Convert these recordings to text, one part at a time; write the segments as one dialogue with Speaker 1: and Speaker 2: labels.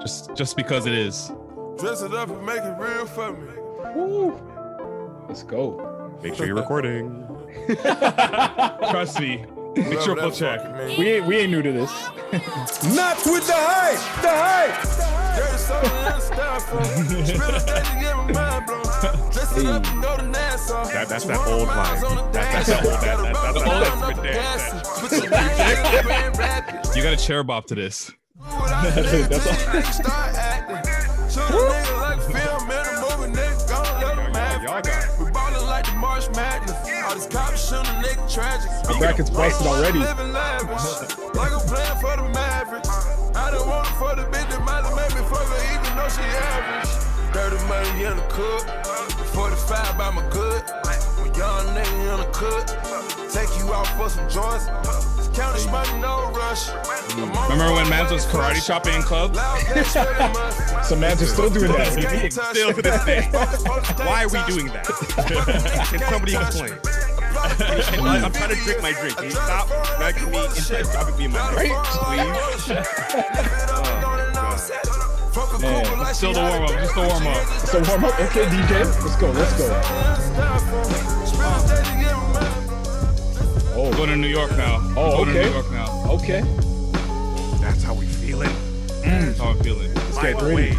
Speaker 1: Just just because it is.
Speaker 2: Dress it up and make it real for me.
Speaker 3: Let's go.
Speaker 4: Make sure you're recording.
Speaker 1: Trust me. We
Speaker 2: Whoever
Speaker 1: triple
Speaker 2: that
Speaker 1: check.
Speaker 2: fucking man.
Speaker 3: We ain't, we ain't new to this.
Speaker 2: Not with the hype, the hype. Dirty soul and unstoppable. uh, Spill it down to get my mind blown. Dress it up and go to Nassau.
Speaker 4: That- that's that
Speaker 2: Run
Speaker 4: old
Speaker 2: miles
Speaker 4: line.
Speaker 2: on the
Speaker 4: That-
Speaker 2: dash.
Speaker 4: that's that old- that-
Speaker 2: Got
Speaker 4: that-
Speaker 2: a
Speaker 4: that's
Speaker 2: rubber
Speaker 4: that-
Speaker 2: band
Speaker 4: that's
Speaker 2: up
Speaker 4: good
Speaker 2: the
Speaker 4: dance,
Speaker 2: dash. Put your legs in the Grand Rapids.
Speaker 1: You got a chair bop to this.
Speaker 2: That's Start acting. Shoot a nigga like film in a movie, nigga. Gone, let him have
Speaker 4: Y'all
Speaker 2: it.
Speaker 4: got it.
Speaker 2: We ballin' like the Marsh Madness. All these cops shooting, nigga, tragic.
Speaker 3: The bracket's busted already.
Speaker 2: Living lavish. Like I'm playing for the Mavericks. I don't want it for the bitch that might have made me fuck her, even though she average. 30 money in the cook. 45 by my good. When young nigga in the cook. Take you out for some joints. Count this money, no rush.
Speaker 1: Remember when Mans was karate chopping in clubs?
Speaker 3: Some man's are still doing that.
Speaker 4: Still to this day. Why are we doing that? Can somebody explain? I- I'm trying to drink my drink. Can you stop making me intellectually in my drink, please? Oh,
Speaker 2: Man,
Speaker 1: Still the warm up, just the warm up.
Speaker 3: So warm up. Okay, DJ. Let's go. Let's go.
Speaker 1: Go to New York now.
Speaker 3: Oh,
Speaker 1: Go to
Speaker 3: okay.
Speaker 1: New York now.
Speaker 3: Okay.
Speaker 4: That's how we feel it.
Speaker 1: That's how I'm feeling.
Speaker 4: Let's
Speaker 3: get ready.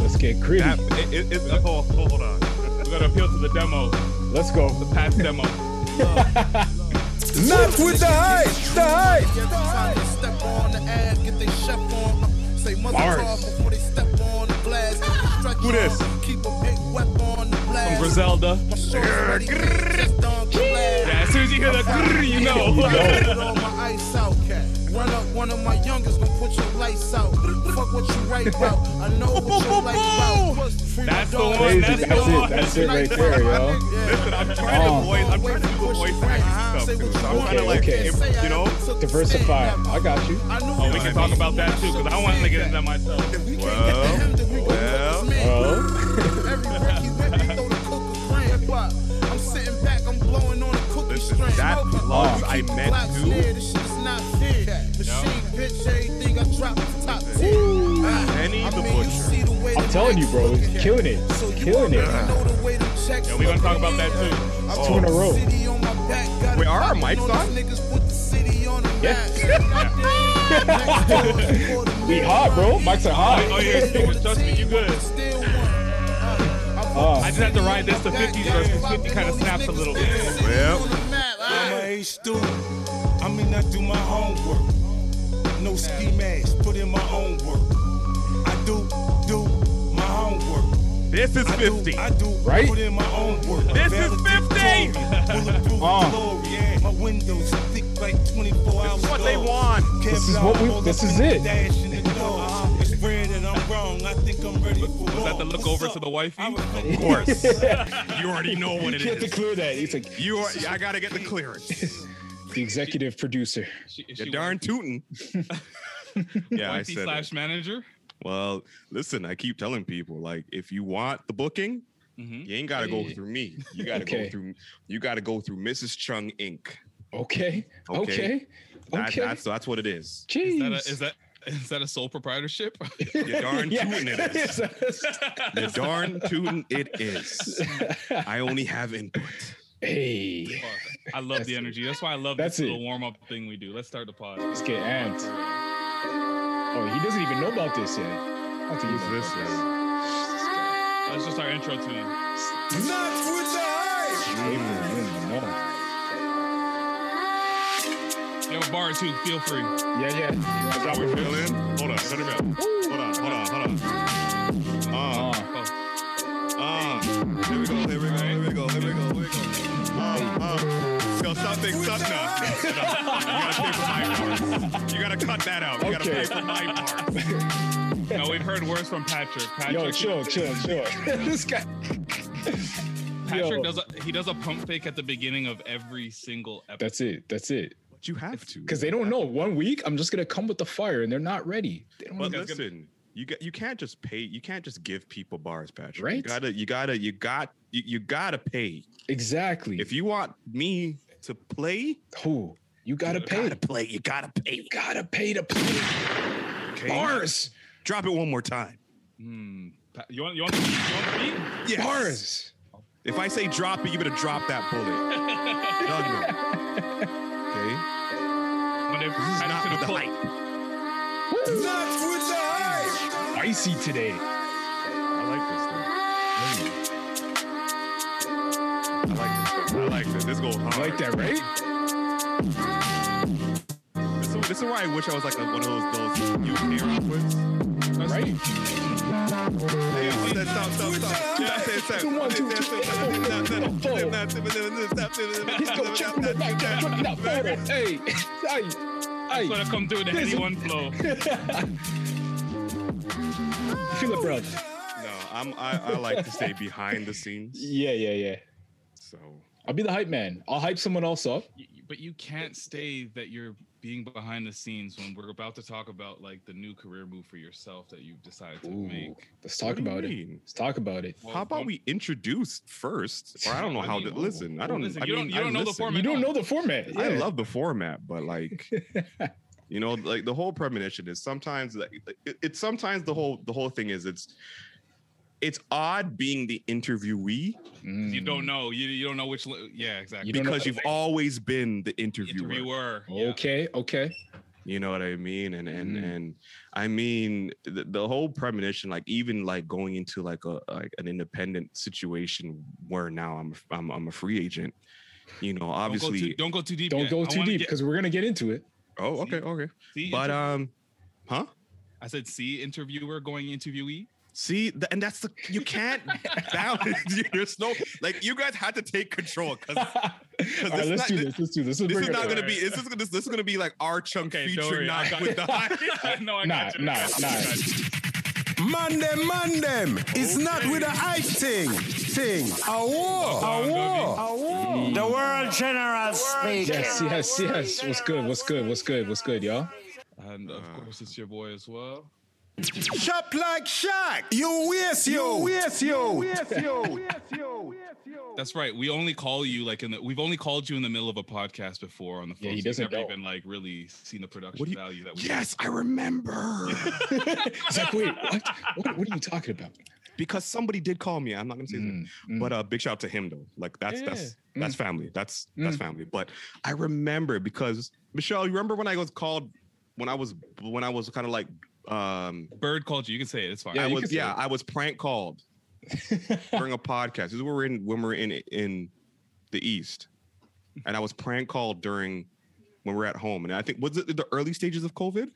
Speaker 3: Let's get gritty.
Speaker 4: That, it, it, it,
Speaker 1: oh,
Speaker 4: hold, hold on.
Speaker 1: We gotta appeal to the demo,
Speaker 3: Let's go.
Speaker 1: the past demo.
Speaker 2: Not with the hype, the hype.
Speaker 5: Every time they step on the ad, get they chef on. Uh, Say mother
Speaker 4: Bars.
Speaker 5: talk before they step on the glass. Stretch
Speaker 4: Who this?
Speaker 5: on, Keep a big weapon on the blast.
Speaker 1: Griselda.
Speaker 5: My shorts ready, just on the blast.
Speaker 1: Yeah, as soon as you hear the grrr, you know.
Speaker 5: Put on my ice out, cat. Run up one of my youngest, gon' put your lights out. Fuck what you write about. I know what your life about. Free my
Speaker 1: That's the
Speaker 5: dog.
Speaker 1: one,
Speaker 3: Crazy.
Speaker 1: that's
Speaker 3: That's
Speaker 1: the
Speaker 3: it.
Speaker 1: one.
Speaker 3: That's it right there, yo.
Speaker 5: Yeah.
Speaker 4: Listen, I'm trying to
Speaker 3: Oh.
Speaker 4: voice. I'm trying to do the voice acting stuff too. So I'm trying to like,
Speaker 3: Okay,
Speaker 4: if- you know.
Speaker 3: Diversify. I got you.
Speaker 5: I knew
Speaker 1: Oh, we can talk about that too, because I want to get into that myself.
Speaker 4: Well,
Speaker 3: Oh,
Speaker 5: I'm sitting back, I'm blowing on a cookie
Speaker 4: Listen,
Speaker 5: strand.
Speaker 4: that
Speaker 5: Over.
Speaker 4: loss
Speaker 5: We
Speaker 4: I
Speaker 5: keep the
Speaker 4: meant
Speaker 5: blocks
Speaker 4: to.
Speaker 5: near, This shit's not fair. Machine, bitch, everything I drop is top tier. Ah,
Speaker 4: Benny
Speaker 5: I
Speaker 4: the
Speaker 5: mean, you
Speaker 4: Butcher.
Speaker 5: see the way
Speaker 3: I'm
Speaker 5: the
Speaker 3: telling you,
Speaker 5: niggas
Speaker 3: bro.
Speaker 5: looking at.
Speaker 3: Killing it.
Speaker 5: So you
Speaker 3: Killing it.
Speaker 5: already know the way them checks
Speaker 1: Yeah, we gonna talk about that
Speaker 5: looking
Speaker 1: too.
Speaker 5: in.
Speaker 3: Two in a row.
Speaker 5: City on my back, got
Speaker 4: Wait,
Speaker 5: a
Speaker 4: are our
Speaker 5: pocket
Speaker 4: mics
Speaker 5: on these Niggas put the city on the
Speaker 3: Yeah.
Speaker 5: map.
Speaker 3: We hot, bro. Mics are
Speaker 1: Oh, oh,
Speaker 3: hot.
Speaker 1: yeah, you good. trust me, you good. I
Speaker 3: Uh,
Speaker 5: I
Speaker 1: just had to ride this to 50s verse, 'cause 50 kinda snaps a little bit.
Speaker 4: Well.
Speaker 6: I'm a A student. I mean, I do my homework. No ski mask, put in my own work. I do, do my homework.
Speaker 4: this is
Speaker 6: I do,
Speaker 4: 50.
Speaker 6: I do,
Speaker 3: Right?
Speaker 6: put in my own work.
Speaker 4: This is 50.
Speaker 6: Bulletproof
Speaker 3: Uh.
Speaker 6: glory, yeah. My windows thick like 24 hours.
Speaker 4: is what they want.
Speaker 3: This is what we- this is it.
Speaker 6: Dash in the door. It's rare that I'm wrong. I think I'm ready for
Speaker 1: Was that the look over to the wifey?
Speaker 4: Of course. you already know what it
Speaker 3: You have to
Speaker 4: is.
Speaker 3: clear that. He's like
Speaker 4: You are, I gotta get the clearance.
Speaker 3: the executive producer.
Speaker 1: She,
Speaker 4: You're darn tootin'. yeah, I
Speaker 1: Wifey
Speaker 4: said. it.
Speaker 1: slash manager.
Speaker 4: Well, listen, I keep telling people like if you want the booking,
Speaker 1: Mhm.
Speaker 4: you ain't gotta go
Speaker 3: Hey.
Speaker 4: through me. You gotta
Speaker 3: Okay.
Speaker 4: go through you gotta go through Mrs. Chung Inc.
Speaker 3: Okay. Okay.
Speaker 4: Okay. That,
Speaker 3: Okay.
Speaker 4: That's that's what it is.
Speaker 1: Is that, a,
Speaker 3: Jeez.
Speaker 1: is that is that a sole proprietorship?
Speaker 4: You darn
Speaker 3: Yeah.
Speaker 4: tootin' it is. You darn tootin' it is. I only have input.
Speaker 3: Hey.
Speaker 1: I love the energy. That's why I love
Speaker 3: That's
Speaker 1: this little
Speaker 3: it.
Speaker 1: warm up thing we do. Let's start the pod.
Speaker 3: Let's get amped. Oh, he doesn't even know about this yet. I don't think he knows about
Speaker 1: That's just our intro tune.
Speaker 2: Not with the hype.
Speaker 3: this. He doesn't even know.
Speaker 1: If you have a bar or two, feel free.
Speaker 3: Yeah, yeah. You wanna drop
Speaker 4: Fill in. Hold on, shut it up. Hold on, hold on, hold
Speaker 3: it?
Speaker 4: on. Uh,
Speaker 3: Uh,
Speaker 1: Oh,
Speaker 4: Ah, here we go, here we go, here we go, here we go, here we go. Ah, ah. Yo, stop things, stop now. Shut up. You gotta pay for my parts. You gotta cut that out. You gotta
Speaker 3: Okay.
Speaker 4: pay for my parts.
Speaker 1: no, we've heard worse from Patrick. Patrick,
Speaker 3: Yo, chill, chill, chill. this guy.
Speaker 1: Patrick
Speaker 3: yo.
Speaker 1: does a, he does a pump fake at the beginning of every single episode.
Speaker 3: That's it. That's it.
Speaker 4: But you have to.
Speaker 3: Because they don't know. One week, I'm just gonna come with the fire, and they're not ready. They don't
Speaker 4: But
Speaker 3: know.
Speaker 4: listen, you got you can't just pay. You can't just give people bars, Patrick. You
Speaker 3: Right?
Speaker 4: gotta, you gotta, you got, you, you gotta pay.
Speaker 3: exactly.
Speaker 4: If you want me to play,
Speaker 3: who you gotta pay,
Speaker 4: play. You gotta pay.
Speaker 3: gotta pay to play.
Speaker 4: okay?
Speaker 3: Bars.
Speaker 4: Drop it one more time.
Speaker 1: Hmm. Pa- You want you want, you want the beat?
Speaker 4: Yes.
Speaker 3: Bars.
Speaker 4: If I say drop it, you better drop that bullet. Done Okay.
Speaker 1: But if
Speaker 4: This is
Speaker 1: I
Speaker 4: not
Speaker 1: could've
Speaker 4: with the
Speaker 1: pulled-
Speaker 4: hype.
Speaker 3: Icy today.
Speaker 7: I
Speaker 4: I like this. I like this. This goes hard.
Speaker 3: You like that, right?
Speaker 4: This is, this is why I wish I was like a, one of those those you hear outfits.
Speaker 3: Right?
Speaker 4: Hey, what's that? Stop, stop, stop. Yeah, I said stop.
Speaker 3: Two, one, two,
Speaker 4: I said
Speaker 3: three,
Speaker 4: stop.
Speaker 3: four,
Speaker 4: Stop, stop,
Speaker 3: four,
Speaker 4: stop,
Speaker 3: four.
Speaker 4: stop, stop, stop, stop, stop,
Speaker 3: He's gonna
Speaker 4: stop,
Speaker 3: chop in the
Speaker 4: stop,
Speaker 3: night,
Speaker 4: stop,
Speaker 3: chucking
Speaker 4: stop.
Speaker 3: that photo. Hey, hey,
Speaker 1: That's what I
Speaker 3: hey.
Speaker 1: come through with the heady one flow.
Speaker 3: Feel it, bro.
Speaker 4: No, I'm I, I like to stay behind the scenes.
Speaker 3: Yeah, yeah, yeah.
Speaker 4: So
Speaker 3: I'll be the hype man. I'll hype someone else up.
Speaker 1: Y- But you can't say that you're being behind the scenes when we're about to talk about like the new career move for yourself that you've decided to make.
Speaker 3: Let's talk
Speaker 4: What do you
Speaker 3: about it.
Speaker 4: mean?
Speaker 3: Let's talk about it.
Speaker 1: Well,
Speaker 4: how about
Speaker 1: don't-
Speaker 4: we introduce first? Or I don't know
Speaker 1: I
Speaker 4: how
Speaker 1: mean, oh,
Speaker 4: to listen. I don't.
Speaker 1: listen,
Speaker 4: I
Speaker 1: you
Speaker 4: mean,
Speaker 1: don't- you don't
Speaker 4: I
Speaker 1: know the
Speaker 4: listen.
Speaker 1: format.
Speaker 3: You don't know the format.
Speaker 4: I
Speaker 3: Yeah.
Speaker 4: love the format, but like, you know, like the whole premonition is sometimes like it- it's sometimes the whole the whole thing is it's it's odd being the interviewee
Speaker 1: You
Speaker 3: Mm.
Speaker 1: don't know. You, you don't know which. li- Yeah, exactly.
Speaker 3: You don't know
Speaker 4: because
Speaker 3: how
Speaker 4: you've
Speaker 3: to-
Speaker 4: always been the interviewer.
Speaker 1: interviewer. yeah.
Speaker 3: Okay, okay.
Speaker 4: You know what I mean? And and
Speaker 3: Mm.
Speaker 4: and I mean the, the whole premonition, like even like going into like a like an independent situation where now I'm I'm I'm a free agent. You know, obviously.
Speaker 1: don't go too, don't go too deep. yet.
Speaker 3: Don't go
Speaker 1: I
Speaker 3: too
Speaker 1: wanna
Speaker 3: deep
Speaker 1: get-
Speaker 3: because we're gonna get into it.
Speaker 4: oh, okay, okay.
Speaker 1: see,
Speaker 4: But
Speaker 1: inter-
Speaker 4: um, huh?
Speaker 3: uh,
Speaker 1: I said, see, interviewer going interviewee.
Speaker 4: See, th- and that's the you can't balance. You- There's no like you guys had to take control because
Speaker 3: All right,
Speaker 4: this
Speaker 3: let's
Speaker 4: not-
Speaker 3: do this. Let's do this. Let's
Speaker 4: this
Speaker 3: bring
Speaker 4: is
Speaker 3: it
Speaker 4: not
Speaker 3: up.
Speaker 4: gonna be. This is this, this is gonna be like our chunk
Speaker 1: Okay, don't
Speaker 4: feature
Speaker 1: worry, I
Speaker 4: not
Speaker 1: got
Speaker 4: with the high.
Speaker 1: no, I
Speaker 3: Nah,
Speaker 1: got you. I
Speaker 3: nah,
Speaker 1: got you, I
Speaker 3: nah.
Speaker 1: got you.
Speaker 2: Man them, man them. It's not with a hype thing. Thing. A war. A war. A war.
Speaker 8: The world general speaking.
Speaker 3: Yes, yes, yes. What's good? What's good? What's good? What's good, y'all?
Speaker 1: And of
Speaker 3: Uh.
Speaker 1: course, it's your boy as well.
Speaker 2: Shop like Shaq. You waste you. waste you.
Speaker 1: That's right. We only call you like in the. We've only called you in the middle of a podcast before on the phone.
Speaker 3: Yeah, he
Speaker 1: so you've
Speaker 3: doesn't
Speaker 1: never
Speaker 3: know.
Speaker 1: even like really seen the production
Speaker 4: What do you-
Speaker 1: value that we.
Speaker 4: Yes, I remember
Speaker 3: It's like, wait, what? what? What are you talking about?
Speaker 4: because somebody did call me. I'm not gonna say his name.
Speaker 3: Mm, mm.
Speaker 4: But uh, big shout out to him though. Like that's
Speaker 3: Yeah. Mm.
Speaker 4: that's that's family. That's that's family. But I remember because Michelle, you remember when I was called when I was when I was kind of like um
Speaker 1: Bird called you. You can say it. It's fine.
Speaker 3: Yeah,
Speaker 4: I
Speaker 3: you
Speaker 4: was
Speaker 3: can say
Speaker 4: yeah,
Speaker 3: it.
Speaker 4: I was prank called during a podcast. This is where we're in when we're in in the East, and I was prank called during when we're at home. And I think was it the early stages of COVID?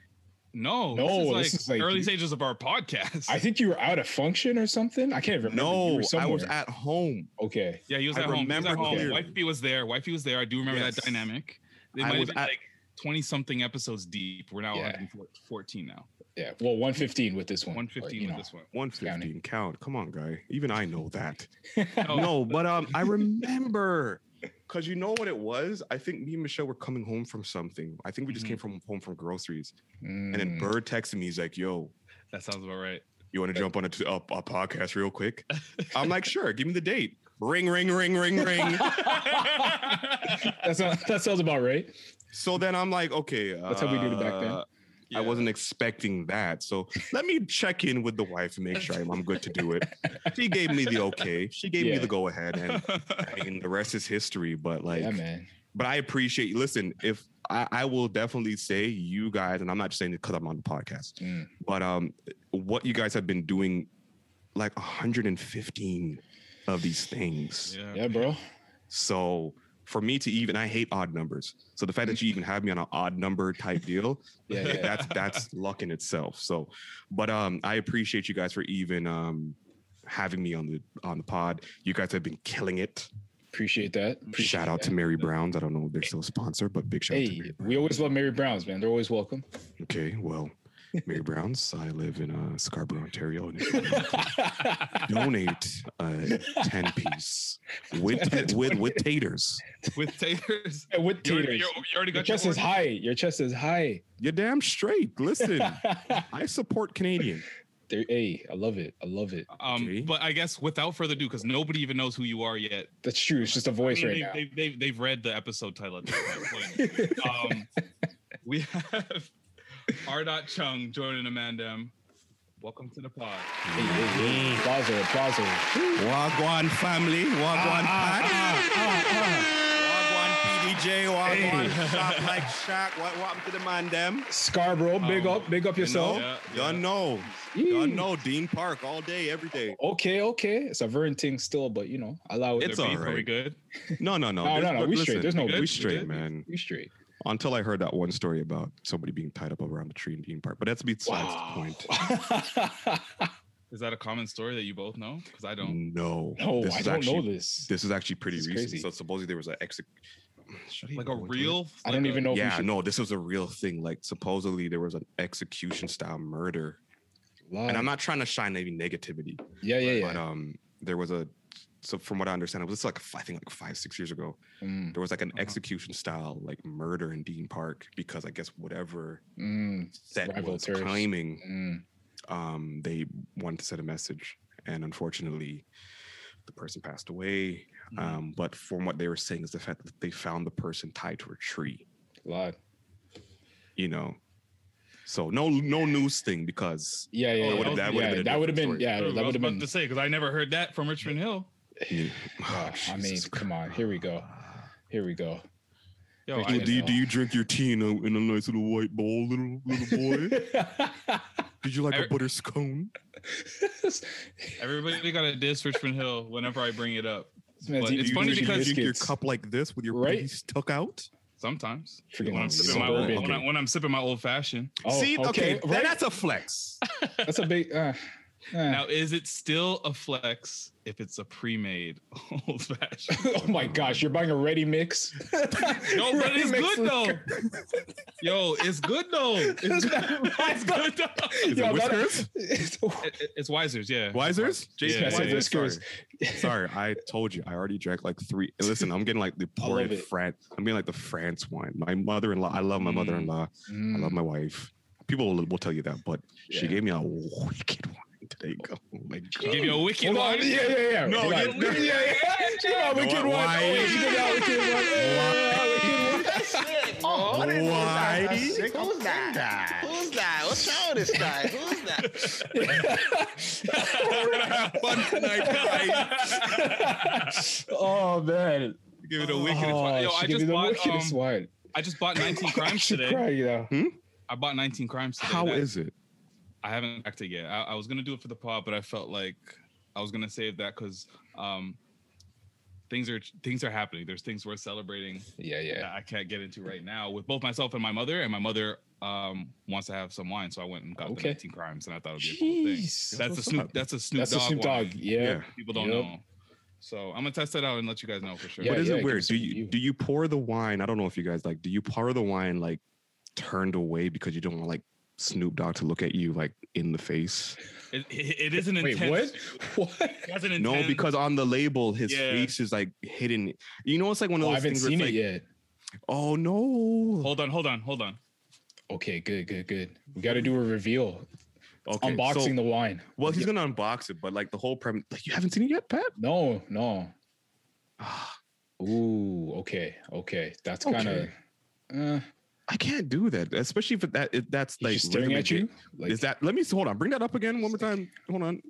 Speaker 1: No,
Speaker 3: No,
Speaker 1: This is, like,
Speaker 3: this is, like,
Speaker 1: early
Speaker 3: you-
Speaker 1: stages of our podcast.
Speaker 3: I think you were out of function or something. I can't remember. You
Speaker 4: No,
Speaker 3: were
Speaker 4: I was
Speaker 3: somewhere.
Speaker 4: at home.
Speaker 3: Okay.
Speaker 1: yeah, he was
Speaker 4: I
Speaker 1: at home. He was
Speaker 4: remember
Speaker 1: at home.
Speaker 4: clearly.
Speaker 1: Wifey was there. Wifey was there. I do remember
Speaker 4: Yes.
Speaker 1: that dynamic. They
Speaker 4: I
Speaker 1: might
Speaker 4: was
Speaker 1: have been
Speaker 4: at-
Speaker 1: like twenty something episodes deep. We're now
Speaker 3: Yeah.
Speaker 1: 114 now.
Speaker 3: Yeah. Well, one fifteen with this one. but,
Speaker 1: 115
Speaker 3: you
Speaker 1: with
Speaker 3: know.
Speaker 1: this one.
Speaker 4: One fifteen count. Come on, guy. Even I know that.
Speaker 1: No,
Speaker 4: no, but um, I remember because you know what it was. I think me and Michelle were coming home from something. I think we just came
Speaker 3: Mm-hmm.
Speaker 4: from home from groceries, and
Speaker 3: Mm.
Speaker 4: then Bird texted me. He's like, "Yo,
Speaker 1: that sounds about right.
Speaker 4: you want to jump on a, t- a, a podcast real quick?" I'm like, "Sure, give me the date." Ring, ring, ring, ring, ring.
Speaker 3: That sounds that sounds about right.
Speaker 4: so then I'm like, "Okay,
Speaker 3: That's how we did it back then.
Speaker 4: uh, I wasn't expecting that. So let me check in with the wife and make sure I'm, I'm good to do it. She gave me the okay. She gave me
Speaker 3: Yeah.
Speaker 4: the go ahead. And I mean, the rest is history. But like,
Speaker 3: yeah, man.
Speaker 4: but I appreciate you. Listen, if I, I will definitely say you guys, and I'm not just saying it because I'm on the podcast,
Speaker 3: Mm.
Speaker 4: but um, what you guys have been doing, like 115 of these things.
Speaker 1: Yeah.
Speaker 3: Yeah, bro.
Speaker 4: So for me to even, I hate odd numbers. So the fact that you even have me on an odd number type deal,
Speaker 3: Yeah, yeah.
Speaker 4: that's that's luck in itself. So, but um, I appreciate you guys for even um having me on the on the pod. You guys have been killing it.
Speaker 3: Appreciate that. Appreciate
Speaker 4: shout out
Speaker 3: that.
Speaker 4: to Mary Browns. I don't know if they're still a sponsor, but big shout out to
Speaker 3: Hey,
Speaker 4: Mary
Speaker 3: we always love Mary Browns, man. They're always welcome.
Speaker 4: Okay, well, Mary Browns, I live in uh, Scarborough, Ontario. And if you want to donate a 10 piece with, with, with taters.
Speaker 1: With taters.
Speaker 3: And with
Speaker 1: You
Speaker 3: taters,
Speaker 1: already- you already
Speaker 3: your
Speaker 1: got
Speaker 3: chest
Speaker 1: your
Speaker 3: is
Speaker 1: order?
Speaker 3: high. Your chest is high.
Speaker 4: You're damn straight. Listen, I support Canadian.
Speaker 3: There, hey, I love it. I love it.
Speaker 1: Um,
Speaker 4: Okay.
Speaker 1: but I guess without further ado, because nobody even knows who you are yet.
Speaker 3: That's true. It's just a voice
Speaker 1: I mean,
Speaker 3: right now.
Speaker 1: they, have they've read the episode title at this point. um, we have R. Dot Chung joining Amandam. Welcome to the pod.
Speaker 3: Applause her, applause her.
Speaker 4: Wagwan family, Wagwan
Speaker 3: Ah,
Speaker 4: pack. Wagwan PDJ, Wagwan shop like Shaq. What, what happened to the man them?
Speaker 3: Scarborough, big
Speaker 1: Um,
Speaker 3: up, big up yourself.
Speaker 1: Yeah,
Speaker 4: Y'all
Speaker 1: yeah.
Speaker 4: know.
Speaker 3: Yee.
Speaker 4: Y'all know Dean Park all day, every day.
Speaker 3: Okay, okay. It's a Vern thing still, but you know, allow it.
Speaker 4: It's
Speaker 1: Their beef,
Speaker 4: alright.
Speaker 1: Are we good?
Speaker 4: No, no,
Speaker 3: No,
Speaker 4: no. There's-
Speaker 3: no, no.
Speaker 4: look,
Speaker 3: We straight. There's no
Speaker 1: we good?
Speaker 4: we
Speaker 3: we
Speaker 4: straight,
Speaker 1: good?
Speaker 4: man.
Speaker 3: We straight.
Speaker 4: Until I heard that one story about somebody being tied up around a tree in Dean Park. But that's besides the point.
Speaker 1: Is that a common story that you both know? Because I don't.
Speaker 4: No.
Speaker 3: no,
Speaker 4: this
Speaker 3: I
Speaker 4: is
Speaker 3: don't
Speaker 4: actually,
Speaker 3: know this.
Speaker 4: This is actually pretty
Speaker 3: This is
Speaker 4: recent.
Speaker 3: crazy.
Speaker 4: So supposedly there was an exit.
Speaker 3: Mm,
Speaker 4: Should I
Speaker 1: Like a
Speaker 4: even go into it?
Speaker 1: real.
Speaker 3: I don't
Speaker 1: like
Speaker 3: even
Speaker 1: a-
Speaker 3: know. if we
Speaker 4: yeah,
Speaker 3: should-
Speaker 4: no, this was a real thing. Like supposedly there was an execution style murder, and I'm not trying to shine any negativity,
Speaker 3: Oh. Yeah, yeah,
Speaker 4: but
Speaker 3: yeah.
Speaker 4: um, there was a. So from what I understand, it was like I think like five six years ago.
Speaker 3: Mm,
Speaker 4: There was like an execution style like murder in Dean Park because I guess whatever
Speaker 3: mm,
Speaker 4: set
Speaker 3: Rival
Speaker 4: was
Speaker 3: terrorists.
Speaker 4: claiming,
Speaker 3: mm.
Speaker 4: um, they wanted to send a message, and unfortunately, the person passed away.
Speaker 3: Mm-hmm.
Speaker 1: Mhm.
Speaker 4: Um, but from what they were saying is the fact that they found the person tied to a tree.
Speaker 3: Lot.
Speaker 4: you know. So no no news thing because
Speaker 3: Yeah, yeah,
Speaker 1: Oh,
Speaker 3: yeah.
Speaker 1: that would've- that would've
Speaker 3: yeah,
Speaker 4: been a
Speaker 3: that would have been,
Speaker 4: different story.
Speaker 3: yeah,
Speaker 1: I
Speaker 3: that
Speaker 1: was
Speaker 3: would have
Speaker 1: about
Speaker 3: been.
Speaker 1: to say because I never heard that from Richmond Hill.
Speaker 4: you,
Speaker 3: Ah, I mean, come on. Here we go. Here we go.
Speaker 1: Yo,
Speaker 3: Thank you,
Speaker 1: I-
Speaker 3: dude.
Speaker 4: you drink your tea in a, in a nice little white bowl, little little boy? Did you like
Speaker 1: Eric-
Speaker 4: butter scone?
Speaker 3: this
Speaker 1: everybody got a diss Richmond Hill whenever I bring it up.
Speaker 3: man's
Speaker 1: But
Speaker 3: eating
Speaker 1: it's funny
Speaker 3: Reese's
Speaker 1: because
Speaker 4: you drink your
Speaker 3: biscuits.
Speaker 4: cup like this with your
Speaker 3: Right?
Speaker 4: piece tuck out.
Speaker 1: Sometimes
Speaker 3: Freaking
Speaker 1: when I'm sipping my
Speaker 3: suburban.
Speaker 1: old, when, I, when I'm sipping my old fashioned.
Speaker 3: Oh,
Speaker 4: See, okay,
Speaker 3: okay, right?
Speaker 4: that's a flex.
Speaker 3: That's a big. Uh, uh.
Speaker 1: Now, is it still a flex if it's a pre-made old fashioned?
Speaker 3: oh my gosh, you're buying a ready mix.
Speaker 1: No, but
Speaker 3: Ready
Speaker 1: it's
Speaker 3: mix
Speaker 1: good
Speaker 3: with-
Speaker 1: though. Yo, it's good though. It's good. It's good though.
Speaker 4: Is it
Speaker 3: Yeah, that-
Speaker 4: whiskers?
Speaker 1: It- it- It's Wisers, yeah.
Speaker 4: Wisers? Jason,
Speaker 1: Yeah,
Speaker 3: I said
Speaker 4: Wisers,
Speaker 3: whiskers.
Speaker 4: sorry. Sorry, I told you. I already drank like three. Listen, I'm getting like the
Speaker 3: I love
Speaker 4: poured
Speaker 3: it.
Speaker 4: France. I'm getting like the France wine. My mother-in-law. I love my
Speaker 1: Mm.
Speaker 4: mother-in-law. I love my wife. People will, will tell you that, but she
Speaker 3: Yeah.
Speaker 4: gave me a wicked wine today. Oh my god!
Speaker 1: Give you a wicked
Speaker 3: Hold on,
Speaker 1: one.
Speaker 3: yeah, yeah, yeah.
Speaker 4: No,
Speaker 3: Hold on.
Speaker 4: you- no.
Speaker 3: yeah, yeah. She got
Speaker 4: You know
Speaker 3: wicked
Speaker 4: what?
Speaker 3: one.
Speaker 4: Why?
Speaker 3: Oh, she got wicked one. Oh, wicked one. Oh,
Speaker 4: Why?
Speaker 5: Who's that? Who's that? What's wrong with this guy? Who's that?
Speaker 4: We're gonna have fun tonight, right?
Speaker 3: oh man.
Speaker 1: Give it a wicked
Speaker 3: Oh,
Speaker 1: one. Yo,
Speaker 3: she
Speaker 1: I
Speaker 3: gave me
Speaker 1: just
Speaker 3: the
Speaker 1: bought
Speaker 3: wickedest
Speaker 1: um,
Speaker 3: one.
Speaker 1: I just bought 19 crimes
Speaker 3: She
Speaker 1: today.
Speaker 3: cried, you know.
Speaker 1: I bought 19 crimes today.
Speaker 4: How
Speaker 1: That-
Speaker 4: is it?
Speaker 1: I haven't backed it yet. I, I was gonna do it for the pod, but I felt like I was gonna save that because um, things are things are happening. There's things worth celebrating
Speaker 3: Yeah,
Speaker 1: that
Speaker 3: yeah.
Speaker 1: I can't get into right now with both myself and my mother. And my mother um, wants to have some wine, so I went and got
Speaker 3: Okay.
Speaker 1: the 19 crimes, and I thought it'd be a cool thing.
Speaker 3: Jeez.
Speaker 1: That's a Snoop.
Speaker 4: up.
Speaker 1: That's a Snoop
Speaker 3: That's a
Speaker 1: Dogg.
Speaker 3: Snoop
Speaker 1: wine.
Speaker 3: Dogg. Yeah.
Speaker 4: Yeah.
Speaker 1: People don't
Speaker 3: Yep.
Speaker 1: know. So I'm gonna test that out and let you guys know for sure.
Speaker 3: Yeah,
Speaker 4: what is
Speaker 3: yeah,
Speaker 4: it
Speaker 3: give
Speaker 4: weird?
Speaker 3: us
Speaker 4: Do
Speaker 3: a
Speaker 4: you
Speaker 3: review.
Speaker 4: do you pour the wine? I don't know if you guys like. Do you pour the wine like turned away because you don't want like Snoop Dogg to look at you like in the face?
Speaker 1: It, it, it is an
Speaker 3: Wait,
Speaker 1: intense.
Speaker 3: what? What?
Speaker 1: That's an intense.
Speaker 4: No, because on the label his
Speaker 1: Yeah.
Speaker 4: face is like hidden. You know, it's like one of
Speaker 3: Oh,
Speaker 4: those
Speaker 3: I haven't
Speaker 4: things where it's
Speaker 3: seen
Speaker 4: like,
Speaker 3: it yet.
Speaker 4: oh no.
Speaker 1: hold on, hold on, hold on.
Speaker 3: Okay, good, good, good. We got to do a reveal.
Speaker 4: Okay,
Speaker 3: Unboxing
Speaker 4: so-
Speaker 3: the wine.
Speaker 4: Well, he's gonna unbox it, but like the whole premise, like you haven't seen it yet, Pat.
Speaker 3: No, no.
Speaker 4: Ah,
Speaker 3: Ooh, okay, okay. That's kind of.
Speaker 4: Okay.
Speaker 3: Uh,
Speaker 4: I can't do that, especially if that if that's
Speaker 3: like
Speaker 4: like
Speaker 3: staring
Speaker 4: regular
Speaker 3: at you.
Speaker 4: ga-
Speaker 3: Like,
Speaker 4: is that? Let me hold on. Bring that up again one more time. Hold on.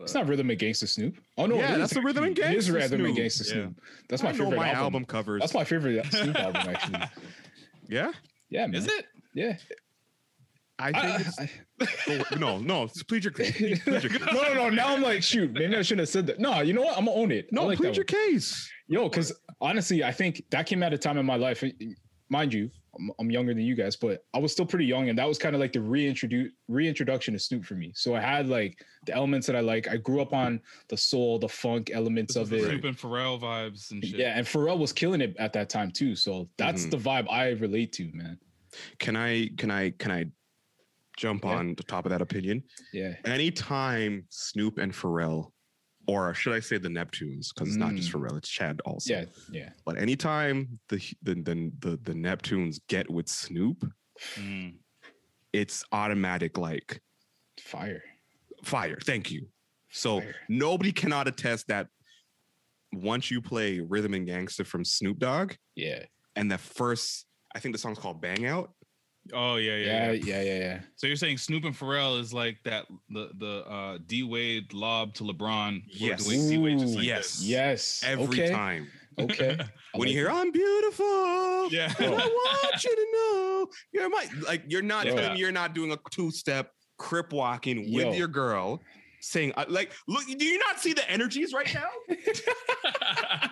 Speaker 3: it's not rhythm and gangsta Snoop. Oh no,
Speaker 4: Yeah,
Speaker 3: it is
Speaker 4: that's the Rhythm and
Speaker 3: actually. It is
Speaker 4: Gangsta
Speaker 3: rhythm and
Speaker 4: Snoop.
Speaker 3: gangsta
Speaker 1: Yeah.
Speaker 3: Snoop. That's
Speaker 4: I
Speaker 3: my
Speaker 4: know
Speaker 3: favorite
Speaker 4: my
Speaker 3: album.
Speaker 4: album, covers.
Speaker 3: That's my favorite Snoop album actually.
Speaker 4: yeah.
Speaker 3: Yeah, man.
Speaker 1: Is it?
Speaker 3: Yeah.
Speaker 4: I think
Speaker 3: I-
Speaker 4: it's oh, no, no. just Plead your case.
Speaker 3: no, no, no. Now I'm like, shoot, maybe I shouldn't have said that. No, you know what? I'm gonna own it. I
Speaker 4: No,
Speaker 3: like that
Speaker 4: plead your
Speaker 3: one.
Speaker 4: case.
Speaker 3: Yo, because honestly, I think that came at a time in my life. Mind you, I'm, I'm younger than you guys, but I was still pretty young, and that was kind of like the reintroduce reintroduction to Snoop for me. So I had like the elements that I like. I grew up on the soul, the funk elements of it.
Speaker 1: Snoop and Pharrell vibes and shit. Mm-hmm.
Speaker 3: Yeah, and Pharrell was killing it at that time too. So that's
Speaker 4: Mhm.
Speaker 3: the vibe I relate to, man.
Speaker 4: Can I? Can I? Can I? Jump
Speaker 3: Yeah.
Speaker 4: on the top of that opinion.
Speaker 3: Yeah.
Speaker 4: Anytime Snoop and Pharrell, or should I say the Neptunes, because it's not just Pharrell, it's Chad also.
Speaker 3: Yeah. Yeah.
Speaker 4: But anytime the h- the the the, the Neptunes get with Snoop,
Speaker 1: Mm.
Speaker 4: it's automatic like
Speaker 3: Fire.
Speaker 4: fire. Thank you. So
Speaker 3: Fire.
Speaker 4: nobody cannot attest that once you play Rhythm and Gangster from Snoop Dogg
Speaker 3: Yeah.
Speaker 4: and the first, I think the song's called Bang Out.
Speaker 1: Oh yeah, yeah,
Speaker 3: Yeah,
Speaker 1: yeah,
Speaker 3: yeah, yeah, yeah.
Speaker 1: So you're saying Snoop and Pharrell is like that the the uh, D Wade lob to LeBron. or
Speaker 4: Yes.
Speaker 1: Dwayne D Wade just like
Speaker 4: Yes.
Speaker 3: Yes.
Speaker 4: Every
Speaker 3: okay.
Speaker 4: time.
Speaker 3: Okay. I
Speaker 4: When
Speaker 3: like
Speaker 4: you hear
Speaker 3: it.
Speaker 4: I'm beautiful.
Speaker 1: this. Yeah.
Speaker 4: I want you to know you're my like you're not
Speaker 3: Yo.
Speaker 4: telling me you're not doing a two step crip walking
Speaker 3: Yo.
Speaker 4: with your girl saying uh, like look do you not see the energies right now?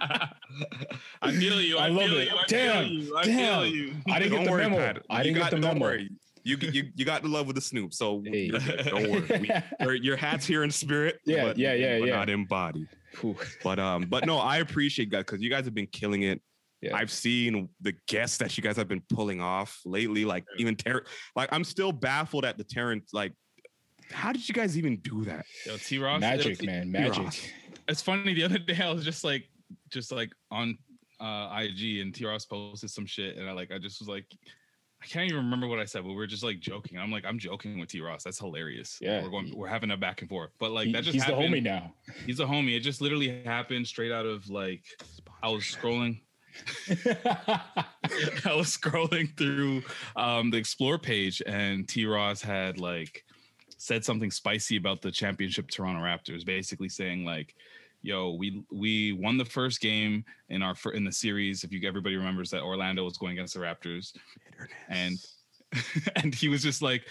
Speaker 1: I feel you. I,
Speaker 3: I love
Speaker 1: feel
Speaker 3: it.
Speaker 1: you. I
Speaker 3: Damn,
Speaker 1: feel you. I
Speaker 3: damn.
Speaker 1: feel you.
Speaker 3: I didn't get the memo. I didn't get the
Speaker 4: don't
Speaker 3: memo.
Speaker 4: worry. You, you you got the love with the Snoop, so
Speaker 3: Hey.
Speaker 4: you're good. don't worry. We- your, your hat's here in spirit,
Speaker 3: Yeah,
Speaker 4: but-
Speaker 3: yeah, yeah,
Speaker 4: but
Speaker 3: yeah.
Speaker 4: not in body.
Speaker 3: Ooh,
Speaker 4: But um, but no, I appreciate guys because you guys have been killing it.
Speaker 3: Yeah.
Speaker 4: I've seen the guests that you guys have been pulling off lately. Like even Ter- like I'm still baffled at the Terrence. Like, how did you guys even do that?
Speaker 1: Yo, T Ross.
Speaker 3: magic,
Speaker 1: T-
Speaker 3: man.
Speaker 4: You're
Speaker 3: Magic.
Speaker 4: awesome.
Speaker 1: It's funny. The other day, I was just like, just like on uh, IG, and T Ross posted some shit, and I like, I just was like. I can't even remember what I said, but we were just like joking. I'm like, I'm joking with T Ross. That's hilarious.
Speaker 3: Yeah.
Speaker 1: we're going, we're having a back and forth. But like,
Speaker 3: He-
Speaker 1: that just
Speaker 3: he's
Speaker 1: happened.
Speaker 3: the homie now.
Speaker 1: He's a homie. It just literally happened straight out of like I was scrolling. I was scrolling through um, the Explore page, and T. Ross had like said something spicy about the championship Toronto Raptors, basically saying like, "Yo, we we won the first game in our fir- in the series. If you everybody remembers that Orlando was going against the Raptors, and and he was just like,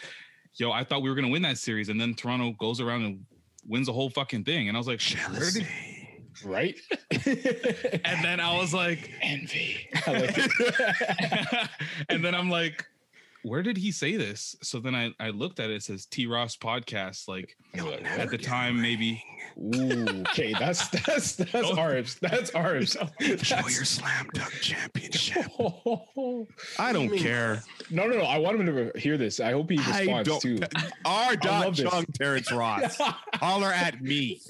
Speaker 1: "Yo, I thought we were gonna win that series, and then Toronto goes around and wins the whole fucking thing." And I was like, "Where did
Speaker 3: right?
Speaker 1: and then I was like,
Speaker 3: Envy. I like it.
Speaker 1: and then I'm like, where did he say this? So then I, I looked at it, it says T Ross podcast. Like at the time, maybe
Speaker 3: Ooh, okay, that's that's that's
Speaker 1: Don't-
Speaker 3: Arbs. That's Arbs.
Speaker 4: your
Speaker 3: That's-
Speaker 4: slam dunk championship.
Speaker 3: no,
Speaker 4: I don't care.
Speaker 3: no, no. I want him to hear this. I hope he
Speaker 4: I
Speaker 3: responds
Speaker 4: don't.
Speaker 3: too.
Speaker 4: R. Dot
Speaker 3: love this.
Speaker 4: Chung, Terrence Ross. Holler at me.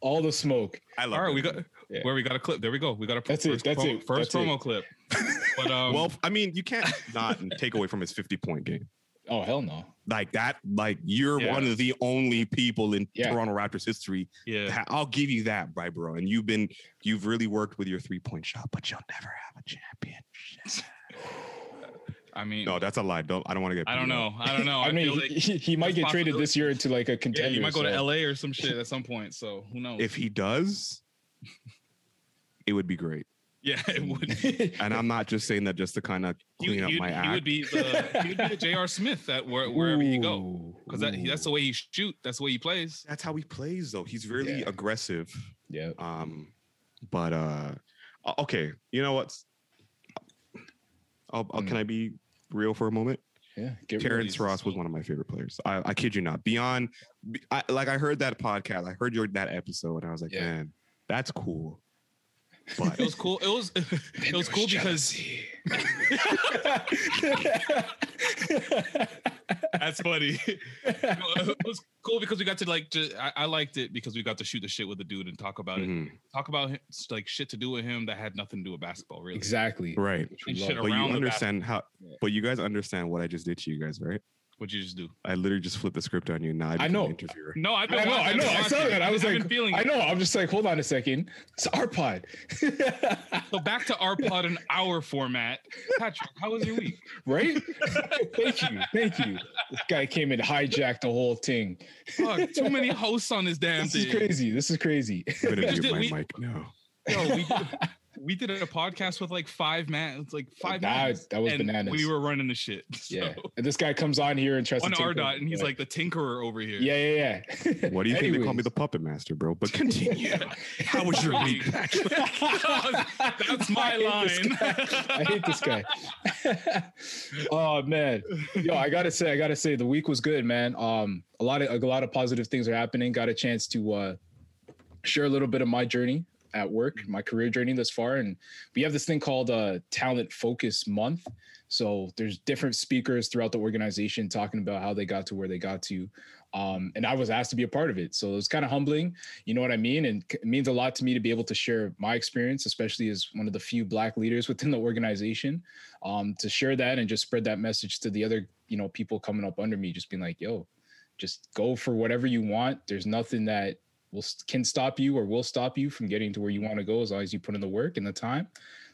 Speaker 3: All the smoke.
Speaker 4: I love.
Speaker 1: all right,
Speaker 4: it.
Speaker 1: we got
Speaker 3: Yeah.
Speaker 1: where we got a clip. There we go. We got a
Speaker 3: That's it, that's
Speaker 1: promo,
Speaker 3: it,
Speaker 1: first
Speaker 3: that's it.
Speaker 1: promo clip. But um,
Speaker 4: Well, I mean, you can't not take away from his 50 point game.
Speaker 3: Oh hell no.
Speaker 4: Like that, like you're
Speaker 1: Yeah.
Speaker 4: one of the only people in
Speaker 3: Yeah.
Speaker 4: Toronto Raptors history.
Speaker 1: yeah,
Speaker 4: that- I'll give you that, right, bro? And you've been, you've really worked with your three point shot, but you'll never have a championship.
Speaker 1: I mean,
Speaker 4: No, that's a lie. Don't. I don't want to get.
Speaker 1: I don't
Speaker 4: beat up.
Speaker 1: know. I don't know.
Speaker 3: I, mean,
Speaker 1: feel
Speaker 3: he-
Speaker 1: like
Speaker 3: he, he might
Speaker 1: there's
Speaker 3: get traded this year into like a
Speaker 1: yeah,
Speaker 3: contender.
Speaker 1: you might go to
Speaker 3: so-
Speaker 1: LA or some shit at some point. So who knows?
Speaker 4: If he does, it would be great.
Speaker 1: yeah, it would.
Speaker 4: And I'm not just saying that just to kind of
Speaker 1: He,
Speaker 4: clean up
Speaker 1: he,
Speaker 4: my
Speaker 1: he would
Speaker 4: act.
Speaker 1: be the he would be the J.R. Smith at where, wherever you go
Speaker 3: Ooh,
Speaker 1: because that,
Speaker 3: ooh.
Speaker 1: that's the way he shoot. That's the way he plays.
Speaker 4: That's how he plays, though. He's really
Speaker 3: Yeah.
Speaker 4: aggressive.
Speaker 3: yeah.
Speaker 4: Um, but uh, o- okay, you know what? I'll, I'll,
Speaker 1: Mm.
Speaker 4: Can I be real for a moment?
Speaker 3: Yeah. Get rid
Speaker 4: Terrence
Speaker 1: he's
Speaker 4: Ross was
Speaker 1: so-
Speaker 4: one of my favorite players. I, I kid you not. Beyond, be- I, like I heard that podcast, I heard your that episode, and I was like,
Speaker 3: Yeah.
Speaker 4: man, that's cool. But
Speaker 1: It was cool. It was it was cool because That's funny. No, it was cool because we got to like. Just, I, I liked it because we got to shoot the shit with the dude and talk about it.
Speaker 4: Mhm,
Speaker 1: Talk about him, like shit to do with him that had nothing to do with basketball, really.
Speaker 3: exactly.
Speaker 4: right.
Speaker 3: Which we
Speaker 1: And shit
Speaker 3: love.
Speaker 4: But you
Speaker 1: around the
Speaker 4: understand how. But you guys understand what I just did to you guys, right?
Speaker 1: What you just do?
Speaker 4: I literally just flipped the script on you. Now I, became
Speaker 3: know.
Speaker 4: An interviewer.
Speaker 1: No, I've been.
Speaker 3: I know,
Speaker 1: watching-
Speaker 3: I
Speaker 1: I've
Speaker 3: know.
Speaker 1: been
Speaker 3: I saw
Speaker 1: watching it.
Speaker 3: that. I was
Speaker 1: I've
Speaker 3: like,
Speaker 1: been feeling
Speaker 3: I
Speaker 1: it.
Speaker 3: know. I'm just like, hold on a second. It's our pod,
Speaker 1: So back to our pod and our format. Patrick, how was your week?
Speaker 3: right? thank you, thank you. This guy came and hijacked the whole thing.
Speaker 1: Fuck, too many hosts on this damn
Speaker 3: This
Speaker 1: thing.
Speaker 3: is crazy. This is crazy.
Speaker 4: I'm gonna
Speaker 1: just
Speaker 4: mute
Speaker 1: did-
Speaker 4: my
Speaker 1: we-
Speaker 4: mic now.
Speaker 1: Yo, we did, we did a podcast with like five man. It's like five.
Speaker 3: That-
Speaker 1: minutes,
Speaker 3: Oh, that was
Speaker 1: and
Speaker 3: bananas.
Speaker 1: We were running the shit. So.
Speaker 3: Yeah. And this guy comes on here and tries
Speaker 1: On
Speaker 3: to
Speaker 1: R
Speaker 3: take
Speaker 1: dot,
Speaker 3: over.
Speaker 1: and he's like the tinkerer over here.
Speaker 3: yeah, yeah, yeah.
Speaker 4: What do you think they call me
Speaker 3: Anyways.
Speaker 4: the puppet master, bro? But continue. How was your week?
Speaker 1: That's my line.
Speaker 3: I hate this guy. oh man, yo, I gotta say, I gotta say, the week was good, man. Um, a lot of a lot of positive things are happening. Got a chance to uh, share a little bit of my journey at work, my career journey thus far, and we have this thing called uh, Talent Focus Month. So there's different speakers throughout the organization talking about how they got to where they got to. Um, and I was asked to be a part of it. So it was kind of humbling. You know what I mean? And c- it means a lot to me to be able to share my experience, especially as one of the few black leaders within the organization, um, to share that and just spread that message to the other, you know, people coming up under me, just being like, yo, just go for whatever you want. There's nothing that will can stop you or will stop you from getting to where you want to go as long as you put in the work and the time.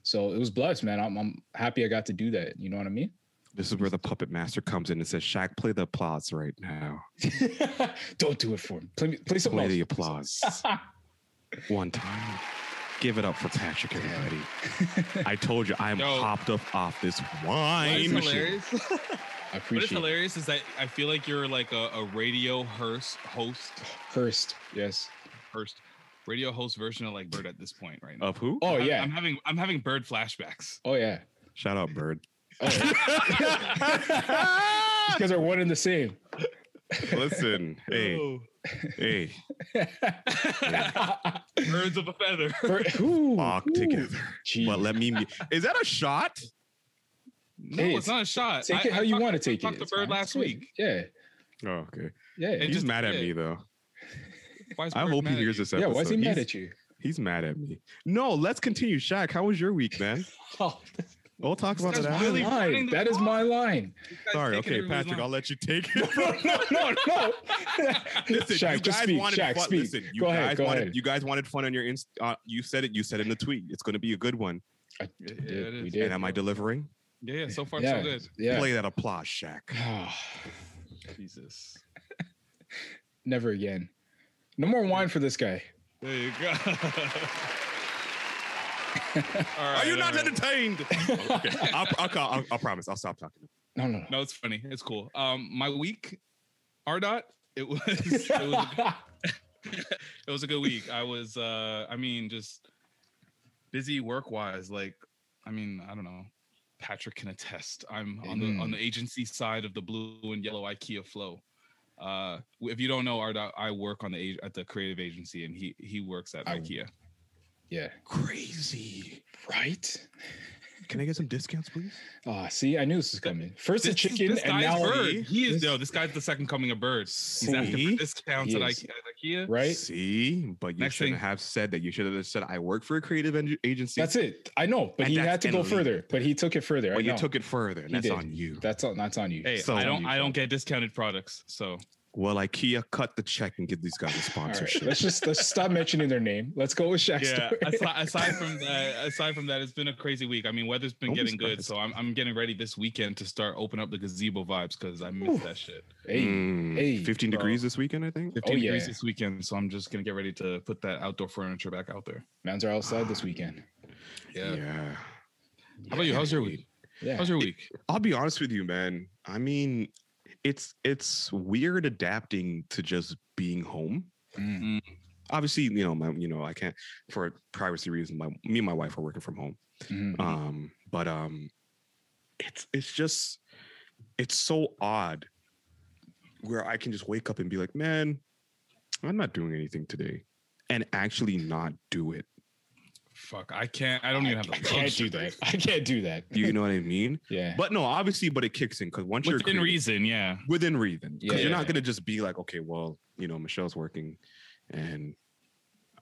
Speaker 3: So it was blessed, man. I'm, I'm happy I got to do that. You know what I mean?
Speaker 4: This is where the puppet master comes in and says, Shaq, play the applause right now.
Speaker 3: Don't do it for him. Play, play something
Speaker 4: Play
Speaker 3: else.
Speaker 4: the applause. One time. Give it up for Patrick, everybody. I told you, I'm
Speaker 1: Yo.
Speaker 4: hopped up off this
Speaker 1: It's
Speaker 4: wine. machine.
Speaker 1: hilarious.
Speaker 3: I
Speaker 1: What is
Speaker 3: appreciate it.
Speaker 1: hilarious is that I feel like you're like a, a radio hearse host,
Speaker 3: First, yes.
Speaker 1: first radio host version of like Bird at this point right now.
Speaker 4: Of who?
Speaker 3: Oh
Speaker 1: I'm-
Speaker 3: yeah.
Speaker 1: I'm having I'm having Bird flashbacks.
Speaker 3: oh yeah.
Speaker 4: Shout out, Bird.
Speaker 1: Oh.
Speaker 3: These guys are one and the same.
Speaker 4: Listen, hey,
Speaker 1: Oh,
Speaker 4: hey,
Speaker 1: birds of a feather.
Speaker 3: Fir- ooh,
Speaker 4: lock
Speaker 3: ooh.
Speaker 4: together.
Speaker 3: Jeez.
Speaker 4: But let me. Is that a shot?
Speaker 1: No,
Speaker 3: Hey,
Speaker 1: it's not a shot.
Speaker 3: Take
Speaker 1: I-
Speaker 3: it how
Speaker 1: I
Speaker 3: you
Speaker 1: talked-
Speaker 3: want to
Speaker 1: I
Speaker 3: take it.
Speaker 1: talked to
Speaker 3: It's
Speaker 1: Bird
Speaker 3: fine.
Speaker 1: last
Speaker 3: It's good.
Speaker 1: week.
Speaker 3: Yeah.
Speaker 4: Oh, okay.
Speaker 3: Yeah.
Speaker 1: It
Speaker 4: He's
Speaker 1: just
Speaker 4: mad at
Speaker 1: did.
Speaker 4: me though.
Speaker 1: Why is
Speaker 4: I
Speaker 1: Bird
Speaker 4: hope he
Speaker 1: mad at
Speaker 4: hears
Speaker 1: you?
Speaker 4: this
Speaker 3: yeah.
Speaker 4: episode.
Speaker 3: Why is he mad
Speaker 4: He's-
Speaker 3: at you?
Speaker 4: He's mad at me. No, let's continue. Shaq, how was your week, man?
Speaker 3: Oh,
Speaker 4: We'll talk about
Speaker 1: That's
Speaker 4: that.
Speaker 3: my
Speaker 4: after.
Speaker 1: really running
Speaker 3: line.
Speaker 1: the
Speaker 3: That is
Speaker 1: ball.
Speaker 3: my line.
Speaker 4: Sorry.
Speaker 1: Taking
Speaker 4: Okay,
Speaker 1: everybody's
Speaker 4: Patrick,
Speaker 1: line.
Speaker 4: I'll let you take it.
Speaker 3: no, no, no.
Speaker 4: Listen,
Speaker 3: Shaq,
Speaker 4: you
Speaker 3: just
Speaker 4: guys
Speaker 3: speak.
Speaker 4: wanted
Speaker 3: Shaq,
Speaker 4: fun.
Speaker 3: speak.
Speaker 4: Listen, you
Speaker 3: Go
Speaker 4: guys
Speaker 3: ahead, go
Speaker 4: wanted
Speaker 3: ahead.
Speaker 4: you guys wanted fun on your inst- uh, you said it, you said it in the tweet. It's gonna be a good one.
Speaker 3: I
Speaker 1: Yeah,
Speaker 3: did.
Speaker 1: it
Speaker 3: we
Speaker 1: is.
Speaker 3: did.
Speaker 4: and am I delivering?
Speaker 1: Yeah, yeah. So far,
Speaker 3: yeah.
Speaker 1: so good.
Speaker 3: Yeah.
Speaker 4: Play that applause, Shaq.
Speaker 1: Jesus.
Speaker 3: Never again. No more wine for this guy.
Speaker 1: There you go.
Speaker 4: Are you not
Speaker 1: entertained?
Speaker 4: entertained? Oh, okay. I'll, I'll, call, I'll, I'll promise. I'll stop talking.
Speaker 3: No, no,
Speaker 1: No, it's funny. It's cool. Um, my week, R dot. It was it was,
Speaker 3: no.
Speaker 1: it was a good week. I was uh I mean just busy work wise. Like I mean I don't know. Patrick can attest. I'm on the
Speaker 3: Mm-hmm.
Speaker 1: on the agency side of the blue and yellow IKEA flow. Uh, if you don't know R dot, I work on the ag- at the creative agency and he he works at
Speaker 3: I-
Speaker 1: IKEA.
Speaker 3: yeah.
Speaker 4: Crazy.
Speaker 3: Right.
Speaker 4: Can I get some discounts, please?
Speaker 3: Ah, see, I knew this was coming. First the
Speaker 1: This is-
Speaker 3: chicken,
Speaker 1: this
Speaker 3: and
Speaker 1: guy's
Speaker 3: now
Speaker 1: bird. He is
Speaker 3: this-
Speaker 1: no. This guy's the second coming of bird. He's after
Speaker 4: See?
Speaker 1: for discounts at
Speaker 3: Yes.
Speaker 1: Ike- at IKEA.
Speaker 3: right.
Speaker 4: See, but you
Speaker 1: Next
Speaker 4: shouldn't
Speaker 1: thing-
Speaker 4: have said that. You should have said, "I work for a creative en- agency."
Speaker 3: That's it. I know, but
Speaker 4: And
Speaker 3: he
Speaker 4: that's
Speaker 3: had to go
Speaker 4: illegal.
Speaker 3: further. But he took it further.
Speaker 4: But
Speaker 3: I
Speaker 4: you
Speaker 3: know.
Speaker 4: took it further, and
Speaker 3: He
Speaker 4: that's
Speaker 3: did.
Speaker 4: on you.
Speaker 3: That's on. That's on you.
Speaker 1: Hey,
Speaker 4: So-
Speaker 1: I don't. I don't get discounted products. So
Speaker 4: Well, IKEA cut the check and give these guys a
Speaker 3: All right,
Speaker 4: sponsorship.
Speaker 3: let's just let's stop mentioning their name. Let's go with Shaq's
Speaker 1: yeah.
Speaker 3: story.
Speaker 1: Aside, aside from that, aside from that, it's been a crazy week. I mean, weather's been
Speaker 4: Don't be
Speaker 1: getting good,
Speaker 4: surprised.
Speaker 1: so I'm, I'm getting ready this weekend to start open up the gazebo vibes because I miss that shit.
Speaker 3: Hey,
Speaker 4: Mm,
Speaker 3: hey,
Speaker 4: 15 degrees this weekend, I think.
Speaker 1: 15 degrees
Speaker 3: yeah.
Speaker 1: this weekend, so I'm just gonna get ready to put that outdoor furniture back out there.
Speaker 3: Mounds are outside this weekend.
Speaker 1: Yeah.
Speaker 4: yeah.
Speaker 1: How about you? How's your week?
Speaker 3: Yeah.
Speaker 1: How's your week?
Speaker 4: I'll be honest with you, man. I mean, it's it's weird adapting to just being home.
Speaker 3: Mm.
Speaker 4: Obviously, you know, my you know, I can't for privacy reasons. My me and my wife are working from home.
Speaker 3: Mhm.
Speaker 1: Mm-hmm.
Speaker 4: Um, but um, it's it's just it's so odd where I can just wake up and be like, man, I'm not doing anything today, and actually not do it.
Speaker 1: Fuck, I can't. I don't even have
Speaker 3: I
Speaker 1: the
Speaker 3: can't do
Speaker 1: luxury.
Speaker 3: that. I can't do that.
Speaker 4: You know what I mean?
Speaker 3: Yeah.
Speaker 4: But no, obviously, but it kicks in because once you're
Speaker 1: Within
Speaker 4: creative-
Speaker 1: reason, yeah.
Speaker 4: within reason because
Speaker 3: Yeah.
Speaker 4: you're not gonna just be like okay well you know michelle's working and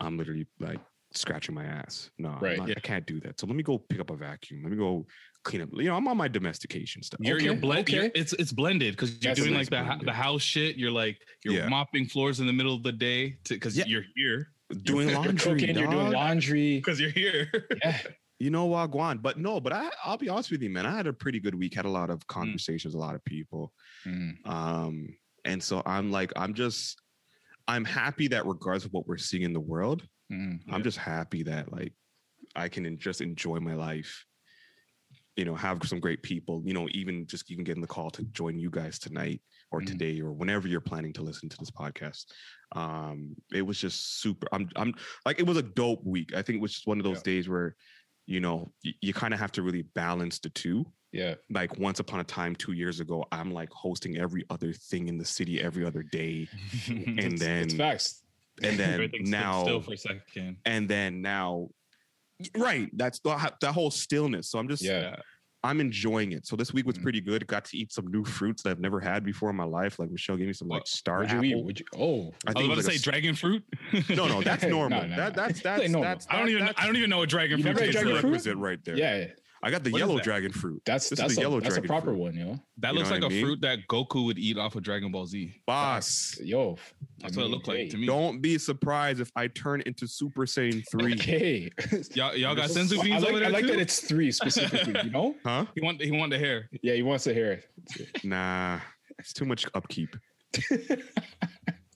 Speaker 4: i'm literally like scratching my ass no I'm
Speaker 3: Right.
Speaker 4: not- i can't do that so let me go pick up a vacuum let me go clean up you know i'm on my domestication stuff
Speaker 1: You're you're
Speaker 3: Okay,
Speaker 1: blend.
Speaker 3: okay.
Speaker 1: You're, it's it's blended because you're
Speaker 3: That's
Speaker 1: doing
Speaker 4: nice
Speaker 1: like the ho-
Speaker 4: blended.
Speaker 1: the house shit. You're like you're
Speaker 4: Yeah.
Speaker 1: mopping floors in the middle of the day because
Speaker 4: Yeah.
Speaker 1: you're here
Speaker 4: doing
Speaker 3: You're
Speaker 4: laundry
Speaker 3: cooking. You're doing
Speaker 4: dog.
Speaker 3: laundry.
Speaker 1: because you're here.
Speaker 3: Yeah.
Speaker 4: you know what guan but no but i i'll be honest with you man i had a pretty good week had a lot of conversations a lot of people
Speaker 3: Mm.
Speaker 4: um and so i'm like i'm just i'm happy that regardless of what we're seeing in the world
Speaker 3: Mm.
Speaker 4: I'm just happy that like I can en- just enjoy my life. You know, have some great people. You know, even just even getting the call to join you guys tonight or
Speaker 3: Mhm.
Speaker 4: today or whenever you're planning to listen to this podcast. Um, it was just super. I'm I'm like it was a dope week. I think it was just one of those days where, you know, y- you kind of have to really balance the two
Speaker 3: Yeah.
Speaker 4: like once upon a time two years ago i'm like hosting every other thing in the city every other day and then
Speaker 3: It's facts.
Speaker 4: and then
Speaker 1: Everything stood
Speaker 4: now
Speaker 1: still for a second.
Speaker 4: and then now right that's the, that whole stillness so i'm just
Speaker 3: Yeah.
Speaker 4: i'm enjoying it so this week was
Speaker 1: Mm-hmm.
Speaker 3: Mhm.
Speaker 4: pretty good got to eat some new fruits that i've never had before in my life like michelle gave me some like star
Speaker 3: Would you
Speaker 4: apple
Speaker 3: eat? Would you? Oh.
Speaker 4: i
Speaker 1: I was
Speaker 4: think
Speaker 1: about to
Speaker 4: it was
Speaker 1: say
Speaker 4: like
Speaker 1: dragon fruit.
Speaker 4: a- no no that's
Speaker 3: No,
Speaker 4: normal
Speaker 3: no, no.
Speaker 4: that, that's
Speaker 3: They
Speaker 4: that's
Speaker 3: normal.
Speaker 4: that's
Speaker 1: I don't even. I don't even know what dragon
Speaker 3: You
Speaker 1: fruit
Speaker 3: never had
Speaker 1: tastes
Speaker 4: that's
Speaker 3: dragon
Speaker 1: like.
Speaker 3: fruit?
Speaker 4: prerequisite right there
Speaker 3: Yeah.
Speaker 4: I got the
Speaker 1: What is
Speaker 4: yellow
Speaker 1: that?
Speaker 4: dragon fruit.
Speaker 3: That's
Speaker 4: This is
Speaker 3: that's
Speaker 4: the
Speaker 3: a,
Speaker 4: yellow
Speaker 3: that's a
Speaker 4: dragon
Speaker 3: proper
Speaker 4: fruit.
Speaker 3: one, yo.
Speaker 1: That
Speaker 4: You
Speaker 1: looks
Speaker 4: know
Speaker 1: like
Speaker 4: what
Speaker 1: a
Speaker 4: I mean?
Speaker 1: fruit that Goku would eat off of Dragon Ball Z.
Speaker 4: Boss,
Speaker 3: Yo, f-
Speaker 1: That's
Speaker 3: I
Speaker 1: what it
Speaker 3: mean,
Speaker 1: looked like
Speaker 3: hey.
Speaker 1: to me.
Speaker 4: don't be surprised if I turn into Super Saiyan 3.
Speaker 3: Okay,
Speaker 1: Y'all,
Speaker 3: Oh,
Speaker 1: y'all got senzu beans
Speaker 3: I like,
Speaker 1: over there
Speaker 3: I like
Speaker 1: too?
Speaker 3: that it's three specifically. You know?
Speaker 4: Huh?
Speaker 1: he want he want the hair.
Speaker 3: Yeah, he wants to hear it.
Speaker 4: Nah, it's too much upkeep.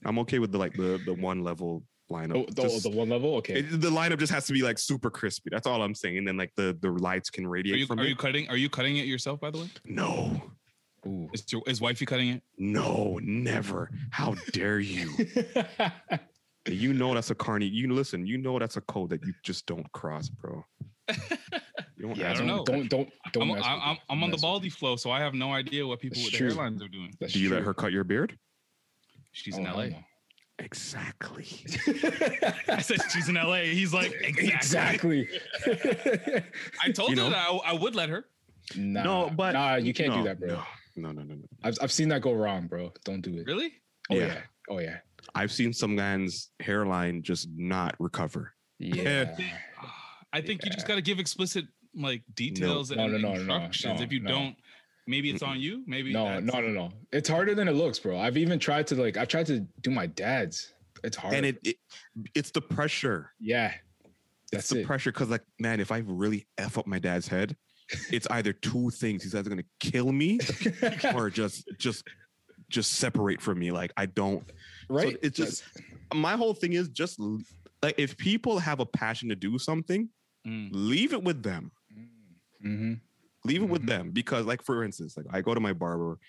Speaker 4: I'm okay with the like the the one level
Speaker 3: Oh,
Speaker 4: lineup.
Speaker 3: the,
Speaker 4: Just-
Speaker 3: the one level. Okay.
Speaker 4: it- the lineup just has to be like super crispy. That's all I'm saying. And then like the the lights can
Speaker 1: Are
Speaker 4: radiate
Speaker 1: you
Speaker 4: from
Speaker 1: are
Speaker 4: it.
Speaker 1: you cutting are you cutting it yourself by the way?
Speaker 4: no,
Speaker 1: Is your is wifey cutting it?
Speaker 4: no, never. How dare you? you know that's a carny. You listen. You know that's a code that you just don't cross, bro. You don't
Speaker 1: Yeah, I
Speaker 4: ask
Speaker 1: don't
Speaker 4: me.
Speaker 1: know.
Speaker 3: Don't don't don't.
Speaker 1: I'm,
Speaker 3: mess with
Speaker 1: I'm, I'm,
Speaker 3: it.
Speaker 1: I'm on the
Speaker 3: Mess with
Speaker 1: baldy flow, so I have no idea what people
Speaker 3: That's
Speaker 1: with the
Speaker 3: true.
Speaker 1: hairlines are doing.
Speaker 3: it. That's
Speaker 4: Do you let
Speaker 3: true.
Speaker 4: her cut your beard?
Speaker 1: She's in
Speaker 3: Oh,
Speaker 1: LA.
Speaker 3: hell no.
Speaker 4: Exactly.
Speaker 1: I said she's in LA. He's like exactly.
Speaker 3: Exactly.
Speaker 1: I told
Speaker 4: You
Speaker 1: her
Speaker 4: know?
Speaker 1: that I, I would let her.
Speaker 3: nah,
Speaker 4: No, but
Speaker 3: nah, you can't
Speaker 4: No,
Speaker 3: do that, bro.
Speaker 4: No, no, no, no. no.
Speaker 3: I've I've seen that go wrong, bro. Don't do it.
Speaker 1: Really?
Speaker 3: Oh yeah.
Speaker 4: Yeah.
Speaker 3: Oh yeah.
Speaker 4: I've seen some guys' hairline just not recover.
Speaker 3: Yeah.
Speaker 1: I think you just got to give explicit like details
Speaker 3: No,
Speaker 1: and
Speaker 3: no, no, no, no,
Speaker 1: instructions.
Speaker 3: no,
Speaker 1: if you
Speaker 3: no.
Speaker 1: don't, maybe it's on you. Maybe
Speaker 3: no,
Speaker 1: that's-
Speaker 3: no, no, no. It's harder than it looks, bro. I've even tried to like I've tried to do my dad's. It's hard.
Speaker 4: And it, it it's the pressure.
Speaker 3: yeah. That's
Speaker 4: it's the
Speaker 3: it.
Speaker 4: pressure because like man if i really f up my dad's head it's either two things he's either gonna kill me or just just just separate from me like i don't so
Speaker 3: right?
Speaker 4: it's just my whole thing is just l- like if people have a passion to do something
Speaker 1: Mm.
Speaker 4: leave it with them Mm-hmm.
Speaker 3: hmm
Speaker 4: leave it
Speaker 3: Mhm.
Speaker 4: with them because like for instance like i go to my barber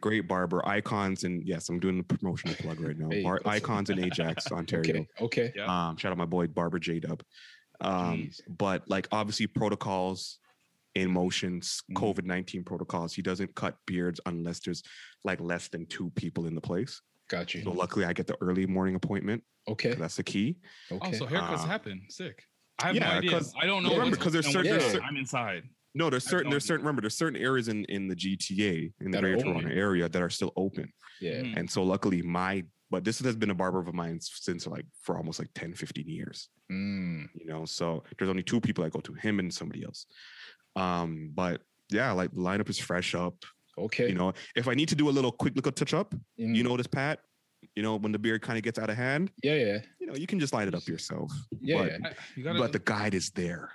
Speaker 4: great barber icons and yes i'm doing the promotional plug right now
Speaker 3: Hey,
Speaker 4: Bar-
Speaker 3: that's-
Speaker 4: icons in ajax ontario
Speaker 3: Okay. Okay.
Speaker 1: Yeah.
Speaker 4: um, shout out my boy Barber J Dub. Um,
Speaker 1: Jeez.
Speaker 4: but like obviously protocols in motions,
Speaker 3: Mhm.
Speaker 4: COVID nineteen protocols. He doesn't cut beards unless there's like less than two people in the place.
Speaker 3: Got you.
Speaker 4: So luckily, I get the early morning appointment.
Speaker 3: Okay.
Speaker 4: 'cause That's the key.
Speaker 1: Oh,
Speaker 3: Okay.
Speaker 1: so haircuts
Speaker 4: Uh,
Speaker 1: happen. Sick. I have
Speaker 4: yeah,
Speaker 1: no idea.
Speaker 4: 'cause-
Speaker 1: I don't know.
Speaker 4: remember,
Speaker 1: what's
Speaker 4: 'cause there's
Speaker 1: going
Speaker 3: certain-
Speaker 1: on.
Speaker 3: Yeah.
Speaker 1: I'm inside.
Speaker 4: No, there's
Speaker 1: I have no
Speaker 4: certain there's
Speaker 1: idea.
Speaker 4: certain remember there's certain areas in in the GTA in the
Speaker 3: That are
Speaker 4: Greater
Speaker 3: open. Mm-hmm.
Speaker 4: Toronto area that are still open.
Speaker 3: Yeah.
Speaker 1: Mm.
Speaker 4: And so luckily, my but this has been a barber of mine since like for almost like 10, 15 years.
Speaker 1: hmm.
Speaker 3: Mm.
Speaker 4: you know so there's only two people i go to him and somebody else um but yeah like the lineup is fresh up
Speaker 3: Okay.
Speaker 4: you know if i need to do a little quick little touch up
Speaker 3: Mm.
Speaker 4: you notice pat you know when the beard kind of gets out of hand
Speaker 3: Yeah. Yeah.
Speaker 4: you know you can just light it up yourself
Speaker 3: Yeah.
Speaker 4: But-
Speaker 3: yeah.
Speaker 1: I- You gotta,
Speaker 4: but the guide is there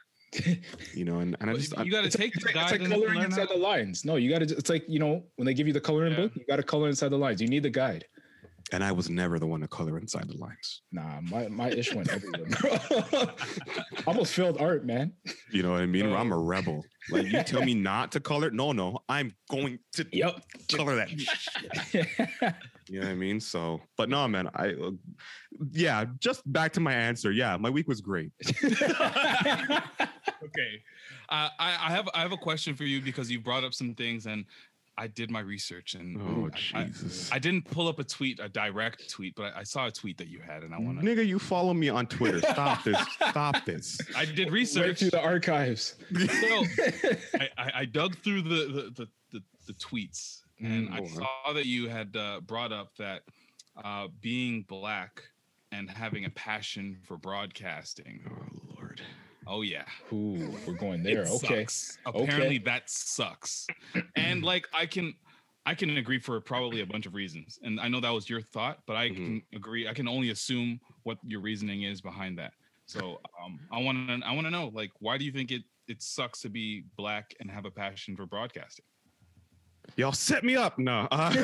Speaker 4: you know and, and i
Speaker 1: but
Speaker 4: just I-
Speaker 1: you gotta
Speaker 3: It's like-
Speaker 1: take
Speaker 3: it's
Speaker 1: the
Speaker 3: like, it's
Speaker 1: guide
Speaker 3: like
Speaker 1: and then
Speaker 3: coloring
Speaker 1: learn
Speaker 3: inside the
Speaker 1: how-
Speaker 3: lines. No, you gotta. ju- It's like you know when they give you the coloring
Speaker 1: Yeah.
Speaker 3: book, you gotta color inside the lines. You need the guide.
Speaker 4: and i was never the one to color inside the lines
Speaker 3: Nah, my, my ish went everywhere. bro. Almost failed art, man.
Speaker 4: you know what i mean i'm a rebel like you tell me not to color no no i'm going to
Speaker 3: Yep.
Speaker 4: color that You know what I mean? So, but no, man, I, uh, yeah, just back to my answer. Yeah, my week was great.
Speaker 1: okay. Uh, I, I have I have a question for you because you brought up some things and I did my research and
Speaker 4: Oh,
Speaker 1: I, I-
Speaker 4: Jesus.
Speaker 1: I didn't pull up a tweet, a direct tweet, but I, I saw a tweet that you had and I want to.
Speaker 4: Nigga, you follow me on Twitter. Stop this. Stop this.
Speaker 1: I did
Speaker 3: Went
Speaker 1: research.
Speaker 3: through the archives.
Speaker 1: So, I, I, I dug through the the, the, the, the tweets and
Speaker 4: Mm.
Speaker 1: I saw that you had uh, brought up that uh, being black and having a passion for broadcasting.
Speaker 4: Oh, Lord.
Speaker 1: Oh yeah.
Speaker 3: Ooh, we're going there.
Speaker 1: It
Speaker 3: okay.
Speaker 1: sucks.
Speaker 3: Okay.
Speaker 1: Apparently that sucks. and like I can I can agree for probably a bunch of reasons. And I know that was your thought, but I
Speaker 4: Mhm.
Speaker 1: can agree. I can only assume what your reasoning is behind that. So um I want to I want to know like why do you think it it sucks to be black and have a passion for broadcasting?
Speaker 4: Y'all set me up. No. Uh,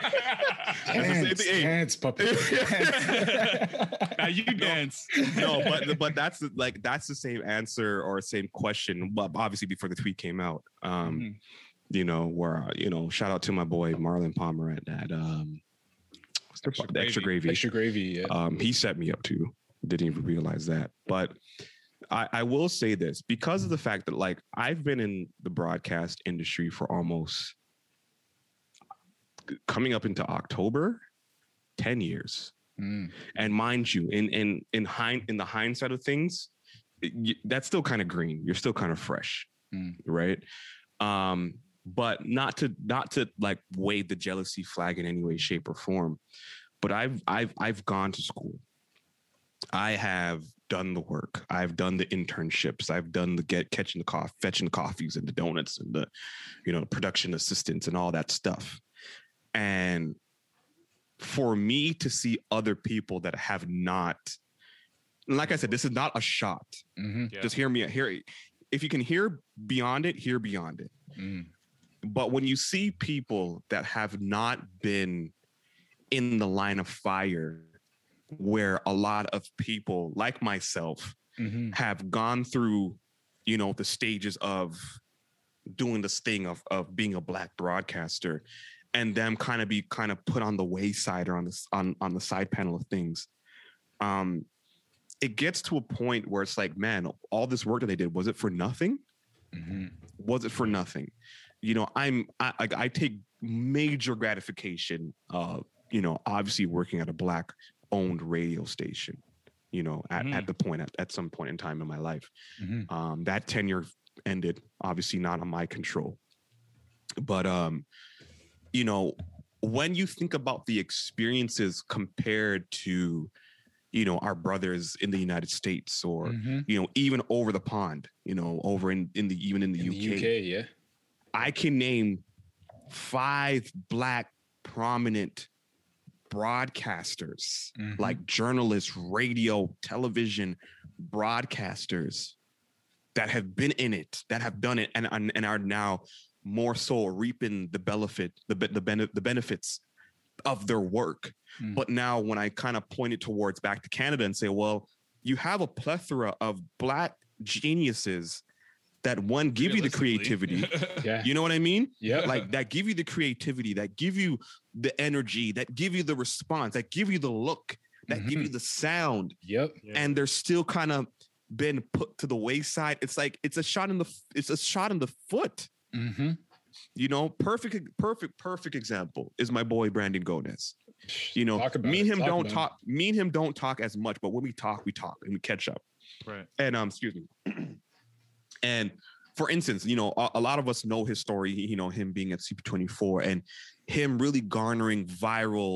Speaker 3: Dance,
Speaker 4: It's the eight.
Speaker 3: dance, puppy.
Speaker 1: Now you dance.
Speaker 4: no, but but that's the- like that's the same answer or same question. But obviously before the tweet came out, um,
Speaker 1: Mhm.
Speaker 4: you know where uh, you know shout out to my boy Marlon Palmer at that um, what's their
Speaker 1: Extra
Speaker 4: po- the extra gravy.
Speaker 3: Extra gravy. Yeah.
Speaker 4: Um, he set me up too. Didn't even realize that. But I, I will say this because of the fact that like I've been in the broadcast industry for almost coming up into October, ten years.
Speaker 3: Mm.
Speaker 4: And mind you, in in in hind in the hindsight of things, it- y- that's still kind of green. You're still kind of fresh,
Speaker 3: Mm.
Speaker 4: right? Um, but not to not to like wave the jealousy flag in any way, shape, or form. But I've I've I've gone to school. I have done the work. I've done the internships. I've done the get catching the coffee, fetching the coffees and the donuts and the, you know, production assistants and all that stuff. And for me to see other people that have not, and like I said, this is not a shot.
Speaker 3: Mhm.
Speaker 1: Yeah.
Speaker 4: Just hear me. Hear if you can hear beyond it, hear beyond it.
Speaker 3: mm,
Speaker 4: But when you see people that have not been in the line of fire, where a lot of people like myself
Speaker 3: Mhm.
Speaker 4: have gone through, you know, the stages of doing this thing of of being a black broadcaster, and them kind of be kind of put on the wayside or on this on on the side panel of things. Um, it gets to a point where it's like, man, all this work that they did was it for nothing?
Speaker 3: Mm-hmm.
Speaker 4: Was it for nothing? You know, I'm I, I, I take major gratification of you know obviously working at a black owned radio station. You know, at, at the point at, at some point in time in my life,
Speaker 3: Mhm.
Speaker 4: um, that tenure ended. Obviously, not on my control, but um, you know, when you think about the experiences compared to you know our brothers in the united states or
Speaker 3: Mhm.
Speaker 4: you know even over the pond you know over in, in the even in the,
Speaker 3: In
Speaker 4: UK,
Speaker 3: the UK, yeah.
Speaker 4: i can name five black prominent broadcasters
Speaker 3: Mhm.
Speaker 4: like journalists radio television broadcasters that have been in it that have done it and and, and are now more so reaping the benefit the be- the, bene- the benefits of their work
Speaker 3: Mm.
Speaker 4: but now when i kind of point it towards back to canada and say well you have a plethora of black geniuses that one give you the
Speaker 1: Realistically.
Speaker 4: creativity
Speaker 3: Yeah.
Speaker 4: you know what i mean
Speaker 3: Yeah.
Speaker 4: like that give you the creativity that give you the energy that give you the response that give you the look that give
Speaker 3: Mhm.
Speaker 4: you the sound
Speaker 3: Yep.
Speaker 4: and they're still kind of been put to the wayside it's like it's a shot in the f- it's a shot in the foot
Speaker 3: Mm-hmm.
Speaker 4: you know perfect perfect perfect example is my boy brandon gomez you know
Speaker 3: Talk about
Speaker 4: me and
Speaker 3: it.
Speaker 4: him
Speaker 3: Talk
Speaker 4: don't
Speaker 3: about it.
Speaker 4: talk me and him don't talk as much but when we talk we talk and we catch up
Speaker 1: Right.
Speaker 4: and um excuse me and for instance you know a, a lot of us know his story you know him being at cp24 and him really garnering viral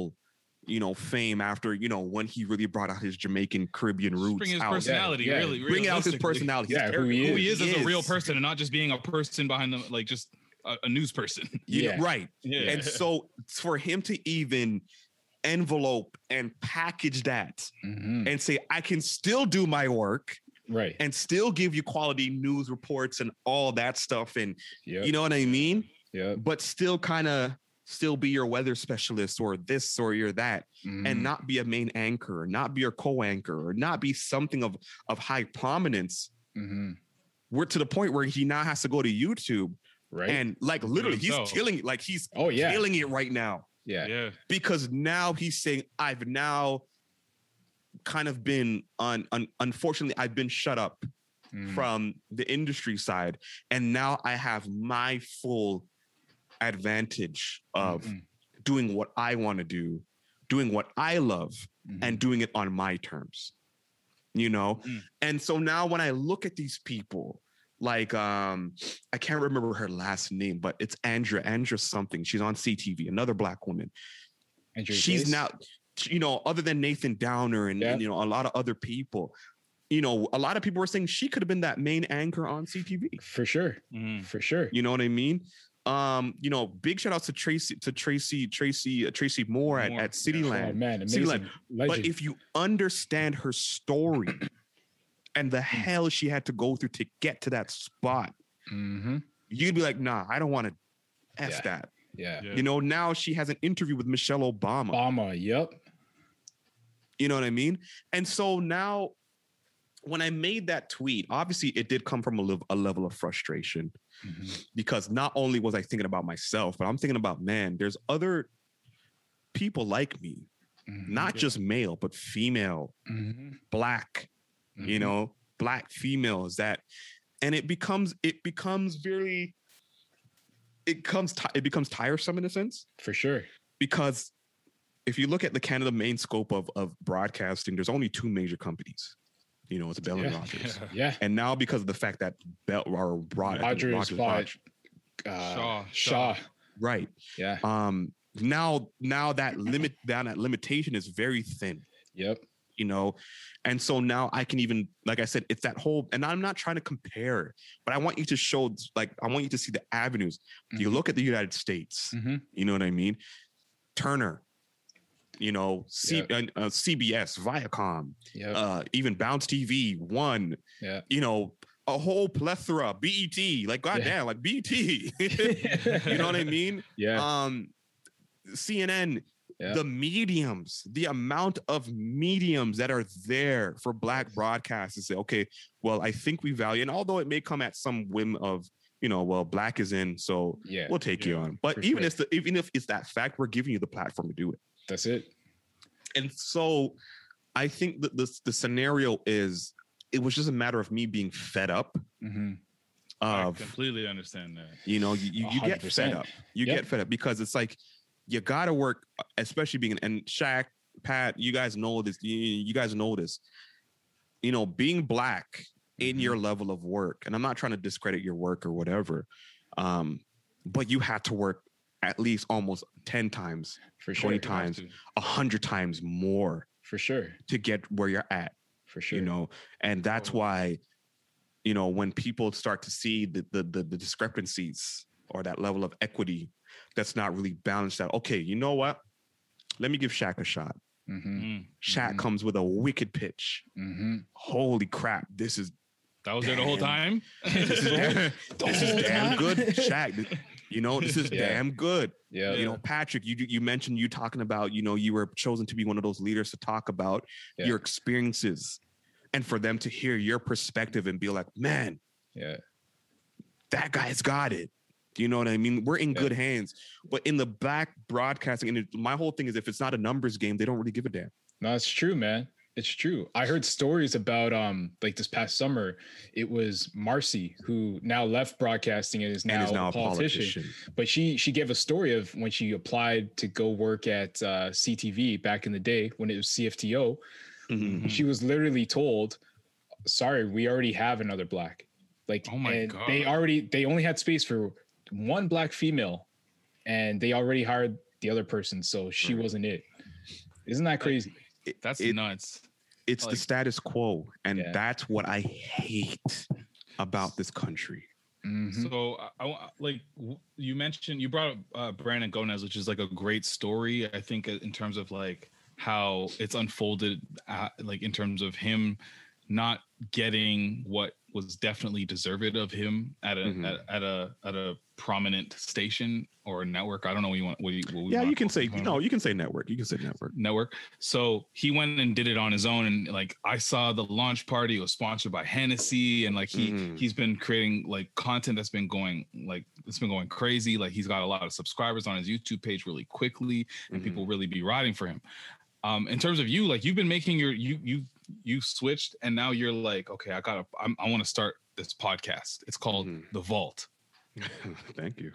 Speaker 4: you know fame after you know when he really brought out his jamaican caribbean
Speaker 1: Just
Speaker 4: roots
Speaker 1: Bring his
Speaker 4: out.
Speaker 1: personality,
Speaker 3: Yeah, yeah.
Speaker 1: really.
Speaker 4: bring out his
Speaker 1: realistically.
Speaker 4: personality his
Speaker 3: Yeah, who
Speaker 4: character,
Speaker 3: he
Speaker 1: Who
Speaker 3: is.
Speaker 1: he is as a real person and not just being a person behind the, like just a, a news person.
Speaker 4: you know,
Speaker 3: Yeah.
Speaker 4: right
Speaker 1: Yeah.
Speaker 4: And so for him to even envelope and package that
Speaker 3: Mhm.
Speaker 4: and say, I can still do my work
Speaker 3: Right.
Speaker 4: and still give you quality news reports and all that stuff. And
Speaker 3: Yep.
Speaker 4: you know what I mean?
Speaker 3: Yep.
Speaker 4: But still kind of still be your weather specialist or this or your that and
Speaker 3: Mhm.
Speaker 4: not be a main anchor, not be your co-anchor, or not be something of of high prominence.
Speaker 3: Mhm.
Speaker 4: We're to the point where he now has to go to YouTube
Speaker 3: Right.
Speaker 4: and like literally he's
Speaker 1: himself.
Speaker 4: killing it. Like he's
Speaker 3: oh yeah.
Speaker 4: killing it right now
Speaker 3: yeah.
Speaker 1: yeah.
Speaker 4: because now he's saying I've now kind of been un, un unfortunately I've been shut up
Speaker 3: Mm.
Speaker 4: from the industry side and now I have my full advantage of
Speaker 3: Mhm.
Speaker 4: doing what I want to do, doing what I love
Speaker 3: Mhm.
Speaker 4: and doing it on my terms. You know?
Speaker 1: Mm.
Speaker 4: And so now when I look at these people like um I can't remember her last name but it's Andrea Andrea something she's on CTV another black woman
Speaker 3: And Jay
Speaker 4: she's
Speaker 3: Gates?
Speaker 4: now you know other than nathan downer and,
Speaker 3: Yeah.
Speaker 4: and, you know a lot of other people you know a lot of people were saying she could have been that main anchor on ctv
Speaker 3: for sure.
Speaker 1: Mhm.
Speaker 3: For sure.
Speaker 4: Mm. you know what i mean um you know big shout outs to tracy to tracy tracy uh, tracy moore, at,
Speaker 1: Moore,
Speaker 4: at
Speaker 1: yeah.
Speaker 4: cityland
Speaker 3: Oh man,
Speaker 4: See,
Speaker 3: amazing.
Speaker 4: like, but
Speaker 3: Legend.
Speaker 4: if you understand her story and the hell she had to go through to get to that spot
Speaker 3: hmm
Speaker 4: you'd be like nah i don't want to f
Speaker 3: Yeah.
Speaker 4: that
Speaker 3: Yeah.
Speaker 1: Yeah.
Speaker 4: you know now she has an interview with michelle obama
Speaker 3: Obama. Yep.
Speaker 4: You know what I mean? And so now, when I made that tweet, obviously it did come from a, lev- a level of frustration
Speaker 3: Mm-hmm.
Speaker 4: because not only was I thinking about myself, but I'm thinking about, man, there's other people like me,
Speaker 3: Mm-hmm.
Speaker 4: not just male, but female,
Speaker 3: Mhm.
Speaker 4: black, you
Speaker 3: Mhm.
Speaker 4: know, black females that, and it becomes, it becomes very, it comes, ti- it becomes tiresome in a sense
Speaker 3: For sure.
Speaker 4: because if you look at the Canada main scope of of broadcasting, there's only two major companies. You know, it's Bell and
Speaker 3: Yeah.
Speaker 4: Rogers.
Speaker 3: Yeah.
Speaker 4: And now because of the fact that Bell or Rod,
Speaker 3: Rogers bought, Uh,
Speaker 1: Shaw.
Speaker 3: Shaw.
Speaker 4: right?
Speaker 3: Yeah.
Speaker 4: Um, now now that limit now that limitation is very thin.
Speaker 3: Yep.
Speaker 4: you know and so now i can even like i said it's that whole and i'm not trying to compare but i want you to show like i want you to see the avenues you
Speaker 3: Mm-hmm.
Speaker 4: look at the united states
Speaker 3: Mhm.
Speaker 4: you know what i mean turner you know C-
Speaker 3: Yeah.
Speaker 4: and, uh, cbs viacom
Speaker 3: Yeah.
Speaker 4: uh, even bounce tv one
Speaker 3: yeah.
Speaker 4: you know a whole plethora bet like goddamn like bet you know what i mean
Speaker 3: Yeah.
Speaker 4: um CNN,
Speaker 3: Yeah.
Speaker 4: the mediums, the amount of mediums that are there for black broadcasts to say, okay, well, I think we value, and although it may come at some whim of, you know, well, black is in, so
Speaker 3: yeah.
Speaker 4: we'll take you on.
Speaker 3: for
Speaker 4: But even
Speaker 3: sure.
Speaker 4: if the even if it's that fact, we're giving you the platform to do it.
Speaker 3: That's it.
Speaker 4: And so I think that this the scenario is it was just a matter of me being fed up
Speaker 3: Mhm.
Speaker 1: I
Speaker 4: of
Speaker 1: completely understand that.
Speaker 4: you know, you, you, you get fed
Speaker 3: 100%.
Speaker 4: up. You
Speaker 3: Yep.
Speaker 4: get fed up because it's like you gotta work, especially being and Shaq, Pat, you guys know this. You, you guys know this. You know, being black in your level of work, and I'm not trying to discredit your work or whatever, um, but you had to work at least almost 10 times,
Speaker 3: For
Speaker 4: 20
Speaker 3: sure.
Speaker 1: You have
Speaker 4: times,
Speaker 1: to.
Speaker 4: 100 times more
Speaker 3: For sure.
Speaker 4: to get where you're at
Speaker 3: For sure.
Speaker 4: you know and that's why you know when people start to see the, the the the discrepancies or that level of equity that's not really balanced out okay you know what let me give Shaq a shot
Speaker 3: Mhm.
Speaker 1: Mm.
Speaker 4: Shaq
Speaker 3: Mhm.
Speaker 4: comes with a wicked pitch
Speaker 3: Mhm.
Speaker 4: holy crap this is
Speaker 1: That was there the whole time.
Speaker 4: this is damn, this is damn good Shaq you know this is
Speaker 3: Yeah.
Speaker 4: damn good
Speaker 3: Yeah.
Speaker 4: you know patrick you you mentioned you talking about you know you were chosen to be one of those leaders to talk about
Speaker 3: Yeah.
Speaker 4: your experiences and for them to hear your perspective and be like man
Speaker 3: Yeah.
Speaker 4: that guy's got it you know what i mean we're in
Speaker 3: Yeah.
Speaker 4: good hands but in the back broadcasting and it, my whole thing is if it's not a numbers game they don't really give a damn
Speaker 3: No, it's true, man. It's true. I heard stories about um like this past summer, it was Marcy who now left broadcasting and is now,
Speaker 4: and is now
Speaker 3: a politician. But she she gave a story of when she applied to go work at uh, CTV back in the day when it was CFTO.
Speaker 1: Mm-hmm.
Speaker 4: Mhm.
Speaker 1: Mm.
Speaker 3: She was literally told, "Sorry, we already have another black." Like,
Speaker 1: Oh my
Speaker 3: and
Speaker 1: God.
Speaker 3: they already they only had space for one black female, and they already hired the other person, so she wasn't it. Isn't that crazy?
Speaker 4: It-
Speaker 1: That's
Speaker 4: it-
Speaker 1: nuts.
Speaker 4: it's the
Speaker 1: like-
Speaker 4: status quo and
Speaker 3: Yeah.
Speaker 4: that's what i hate about this country Mm-hmm.
Speaker 3: Mhm.
Speaker 1: So I- I, wa- like w- you mentioned, you brought up uh, Brandon Gomez, which is like a great story. I think uh, in terms of like how it's unfolded, uh, like in terms of him not getting what was definitely deserved of him at a
Speaker 4: Mhm.
Speaker 1: at, at a at a prominent station or network. I don't know what you want. What you, what we
Speaker 4: yeah
Speaker 1: want
Speaker 4: you
Speaker 1: to
Speaker 4: can
Speaker 1: call
Speaker 4: say
Speaker 1: it.
Speaker 4: you know you can say network you can say network
Speaker 1: network. So he went and did it on his own. And like I saw the launch party it was sponsored by Hennessy. And like he
Speaker 4: Mhm.
Speaker 1: he's been creating like content that's been going like it's been going crazy. Like he's got a lot of subscribers on his YouTube page really quickly, and
Speaker 4: Mhm.
Speaker 1: people really be riding for him. Um, in terms of you, like you've been making your you you you switched and now you're like, okay, I gotta I'm, I want to start this podcast. It's called
Speaker 4: Mhm.
Speaker 1: The Vault.
Speaker 4: Mm-hmm. thank you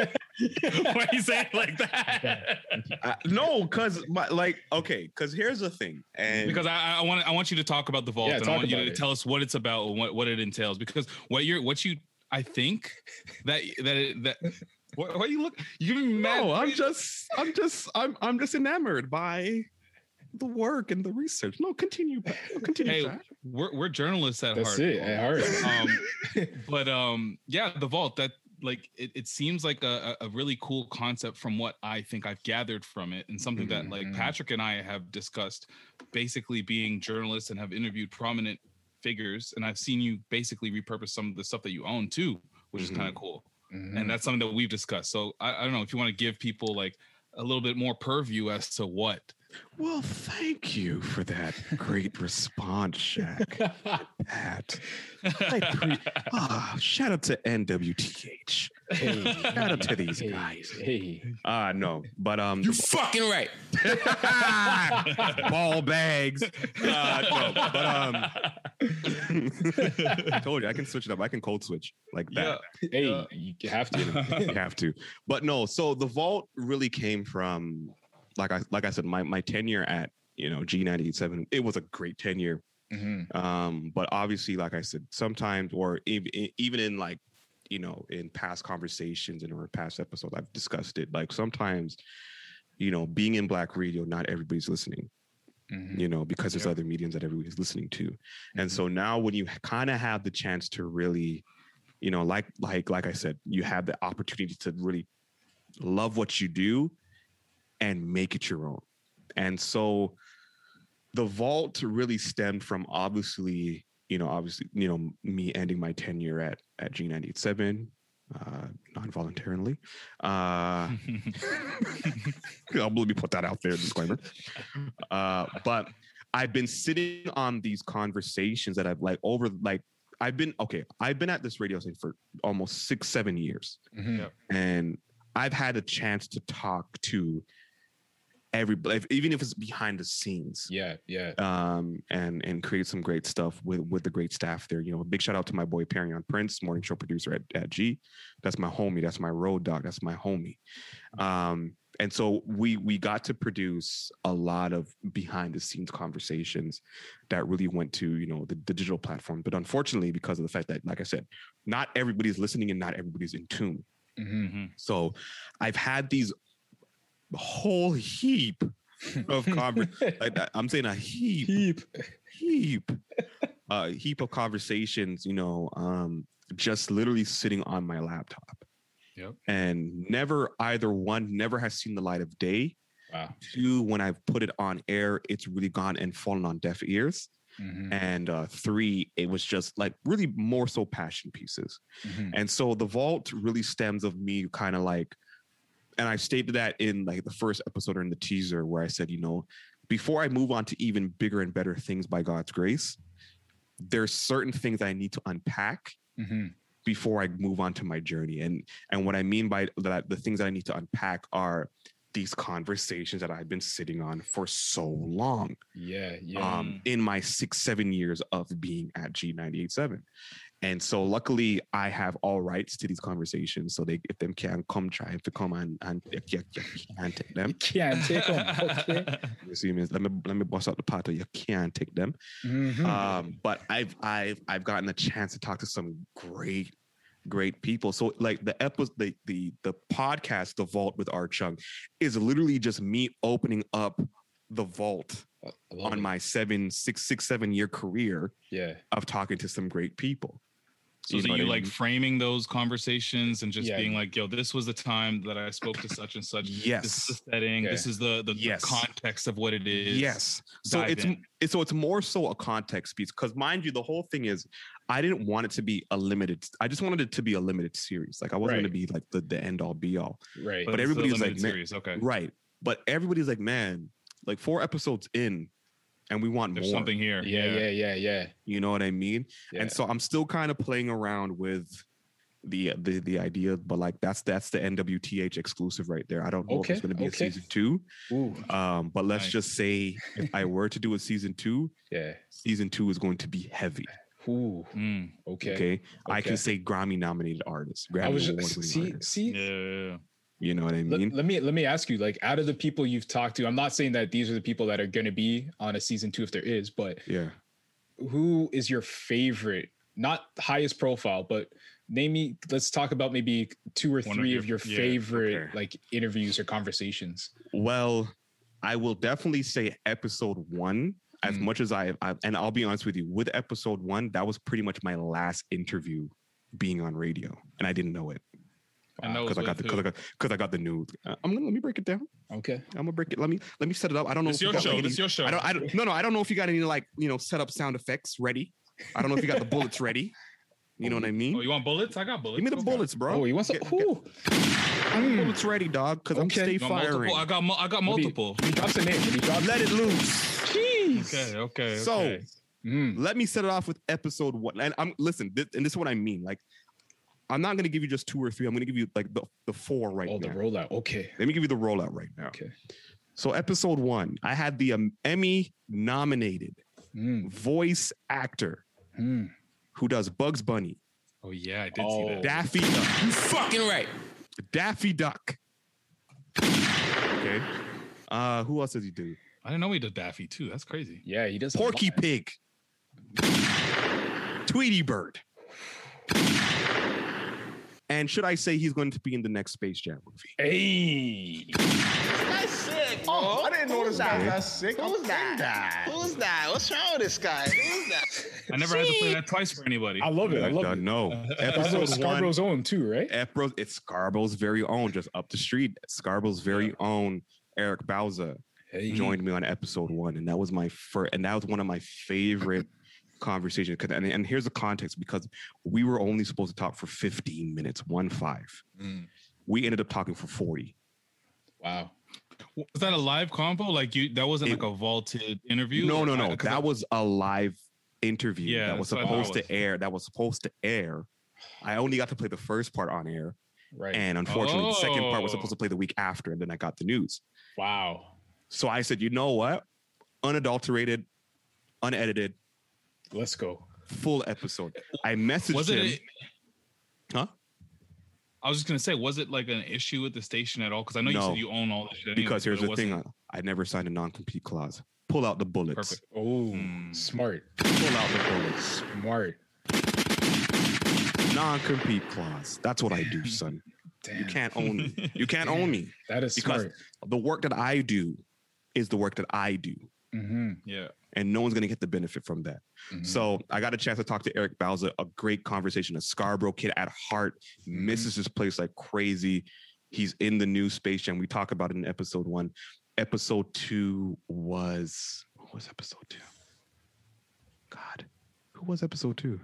Speaker 1: Why you saying it like that?
Speaker 4: I, no, cause my like okay, cause here's the thing, and
Speaker 1: because I, I want I want you to talk about the vault
Speaker 3: Yeah,
Speaker 1: and I
Speaker 3: talk
Speaker 1: want you
Speaker 3: about
Speaker 1: to
Speaker 3: it.
Speaker 1: tell us what it's about and what, what it entails because what you're what you I think that that it, that what, what you look you mad
Speaker 4: no, I'm just, I'm just, I'm, I'm just enamored by the work and the research. No, continue, Pat. No, continue.
Speaker 1: hey
Speaker 4: Pat.
Speaker 1: we're we're journalists at
Speaker 3: That's
Speaker 1: heart
Speaker 3: it. At heart.
Speaker 1: um, but um, yeah, the vault that like it, it seems like a, a a really cool concept from what I think I've gathered from it, and something that like
Speaker 3: Mhm.
Speaker 1: Patrick and I have discussed, basically being journalists and have interviewed prominent figures, and I've seen you basically repurpose some of the stuff that you own too, which
Speaker 4: Mhm.
Speaker 1: is kind of cool,
Speaker 3: Mhm.
Speaker 4: Mm.
Speaker 1: and that's something that we've discussed. So I, I don't know if you want to give people like a little bit more purview as to what
Speaker 4: Well, thank you for that great response, Shaq. Pat, I pre- ah, shout out to NWTH.
Speaker 3: Hey,
Speaker 4: Shout out to these
Speaker 3: hey,
Speaker 4: guys.
Speaker 3: Hey.
Speaker 4: Ah, no, but um,
Speaker 5: You fucking right.
Speaker 4: ball bags. Uh, no, but um, I told you I can switch it up. I can cold switch like that.
Speaker 1: yeah
Speaker 3: Hey, you have to. Mm-hmm.
Speaker 4: you have to. But no, so the vault really came from like I like I said, my my tenure at you know G ninety seven. It was a great tenure.
Speaker 3: Mhm.
Speaker 4: Um, but obviously, like I said, sometimes or even even in like you know in past conversations and or past episodes, I've discussed it. Like sometimes, you know, being in black radio, not everybody's listening.
Speaker 3: Mm-hmm.
Speaker 4: you know, because there's other mediums that everybody's listening to. And so now when you kind of have the chance to really, you know, like like like I said, you have the opportunity to really love what you do and make it your own. And so the vault really stemmed from obviously, you know, obviously, you know, me ending my tenure at at G97 uh non-voluntarily uh i'll let me put that out there disclaimer uh, but I've been sitting on these conversations that I've like over like I've been okay. I've been at this radio station for almost six, seven years,
Speaker 3: Mm-hmm.
Speaker 1: Yep.
Speaker 4: and I've had a chance to talk to everybody, if- even if it's behind the scenes,
Speaker 3: Yeah, yeah.
Speaker 4: um, and and create some great stuff with with the great staff there. You know, a big shout out to my boy Perion Prince, morning show producer at, at G. That's my homie. That's my road dog. That's my homie. Um, and so we we got to produce a lot of behind the scenes conversations that really went to you know the, the digital platform. But unfortunately, because of the fact that, like I said, not everybody's listening and not everybody's in tune.
Speaker 3: Mm-hmm.
Speaker 1: Mhm.
Speaker 4: So I've had these whole heap of conver- like I- I'm saying a heap,
Speaker 3: Keep.
Speaker 4: heap, a heap of conversations, you know, um, just literally sitting on my laptop.
Speaker 1: Yep.
Speaker 4: And never either one never has seen the light of day.
Speaker 3: Wow.
Speaker 4: Two, when I've put it on air, it's really gone and fallen on deaf ears.
Speaker 3: Mhm,
Speaker 4: And uh, three, it was just like really more so passion pieces.
Speaker 3: mhm.
Speaker 4: And so the vault really stems of me kind of like, and I stated that in like the first episode or in the teaser where I said, you know, before I move on to even bigger and better things by God's grace, there's certain things I need to unpack
Speaker 3: Mhm.
Speaker 4: before I move on to my journey. And and what I mean by that, the things that I need to unpack are these conversations that I've been sitting on for so long
Speaker 3: Yeah, yeah.
Speaker 4: um, in my six, seven years of being at G987. And so luckily I have all rights to these conversations. So they if them can come try to come and and yeah, yeah, yeah, can't take them.
Speaker 3: Can't take 'em, okay.
Speaker 4: You see me? Let me let me bust out the pot or you can't take them.
Speaker 3: Mhm.
Speaker 4: Um, but I've I've I've gotten a chance to talk to some great great people. So like the episode the the the podcast The Vault with R Chung is literally just me opening up the vault
Speaker 3: I love
Speaker 4: on
Speaker 3: it.
Speaker 4: my seven six six seven year career
Speaker 3: yeah.
Speaker 4: of talking to some great people.
Speaker 1: So
Speaker 4: You
Speaker 1: you,
Speaker 4: know what
Speaker 1: you
Speaker 4: I
Speaker 1: like
Speaker 4: mean?
Speaker 1: framing those conversations and just
Speaker 3: Yeah.
Speaker 1: being like, yo, this was the time that I spoke to such and such. This is
Speaker 4: Yes.
Speaker 1: the setting.
Speaker 3: Okay.
Speaker 1: This is the, the, the
Speaker 4: Yes.
Speaker 1: context of what it is.
Speaker 4: Yes. So
Speaker 1: dive
Speaker 4: it's
Speaker 1: in.
Speaker 4: m- it's so it's more so a context piece because mind you, the whole thing is I didn't want it to be a limited. I just wanted it to be a limited series. Like I wasn't
Speaker 3: Right.
Speaker 4: going to be like the, the end all be all.
Speaker 3: Right.
Speaker 4: But
Speaker 1: it's a
Speaker 4: everybody's like,
Speaker 1: limited
Speaker 4: man-
Speaker 1: series. okay.
Speaker 4: Right. But everybody's like, man, like four episodes in, and we want
Speaker 1: There's
Speaker 4: more.
Speaker 1: something here.
Speaker 3: yeah, yeah, yeah, yeah.
Speaker 4: You know what I mean?
Speaker 3: Yeah.
Speaker 4: And so I'm still kind of playing around with the uh, the the idea, but like that's that's the NWTH exclusive right there. I don't know if
Speaker 3: Okay,
Speaker 4: it's going to be
Speaker 3: okay.
Speaker 4: a season two,
Speaker 3: Ooh.
Speaker 4: um, but let's
Speaker 1: Nice.
Speaker 4: just say if I were to do a season two,
Speaker 3: Yeah.
Speaker 4: season two is going to be heavy.
Speaker 3: Ooh.
Speaker 1: Mm,
Speaker 3: Okay.
Speaker 4: Okay, I
Speaker 3: okay.
Speaker 4: can say Grammy nominated artists,
Speaker 3: I
Speaker 4: Grammy
Speaker 3: was
Speaker 4: award
Speaker 3: just, see
Speaker 4: artists.
Speaker 1: yeah,
Speaker 3: see
Speaker 1: yeah, yeah.
Speaker 4: You know what I
Speaker 3: let,
Speaker 4: mean?
Speaker 3: let me let me ask you like out of the people you've talked to i'm not saying that these are the people that are going to be on a season two if there is but
Speaker 4: yeah.
Speaker 3: who is your favorite not highest profile but name me let's talk about maybe two or
Speaker 1: One of
Speaker 3: three
Speaker 1: your-
Speaker 3: of your,
Speaker 1: yeah,
Speaker 3: favorite
Speaker 4: okay.
Speaker 3: like interviews or conversations
Speaker 4: Well, I will definitely say episode one. As
Speaker 3: Mm.
Speaker 4: much as I, I, and I'll be honest with you, with episode one, that was pretty much my last interview being on radio, and I didn't know it
Speaker 1: And that was
Speaker 4: because I got
Speaker 1: with who?
Speaker 4: the because I got because I got the news. Uh, I'm gonna let me break it down.
Speaker 3: okay
Speaker 4: I'm gonna break it. Let me let me set it up. I don't know.
Speaker 1: It's
Speaker 4: if you
Speaker 1: your
Speaker 4: got,
Speaker 1: show.
Speaker 4: like,
Speaker 1: It's
Speaker 4: any-
Speaker 1: your show.
Speaker 4: I don't. I don't. No, no. I don't know if you got any like you know set up sound effects ready. I don't know if you got the bullets ready. You know what I
Speaker 1: oh,
Speaker 4: mean?
Speaker 1: you want bullets? I got bullets.
Speaker 4: Give me the
Speaker 1: Okay.
Speaker 4: bullets, bro.
Speaker 3: oh you want some
Speaker 4: Get- Mm. get-
Speaker 3: ooh,
Speaker 4: bullets ready, dog? Because I'm
Speaker 3: Okay.
Speaker 4: stay
Speaker 1: You want
Speaker 4: firing.
Speaker 1: multiple? I got mu- I got
Speaker 3: What do you-
Speaker 1: multiple.
Speaker 3: he drops a name he drops
Speaker 4: Let it loose.
Speaker 3: jeez
Speaker 1: Okay, okay.
Speaker 4: So-
Speaker 1: okay.
Speaker 3: Mm,
Speaker 4: let me set it off with episode one. And I'm listen, this, and this is what I mean. Like, I'm not gonna give you just two or three. I'm gonna give you like the, the four right
Speaker 3: oh the
Speaker 4: now.
Speaker 3: rollout okay
Speaker 4: Let me give you the rollout right now.
Speaker 3: Okay.
Speaker 4: So episode one, I had the um, Emmy nominated
Speaker 3: Mm,
Speaker 4: voice actor
Speaker 3: mm.
Speaker 4: who does Bugs Bunny,
Speaker 1: oh yeah, I did
Speaker 3: Oh.
Speaker 1: see that.
Speaker 4: Daffy Duck,
Speaker 5: Fucking right.
Speaker 4: Daffy Duck. Okay. Uh, who else does he do?
Speaker 1: I didn't know he did Daffy too. That's crazy.
Speaker 3: yeah he does a
Speaker 4: Porky
Speaker 3: lot.
Speaker 4: Pig, Tweety Bird, And should I say he's going to be in the next Space Jam movie?
Speaker 3: Hey.
Speaker 9: That's sick.
Speaker 10: Oh, I didn't know this guy was
Speaker 4: Okay.
Speaker 10: that sick. I was
Speaker 9: Who's
Speaker 10: that?
Speaker 9: that? Who's that? What's wrong with this guy? Who's that?
Speaker 1: I never had to play that twice for anybody.
Speaker 3: I love it. I
Speaker 4: Like,
Speaker 3: love
Speaker 4: uh,
Speaker 3: it.
Speaker 4: no.
Speaker 3: That's what
Speaker 4: Episode one.
Speaker 3: Scarborough's own too, right?
Speaker 4: Epro, it's Scarborough's very own, just up the street. Scarborough's very own Eric Bauza
Speaker 1: Mm-hmm.
Speaker 4: joined me on episode one, and that was my first, and that was one of my favorite conversations. 'Cause- And, and here's the context: because we were only supposed to talk for 15 minutes, one five.
Speaker 10: Mm.
Speaker 4: We ended up talking for 40.
Speaker 3: Wow.
Speaker 1: Was that a live combo? Like you, that wasn't
Speaker 4: It-
Speaker 1: like a vaulted interview.
Speaker 4: no, no,
Speaker 1: I-
Speaker 4: no.
Speaker 1: 'cause I-
Speaker 4: that was a live interview
Speaker 1: Yeah,
Speaker 4: that was
Speaker 1: that's what I thought it
Speaker 4: supposed to
Speaker 1: was.
Speaker 4: air. That was supposed to air. I only got to play the first part on air,
Speaker 3: Right.
Speaker 4: and unfortunately, the second part was
Speaker 1: Oh.
Speaker 4: supposed to play the week after, and then I got the news.
Speaker 3: wow.
Speaker 4: So I said, you know what? Unadulterated, unedited,
Speaker 3: Let's go.
Speaker 4: full episode. I messaged
Speaker 1: was
Speaker 4: him.
Speaker 1: it.
Speaker 4: Huh?
Speaker 1: I was just gonna say, was it like an issue with the station at all? Because I know you
Speaker 4: No.
Speaker 1: said you own all the shit. anyways,
Speaker 4: because here's
Speaker 1: but it
Speaker 4: the thing:
Speaker 1: wasn't-
Speaker 4: I I never signed a non-compete clause. Pull out the bullets.
Speaker 1: Perfect.
Speaker 3: Oh, smart.
Speaker 4: Pull Mm. out the bullets.
Speaker 3: Smart.
Speaker 4: Non-compete clause. That's what I do, son. You
Speaker 3: Damn.
Speaker 4: can't own me. You can't own me.
Speaker 3: That is
Speaker 4: Because
Speaker 3: smart.
Speaker 4: the work that I do is the work that I do,
Speaker 3: Mm-hmm.
Speaker 1: Yeah.
Speaker 4: and no one's gonna get the benefit from that.
Speaker 3: Mhm.
Speaker 4: So I got a chance to talk to Eric Bowser, a great conversation, a Scarborough kid at heart, misses his place like crazy. He's in the new Space Jam. We talk about it in episode one. Episode two was what was episode two? God, who was episode two?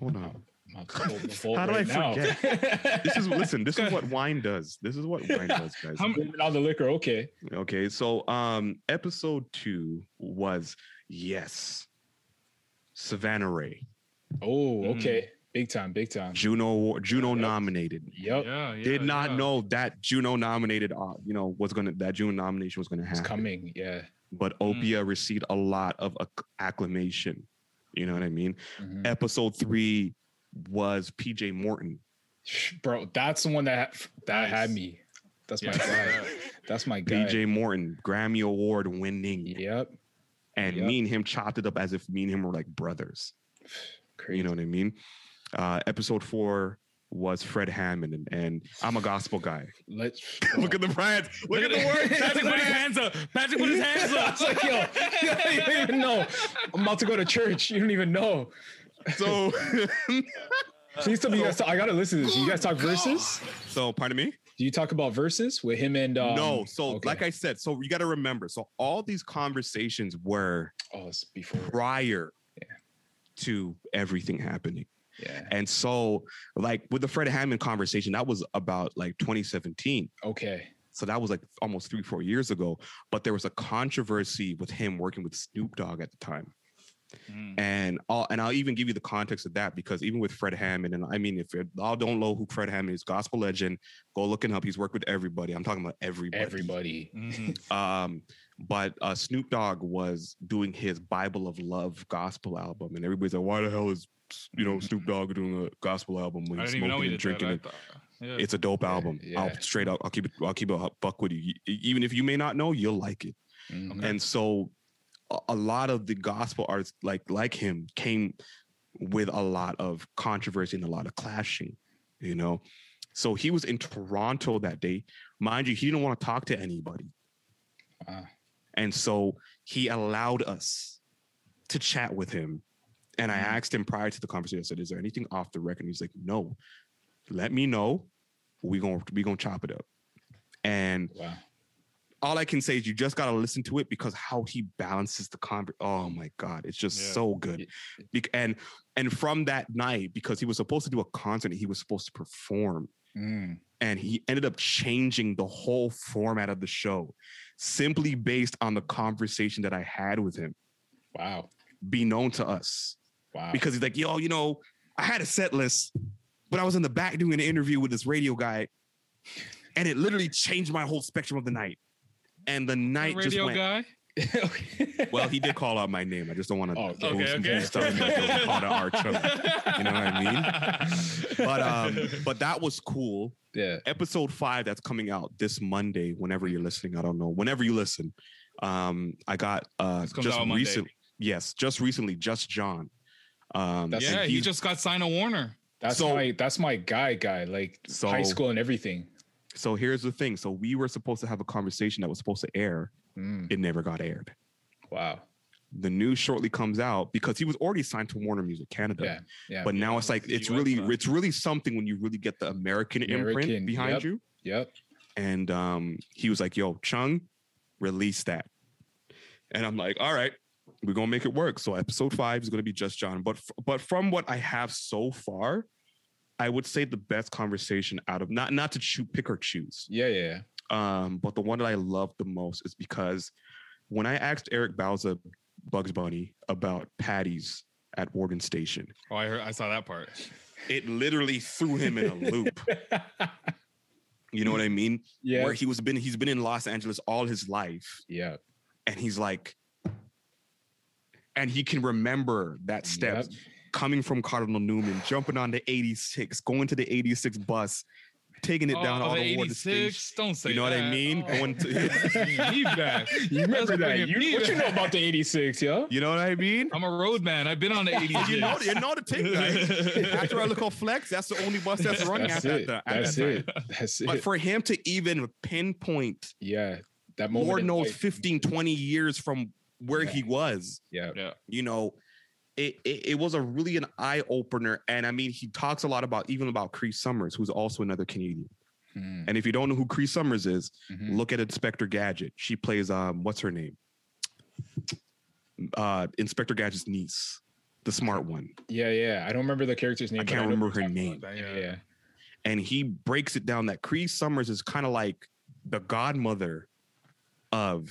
Speaker 4: Hold on.
Speaker 3: My cold revolt
Speaker 4: How did I
Speaker 3: right now.
Speaker 4: forget? this is listen. This is what wine does. This is what wine does, guys.
Speaker 1: How
Speaker 3: Blaming all the liquor. Okay.
Speaker 4: Okay, so um episode two was yes, Savannah Ray,
Speaker 3: Oh, okay.
Speaker 4: Mm.
Speaker 3: Big time. Big time.
Speaker 4: Juno Award- Juno nominated.
Speaker 3: Yep.
Speaker 1: Yeah, yeah.
Speaker 4: Did not
Speaker 1: yeah.
Speaker 4: know that Juno nominated, uh, you know, was gonna that Juno nomination was gonna
Speaker 3: It's
Speaker 4: happen.
Speaker 3: coming. Yeah.
Speaker 4: But
Speaker 1: Mm.
Speaker 4: Opia received a lot of acc- acclamation. You know what I mean?
Speaker 3: Mhm.
Speaker 1: Mm.
Speaker 4: Episode three was PJ Morton.
Speaker 3: Bro, that's the one that that had
Speaker 1: Nice.
Speaker 3: me. That's my
Speaker 1: Yeah.
Speaker 3: guy. That's my guy.
Speaker 4: PJ Morton, Grammy Award winning,
Speaker 3: Yep.
Speaker 4: and
Speaker 3: yeah.
Speaker 4: me and him chopped it up as if me and him were like brothers.
Speaker 3: Crazy.
Speaker 4: You know what I mean? Uh, episode four was Fred Hammond, and, and I'm a gospel guy.
Speaker 3: Let's
Speaker 4: Look at the brands. Look at the word.
Speaker 1: Patrick put his hands up. Patrick put his hands
Speaker 3: I
Speaker 1: up.
Speaker 3: was like, yo, yo, you don't even know. I'm about to go to church. You don't even know.
Speaker 4: So,
Speaker 3: Please tell me you guys. Talk, I gotta listen to this. You guys talk verses?
Speaker 4: so pardon me.
Speaker 3: Do you talk about verses with him and? Um,
Speaker 4: no. So, like I said, so you got to remember. So all these conversations were
Speaker 3: oh, it's before.
Speaker 4: prior to everything happening.
Speaker 3: Yeah.
Speaker 4: And so, like with the Fred Hammond conversation, that was about like 2017.
Speaker 3: Okay.
Speaker 4: So that was like almost three, four years ago. But there was a controversy with him working with Snoop Dogg at the time.
Speaker 1: Mm.
Speaker 4: And I'll and I'll even give you the context of that because even with Fred Hammond, and I mean, if you all don't know who Fred Hammond is, gospel legend, go look him up. He's worked with everybody. I'm talking about everybody.
Speaker 3: Everybody.
Speaker 1: Mhm.
Speaker 4: Um, but uh, Snoop Dogg was doing his Bible of Love gospel album, and everybody's like, "Why the hell is you know Snoop Dogg doing a gospel album when
Speaker 1: I
Speaker 4: he's
Speaker 1: didn't even know he
Speaker 4: smoking
Speaker 1: did that.
Speaker 4: and drinking?"
Speaker 1: I
Speaker 4: and-
Speaker 1: thought- Yeah.
Speaker 4: It's a dope album. I'll
Speaker 3: yeah.
Speaker 4: straight up. I'll keep it. I'll keep it a buck with you. E- Even if you may not know, you'll like it.
Speaker 3: Mhm.
Speaker 4: And so a, a lot of the gospel artists like like him came with a lot of controversy and a lot of clashing, you know. So he was in Toronto that day. Mind you, he didn't want to talk to anybody.
Speaker 3: Ah.
Speaker 4: And so he allowed us to chat with him. And I asked him prior to the conversation, I said, Is there anything off the record? And he's like, No, let me know. We're gonna we gonna chop it up. And
Speaker 3: Wow.
Speaker 4: all I can say is you just gotta listen to it because how he balances the conver. Oh my god, it's just
Speaker 1: Yeah.
Speaker 4: so good. Bec- and and from that night, because he was supposed to do a concert, and he was supposed to perform,
Speaker 3: Mm.
Speaker 4: and he ended up changing the whole format of the show, simply based on the conversation that I had with him.
Speaker 3: Wow.
Speaker 4: Be known to us
Speaker 3: Wow.
Speaker 4: because he's like, yo, you know, I had a set list, but I was in the back doing an interview with this radio guy, and it literally changed my whole spectrum of the night. And the night just
Speaker 1: radio
Speaker 4: went.
Speaker 1: guy.
Speaker 3: Okay.
Speaker 4: Well, he did call out my name. I just don't want to
Speaker 3: Oh, okay.
Speaker 1: Okay, okay.
Speaker 4: call to Arch. You know what I mean? But um, but that was cool.
Speaker 3: yeah.
Speaker 4: Episode five that's coming out this Monday. Whenever you're listening, I don't know. Whenever you listen, um, I got uh
Speaker 1: This comes
Speaker 4: just
Speaker 1: out Monday.
Speaker 4: recently. Yes, just recently, just John. Um,
Speaker 3: That's-
Speaker 4: and
Speaker 1: yeah,
Speaker 4: he-
Speaker 1: he just got signed a Warner.
Speaker 3: That's
Speaker 4: So-
Speaker 3: my that's my guy guy like
Speaker 4: So-
Speaker 3: high school and everything.
Speaker 4: So here's the thing. So we were supposed to have a conversation that was supposed to air.
Speaker 3: Mm,
Speaker 4: It never got aired.
Speaker 3: wow.
Speaker 4: The news shortly comes out because he was already signed to Warner Music Canada.
Speaker 3: Yeah. Yeah.
Speaker 4: But now it's like
Speaker 1: the
Speaker 4: it's
Speaker 1: US
Speaker 4: really
Speaker 1: side.
Speaker 4: it's really something when you really get the American,
Speaker 3: American,
Speaker 4: imprint behind
Speaker 3: yep.
Speaker 4: you.
Speaker 3: yep.
Speaker 4: And um, he was like, "Yo, Chung, release that." And I'm like, "All right, we're gonna make it work." So episode five is gonna be just John. But f- but from what I have so far, I would say the best conversation out of not not to choo- pick or choose.
Speaker 3: Yeah, yeah, yeah.
Speaker 4: Um, but the one that I love the most is because when I asked Eric Bauza Bugs Bunny about patties at Warden Station,
Speaker 1: Oh, I heard, I saw that part.
Speaker 4: it literally threw him in a loop. You know what I mean?
Speaker 3: Yeah.
Speaker 4: Where he was been he's been in Los Angeles all his life,
Speaker 3: Yeah.
Speaker 4: and he's like, and he can remember that step
Speaker 3: Yep.
Speaker 4: coming from Cardinal Newman, jumping on the 86, going to the 86 bus, taking it
Speaker 1: Oh,
Speaker 4: down all
Speaker 1: the
Speaker 4: the Warden
Speaker 1: 86?
Speaker 4: Station.
Speaker 1: Don't say
Speaker 4: You know what I
Speaker 1: that.
Speaker 4: mean?
Speaker 1: Oh.
Speaker 4: Going to,
Speaker 1: Me back.
Speaker 3: You remember
Speaker 1: That's
Speaker 3: that?
Speaker 1: bringing
Speaker 3: You,
Speaker 1: me
Speaker 3: what you know
Speaker 1: back.
Speaker 3: about the '86, yo?
Speaker 4: you know what I mean?
Speaker 1: I'm a roadman. I've been on the 80s.
Speaker 4: Oh, you know, you know the thing. Like, after I look on Flex, that's the only bus that's running
Speaker 3: That's
Speaker 4: at
Speaker 3: it.
Speaker 4: that. at
Speaker 3: That's
Speaker 4: that time.
Speaker 3: it. That's
Speaker 4: But
Speaker 3: it.
Speaker 4: for him to even pinpoint,
Speaker 3: Yeah. That moment.
Speaker 4: Lord
Speaker 3: in
Speaker 4: knows,
Speaker 3: life.
Speaker 4: 15, 20 years from where he was,
Speaker 3: Yeah.
Speaker 4: you know, it, it, it was a really an eye opener. And I mean, he talks a lot about even about Cree Summers, who's also another Canadian.
Speaker 3: Mm,
Speaker 4: And if you don't know who Cree Summers is,
Speaker 3: mhm.
Speaker 4: look at Inspector Gadget. She plays um, what's her name? Uh, Inspector Gadget's niece, the smart one.
Speaker 3: Yeah, yeah. I don't remember the character's name.
Speaker 4: I
Speaker 3: but
Speaker 4: can't
Speaker 3: know
Speaker 4: remember
Speaker 3: what
Speaker 4: her
Speaker 3: you're talking
Speaker 4: name.
Speaker 3: about. Yeah. yeah.
Speaker 4: and he breaks it down that Cree Summers is kind of like the godmother of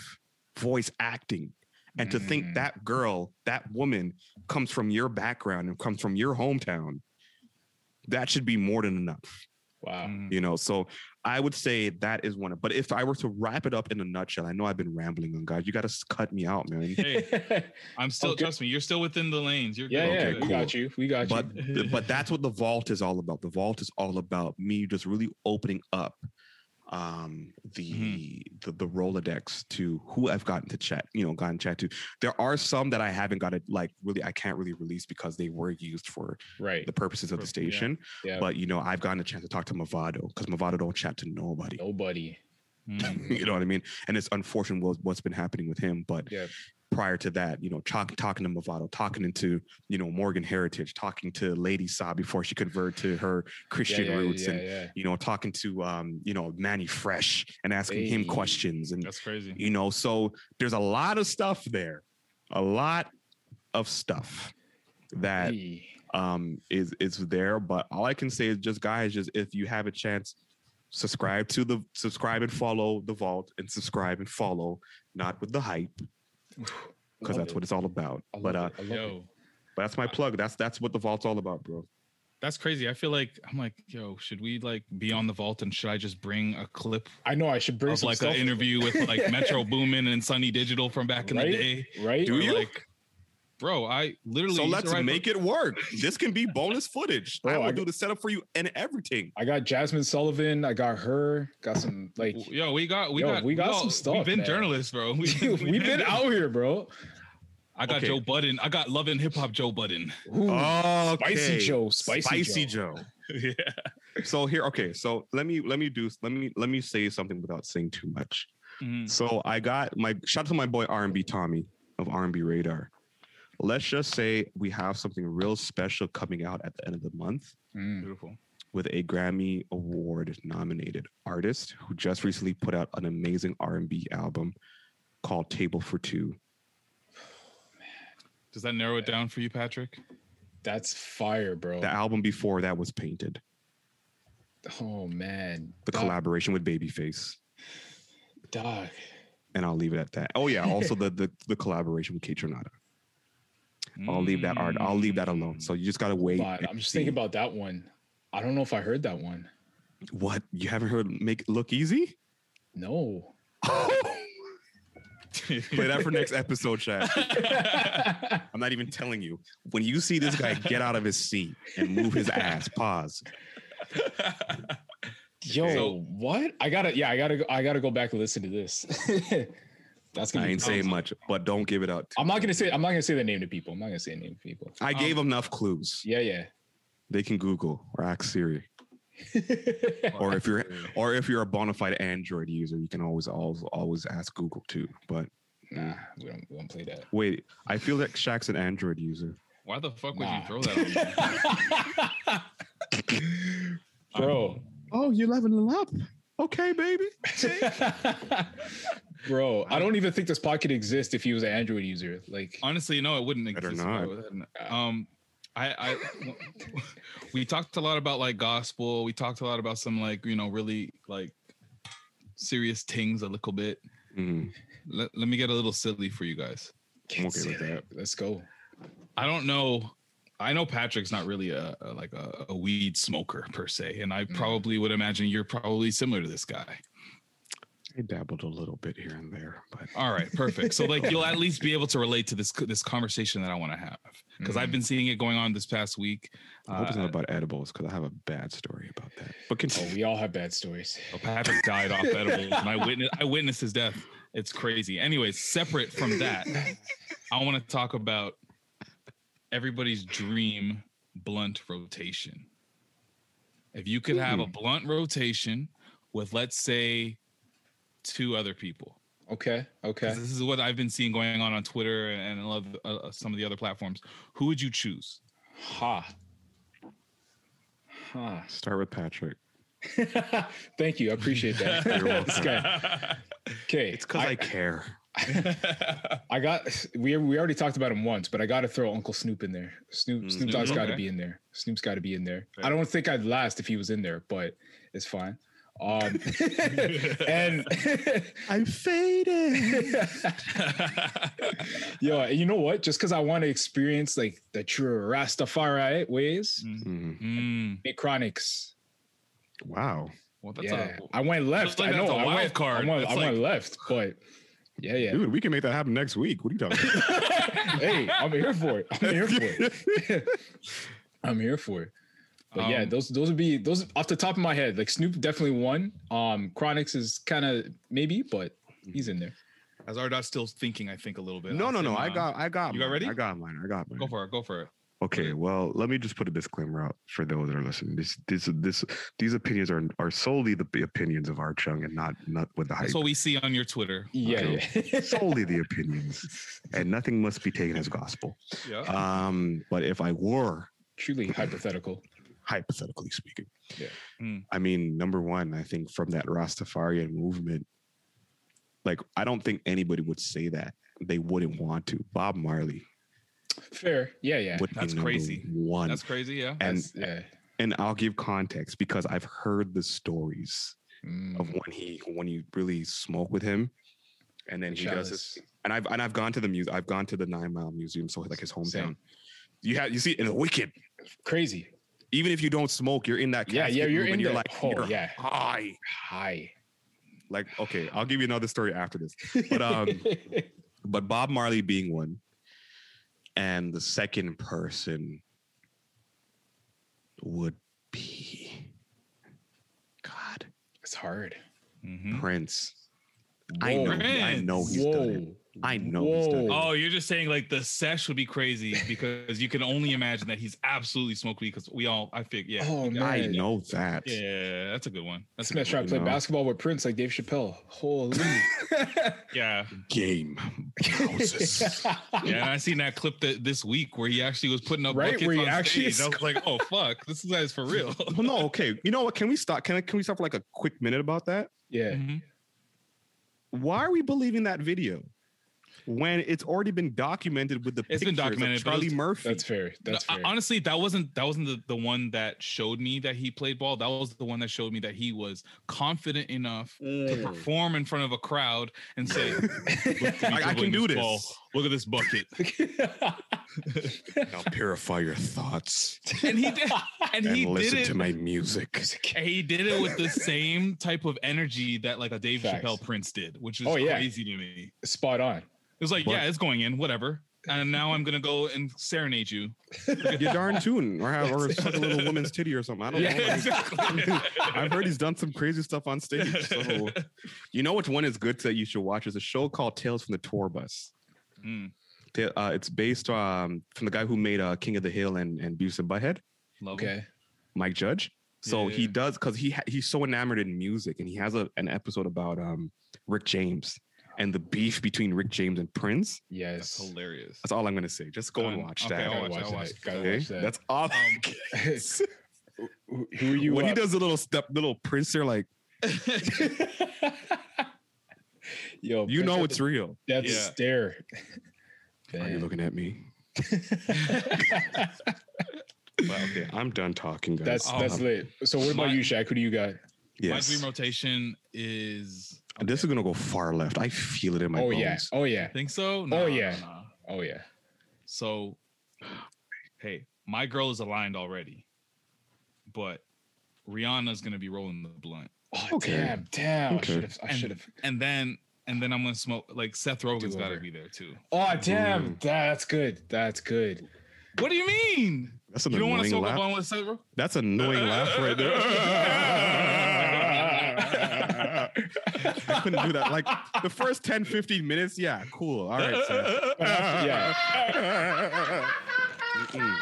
Speaker 4: voice acting. And to think
Speaker 3: Mm.
Speaker 4: that girl, that woman comes from your background and comes from your hometown, that should be more than enough,
Speaker 3: Wow.
Speaker 4: you know? So I would say that is one of, but if I were to wrap it up in a nutshell, I know I've been rambling on guys. You got to cut me out, man.
Speaker 1: Hey, I'm still,
Speaker 3: Okay.
Speaker 1: trust me, you're still within the lanes. You're
Speaker 3: yeah,
Speaker 1: good.
Speaker 3: yeah.
Speaker 4: Okay,
Speaker 3: we
Speaker 4: cool.
Speaker 3: got you. We got
Speaker 4: but
Speaker 3: you.
Speaker 4: but that's what the vault is all about. The vault is all about me just really opening up um the the, the Rolodex to who I've gotten to chat, you know, gotten chat to. There are some that I haven't got to like really I can't really release because they were used for
Speaker 3: Right.
Speaker 4: the purposes of the
Speaker 1: Yeah.
Speaker 4: station.
Speaker 3: Yeah.
Speaker 4: But you know, I've gotten a chance to talk to Movado because Movado don't chat to nobody.
Speaker 3: Nobody.
Speaker 1: Mm.
Speaker 4: you know what I mean? And it's unfortunate what, what's been happening with him. But
Speaker 3: Yeah.
Speaker 4: prior to that, you know, talk, talking to Movado, talking into, you know, Morgan Heritage, talking to Lady Sa before she converted to her
Speaker 3: Yeah,
Speaker 4: Christian
Speaker 3: yeah,
Speaker 4: roots
Speaker 3: yeah,
Speaker 4: and,
Speaker 3: yeah.
Speaker 4: you know, talking to, um, you know, Manny Fresh and asking him
Speaker 3: Hey.
Speaker 4: questions. And,
Speaker 1: That's crazy.
Speaker 4: you know, so there's a lot of stuff there, a lot of stuff that
Speaker 3: Hey.
Speaker 4: um is is there but all i can say is just guys just if you have a chance subscribe to the subscribe and follow the vault and subscribe and follow not with the hype because
Speaker 3: Love
Speaker 4: that's
Speaker 3: it.
Speaker 4: what it's all about
Speaker 3: I
Speaker 4: but uh
Speaker 3: love it. I love it.
Speaker 1: Yo,
Speaker 4: but that's my plug that's that's what the vault's all about bro
Speaker 1: that's crazy. I feel like, I'm like, yo, should we like be on the vault and should I just bring a clip
Speaker 3: I know I should bring
Speaker 1: of
Speaker 3: some
Speaker 1: like an
Speaker 3: stuff
Speaker 1: interview with like Metro Boomin and Sunny Digital from back in
Speaker 3: right?
Speaker 1: the day?
Speaker 3: Right?
Speaker 4: Do
Speaker 1: Or,
Speaker 4: you?
Speaker 1: Like, bro, I literally.
Speaker 4: so
Speaker 1: used to
Speaker 4: let's
Speaker 1: write for-
Speaker 4: make it work this can be bonus footage i
Speaker 3: Bro,
Speaker 4: will
Speaker 3: Oh, I
Speaker 4: do the setup for you and everything
Speaker 3: I got Jasmine Sullivan. I got her. Got some like
Speaker 1: Yo, we got we
Speaker 3: Yo,
Speaker 1: got
Speaker 3: we got some
Speaker 1: We've
Speaker 3: stuff,
Speaker 1: been
Speaker 3: man.
Speaker 1: journalists, bro. We,
Speaker 3: we've been out here, bro.
Speaker 1: I got
Speaker 4: Okay.
Speaker 1: Joe Budden. I got loving hip hop Joe Budden.
Speaker 3: Ooh,
Speaker 4: oh
Speaker 3: Spicy Joe, spicy,
Speaker 4: spicy
Speaker 3: Joe.
Speaker 4: joe
Speaker 1: yeah.
Speaker 4: so here okay so let me let me do let me let me say something without saying too much
Speaker 3: Mm.
Speaker 1: Mhm.
Speaker 4: So I got my shout out to my boy R&B Tommy of R&B Radar. Let's just say we have something real special coming out at the end of the month
Speaker 3: Mm.
Speaker 1: Beautiful.
Speaker 4: with a Grammy award nominated artist who just recently put out an amazing R&B album called Table for Two.
Speaker 1: Does that narrow it down for you, Patrick?
Speaker 3: That's fire, bro.
Speaker 4: The album before that was Painted,
Speaker 3: oh man,
Speaker 4: the
Speaker 3: Doc-
Speaker 4: collaboration with Babyface.
Speaker 3: Doc.
Speaker 4: And I'll leave it at that. Oh yeah, also the the, the collaboration with Kate Renata. I'll leave that art. I'll leave that alone. So you just gotta wait.
Speaker 3: But
Speaker 4: and
Speaker 3: I'm just
Speaker 4: see.
Speaker 3: thinking about that one. I don't know if I heard that one.
Speaker 4: what you haven't heard. Make it look easy.
Speaker 3: No.
Speaker 4: Play that for next episode, chat. I'm not even telling you. When you see this guy get out of his seat and move his ass, pause.
Speaker 3: Yo,
Speaker 1: So-
Speaker 3: what? I gotta. Yeah, I gotta. go I gotta go back and listen to this. That's gonna.
Speaker 4: I
Speaker 3: Be
Speaker 4: ain't saying much, but don't give it out.
Speaker 3: I'm not gonna say. I'm not gonna say the name to people. I'm not gonna say the name to people.
Speaker 4: I gave him enough clues.
Speaker 3: Yeah, yeah.
Speaker 4: They can Google or ask Siri. or if you're or if you're a bona fide Android user, you can always always always ask Google too. But
Speaker 3: Nah, we don't, we don't play that.
Speaker 4: wait, I feel that Shaq's an Android user.
Speaker 1: Why the fuck would you throw that on me?
Speaker 3: Bro,
Speaker 4: Oh, you're leveling up. Okay, baby.
Speaker 3: bro, I don't even think this pocket exists if he was an Android user. Like,
Speaker 1: Honestly, no, it wouldn't
Speaker 4: Better
Speaker 1: exist.
Speaker 4: not.
Speaker 1: bro. Um, I, I, we talked a lot about like gospel. We talked a lot about some like you know really like serious things a little bit.
Speaker 4: Mm,
Speaker 1: Let, let me get a little silly for you guys.
Speaker 4: I'm okay with that.
Speaker 3: let's go.
Speaker 1: I don't know. I know Patrick's not really a, a- like a, a weed smoker per se, and I probably would imagine you're probably similar to this guy.
Speaker 4: I dabbled a little bit here and there, but
Speaker 1: All right, perfect. So like you'll at least be able to relate to this this conversation that I want to have because I've been seeing it going on this past week.
Speaker 4: I hope it's
Speaker 1: Uh,
Speaker 4: not about edibles because I have a bad story about that. But
Speaker 3: Oh,
Speaker 4: continue.
Speaker 3: we all have bad stories.
Speaker 1: Oh, Patrick died off edibles, and I witnessed I witnessed his death. It's crazy. Anyways, separate from that, I want to talk about everybody's dream blunt rotation. If you could
Speaker 3: Hmm.
Speaker 1: have a blunt rotation with, let's say, two other people,
Speaker 3: Okay, okay.
Speaker 1: 'cause this is what I've been seeing going on on Twitter and love uh, some of the other platforms. Who would you choose?
Speaker 3: Ha. Ha.
Speaker 4: Start with Patrick.
Speaker 3: Thank you. I appreciate that.
Speaker 4: You're welcome.
Speaker 3: This guy. Okay.
Speaker 4: It's because I, care.
Speaker 3: I got we we already talked about him once, but I got to throw Uncle Snoop in there. Snoop Snoop Dogg's
Speaker 1: Snoop,
Speaker 3: got to
Speaker 1: okay.
Speaker 3: be in there. Snoop's got to be in there. I don't think I'd last if he was in there, but it's fine. Um, and
Speaker 4: I'm faded.
Speaker 3: yo, and you know what? Just because I want to experience like the true Rastafari ways,
Speaker 1: Mm-hmm.
Speaker 4: Mm,
Speaker 1: Mm,
Speaker 3: big chronics.
Speaker 4: wow.
Speaker 1: well, that's
Speaker 3: yeah,
Speaker 1: a,
Speaker 3: I went left.
Speaker 1: like
Speaker 3: I know.
Speaker 1: that's a
Speaker 3: I
Speaker 1: wild
Speaker 3: went
Speaker 1: card.
Speaker 3: I went,
Speaker 1: That's
Speaker 3: I went
Speaker 1: like-
Speaker 3: left, but yeah, yeah.
Speaker 4: Dude, we can make that happen next week. What are you talking about?
Speaker 3: hey, I'm here for it. I'm here for it. I'm here for it. But yeah,
Speaker 1: Um,
Speaker 3: those those would be those off the top of my head. Like Snoop definitely won. Um, Chronix is kind of maybe, but he's in there.
Speaker 1: as Ardot's still thinking, I think a little bit.
Speaker 4: no,
Speaker 1: I'll
Speaker 4: no,
Speaker 1: say
Speaker 4: no. I
Speaker 1: mine.
Speaker 4: got, I got,
Speaker 1: You got
Speaker 4: mine.
Speaker 1: ready?
Speaker 4: I got mine. I got mine.
Speaker 1: Go for it. Go for it.
Speaker 4: Okay, well, let me just put a disclaimer out for those that are listening. This, this, this, these opinions are are solely the opinions of our Chung and not not with the hype.
Speaker 1: That's what we see on your Twitter.
Speaker 3: Yeah, yeah.
Speaker 4: solely the opinions, and nothing must be taken as gospel.
Speaker 1: Yeah.
Speaker 4: Um, but if I were
Speaker 3: truly hypothetical.
Speaker 4: hypothetically speaking,
Speaker 3: Yeah.
Speaker 1: Mm.
Speaker 4: I mean, number one, I think from that Rastafarian movement, like I don't think anybody would say that they wouldn't want to. Bob Marley
Speaker 3: Fair. Yeah, yeah.
Speaker 4: would
Speaker 1: That's
Speaker 4: be number
Speaker 1: crazy.
Speaker 4: One,
Speaker 1: That's crazy. Yeah.
Speaker 4: and
Speaker 3: That's- yeah.
Speaker 4: and I'll give context because I've heard the stories
Speaker 3: Mm,
Speaker 4: of when he when you really smoke with him, and then he does this.
Speaker 3: Chalice.
Speaker 4: And I've and I've gone to the muse. I've gone to the Nine Mile Museum, so like his hometown.
Speaker 3: Same.
Speaker 4: You have you see, and it's wicked.
Speaker 3: Crazy.
Speaker 4: Even if you don't smoke, you're in that.
Speaker 3: Yeah, yeah,
Speaker 4: casket
Speaker 3: you're in
Speaker 4: room and you're
Speaker 3: there.
Speaker 4: like,
Speaker 3: Oh,
Speaker 4: you're
Speaker 3: yeah.
Speaker 4: high.
Speaker 3: High.
Speaker 4: Like, okay, I'll give you another story after this. But um, but Bob Marley being one, and the second person would be God.
Speaker 3: it's hard.
Speaker 1: Mhm.
Speaker 4: Prince. I know. I
Speaker 1: Prince.
Speaker 4: know he's done it. I know he's done it.
Speaker 1: Oh, you're just saying like the sesh would be crazy because you can only imagine that he's absolutely smoked weed because we all, I fig yeah.
Speaker 3: Oh, man.
Speaker 4: I know that.
Speaker 1: Yeah. That's a good one. That's
Speaker 3: This
Speaker 1: a
Speaker 3: man
Speaker 1: good
Speaker 3: tried
Speaker 1: one.
Speaker 3: to play
Speaker 4: No.
Speaker 3: basketball with Prince like Dave Chappelle. Holy.
Speaker 1: Yeah.
Speaker 4: Game. Houses.
Speaker 1: Yeah. And I seen that clip that this week where he actually was putting up
Speaker 3: Right,
Speaker 1: buckets
Speaker 3: where he
Speaker 1: on
Speaker 3: actually
Speaker 1: stage. I was like, oh, fuck. This guy's for real.
Speaker 4: well, no, okay. You know what? Can we stop? Can I, can we stop for like a quick minute about that?
Speaker 3: yeah.
Speaker 1: Mhm.
Speaker 4: Why are we believing that video when it's already been documented with the
Speaker 1: It's been
Speaker 4: pictures of
Speaker 1: documented, but it was-
Speaker 4: Charlie Murphy?
Speaker 3: That's fair. That's
Speaker 1: No, I-
Speaker 3: fair.
Speaker 1: uh, honestly, that wasn't that wasn't the, the one that showed me that he played ball. That was the one that showed me that he was confident enough to perform in front of a crowd and say, "Look at me
Speaker 4: I- I can
Speaker 1: dribbling
Speaker 4: do
Speaker 1: ball.
Speaker 4: this."
Speaker 1: Look at this bucket."
Speaker 4: now purify your thoughts
Speaker 1: And he did, and
Speaker 4: and
Speaker 1: he did
Speaker 4: listen
Speaker 1: it.
Speaker 4: to my music.
Speaker 1: and he did it with the same type of energy that like a Dave
Speaker 3: Facts.
Speaker 1: Chappelle Prince did, which is
Speaker 3: Oh, yeah.
Speaker 1: crazy to me.
Speaker 3: Spot on.
Speaker 1: It was like,
Speaker 4: But-
Speaker 1: yeah, it's going in, whatever. And now I'm gonna go and serenade you.
Speaker 4: You're darn tune, or have or suck a little woman's titty or something. I don't know. Like,
Speaker 1: exactly.
Speaker 4: I've heard he's done some crazy stuff on stage. So, you know which one is good that you should watch? There's a show called Tales from the Tour Bus.
Speaker 1: Mm.
Speaker 4: Ta- Uh, it's based um, from the guy who made uh, King of the Hill and, and Beavis and Butthead.
Speaker 1: Love
Speaker 3: Okay.
Speaker 4: Mike Judge. So he
Speaker 1: Yeah.
Speaker 4: does because he ha- he's so enamored in music, and he has a, an episode about um Rick James and the beef between Rick James and Prince.
Speaker 1: That's
Speaker 3: Yes.
Speaker 1: hilarious.
Speaker 4: That's all I'm gonna say. Just go and
Speaker 3: Um,
Speaker 1: Done.
Speaker 4: watch
Speaker 1: Okay,
Speaker 4: that.
Speaker 1: I'll
Speaker 3: Gotta
Speaker 1: watch, I'll watch.
Speaker 3: that. Gotta
Speaker 4: Okay?
Speaker 3: watch that.
Speaker 4: That's all.
Speaker 1: Um,
Speaker 3: Who who are you?
Speaker 4: when he
Speaker 3: uh,
Speaker 4: does a little step, little Prince, they're like,
Speaker 3: yo,
Speaker 4: you
Speaker 3: Prince
Speaker 4: know
Speaker 3: had
Speaker 4: it's
Speaker 3: the
Speaker 4: real.
Speaker 3: death
Speaker 1: Yeah.
Speaker 3: stare.
Speaker 4: Are you
Speaker 3: Damn.
Speaker 4: looking at me? Well, okay, I'm done talking, guys.
Speaker 3: That's
Speaker 1: Oh,
Speaker 3: that's
Speaker 4: Um,
Speaker 3: lit. So what about
Speaker 1: my-
Speaker 3: you, Shaq? Who do you got?
Speaker 1: My
Speaker 4: yes.
Speaker 1: dream rotation is.
Speaker 4: This is gonna go far left. I feel it in my
Speaker 3: oh
Speaker 4: bones.
Speaker 3: yeah. Oh yeah.
Speaker 1: Think so?
Speaker 3: yeah.
Speaker 1: nah.
Speaker 3: Oh yeah.
Speaker 1: So, hey, my girl is aligned already, but Rihanna's gonna be rolling the blunt,
Speaker 3: Oh
Speaker 4: Okay.
Speaker 3: damn, damn.
Speaker 4: Okay.
Speaker 3: I should have I should
Speaker 1: and,
Speaker 3: have.
Speaker 1: and then and then I'm gonna smoke like Seth Rogen's
Speaker 3: Do
Speaker 1: gotta
Speaker 3: over.
Speaker 1: be there too.
Speaker 3: Oh damn. That's good. That's good.
Speaker 1: What do you mean?
Speaker 4: That's an
Speaker 1: you don't want to
Speaker 4: annoying
Speaker 1: smoke a
Speaker 4: laugh.
Speaker 1: blunt with Seth Rogen?
Speaker 4: That's an annoying laugh right there. I couldn't do that. Like the first 10, 15 minutes, yeah, cool. All right, Seth.
Speaker 3: Yeah.
Speaker 4: Mm-mm,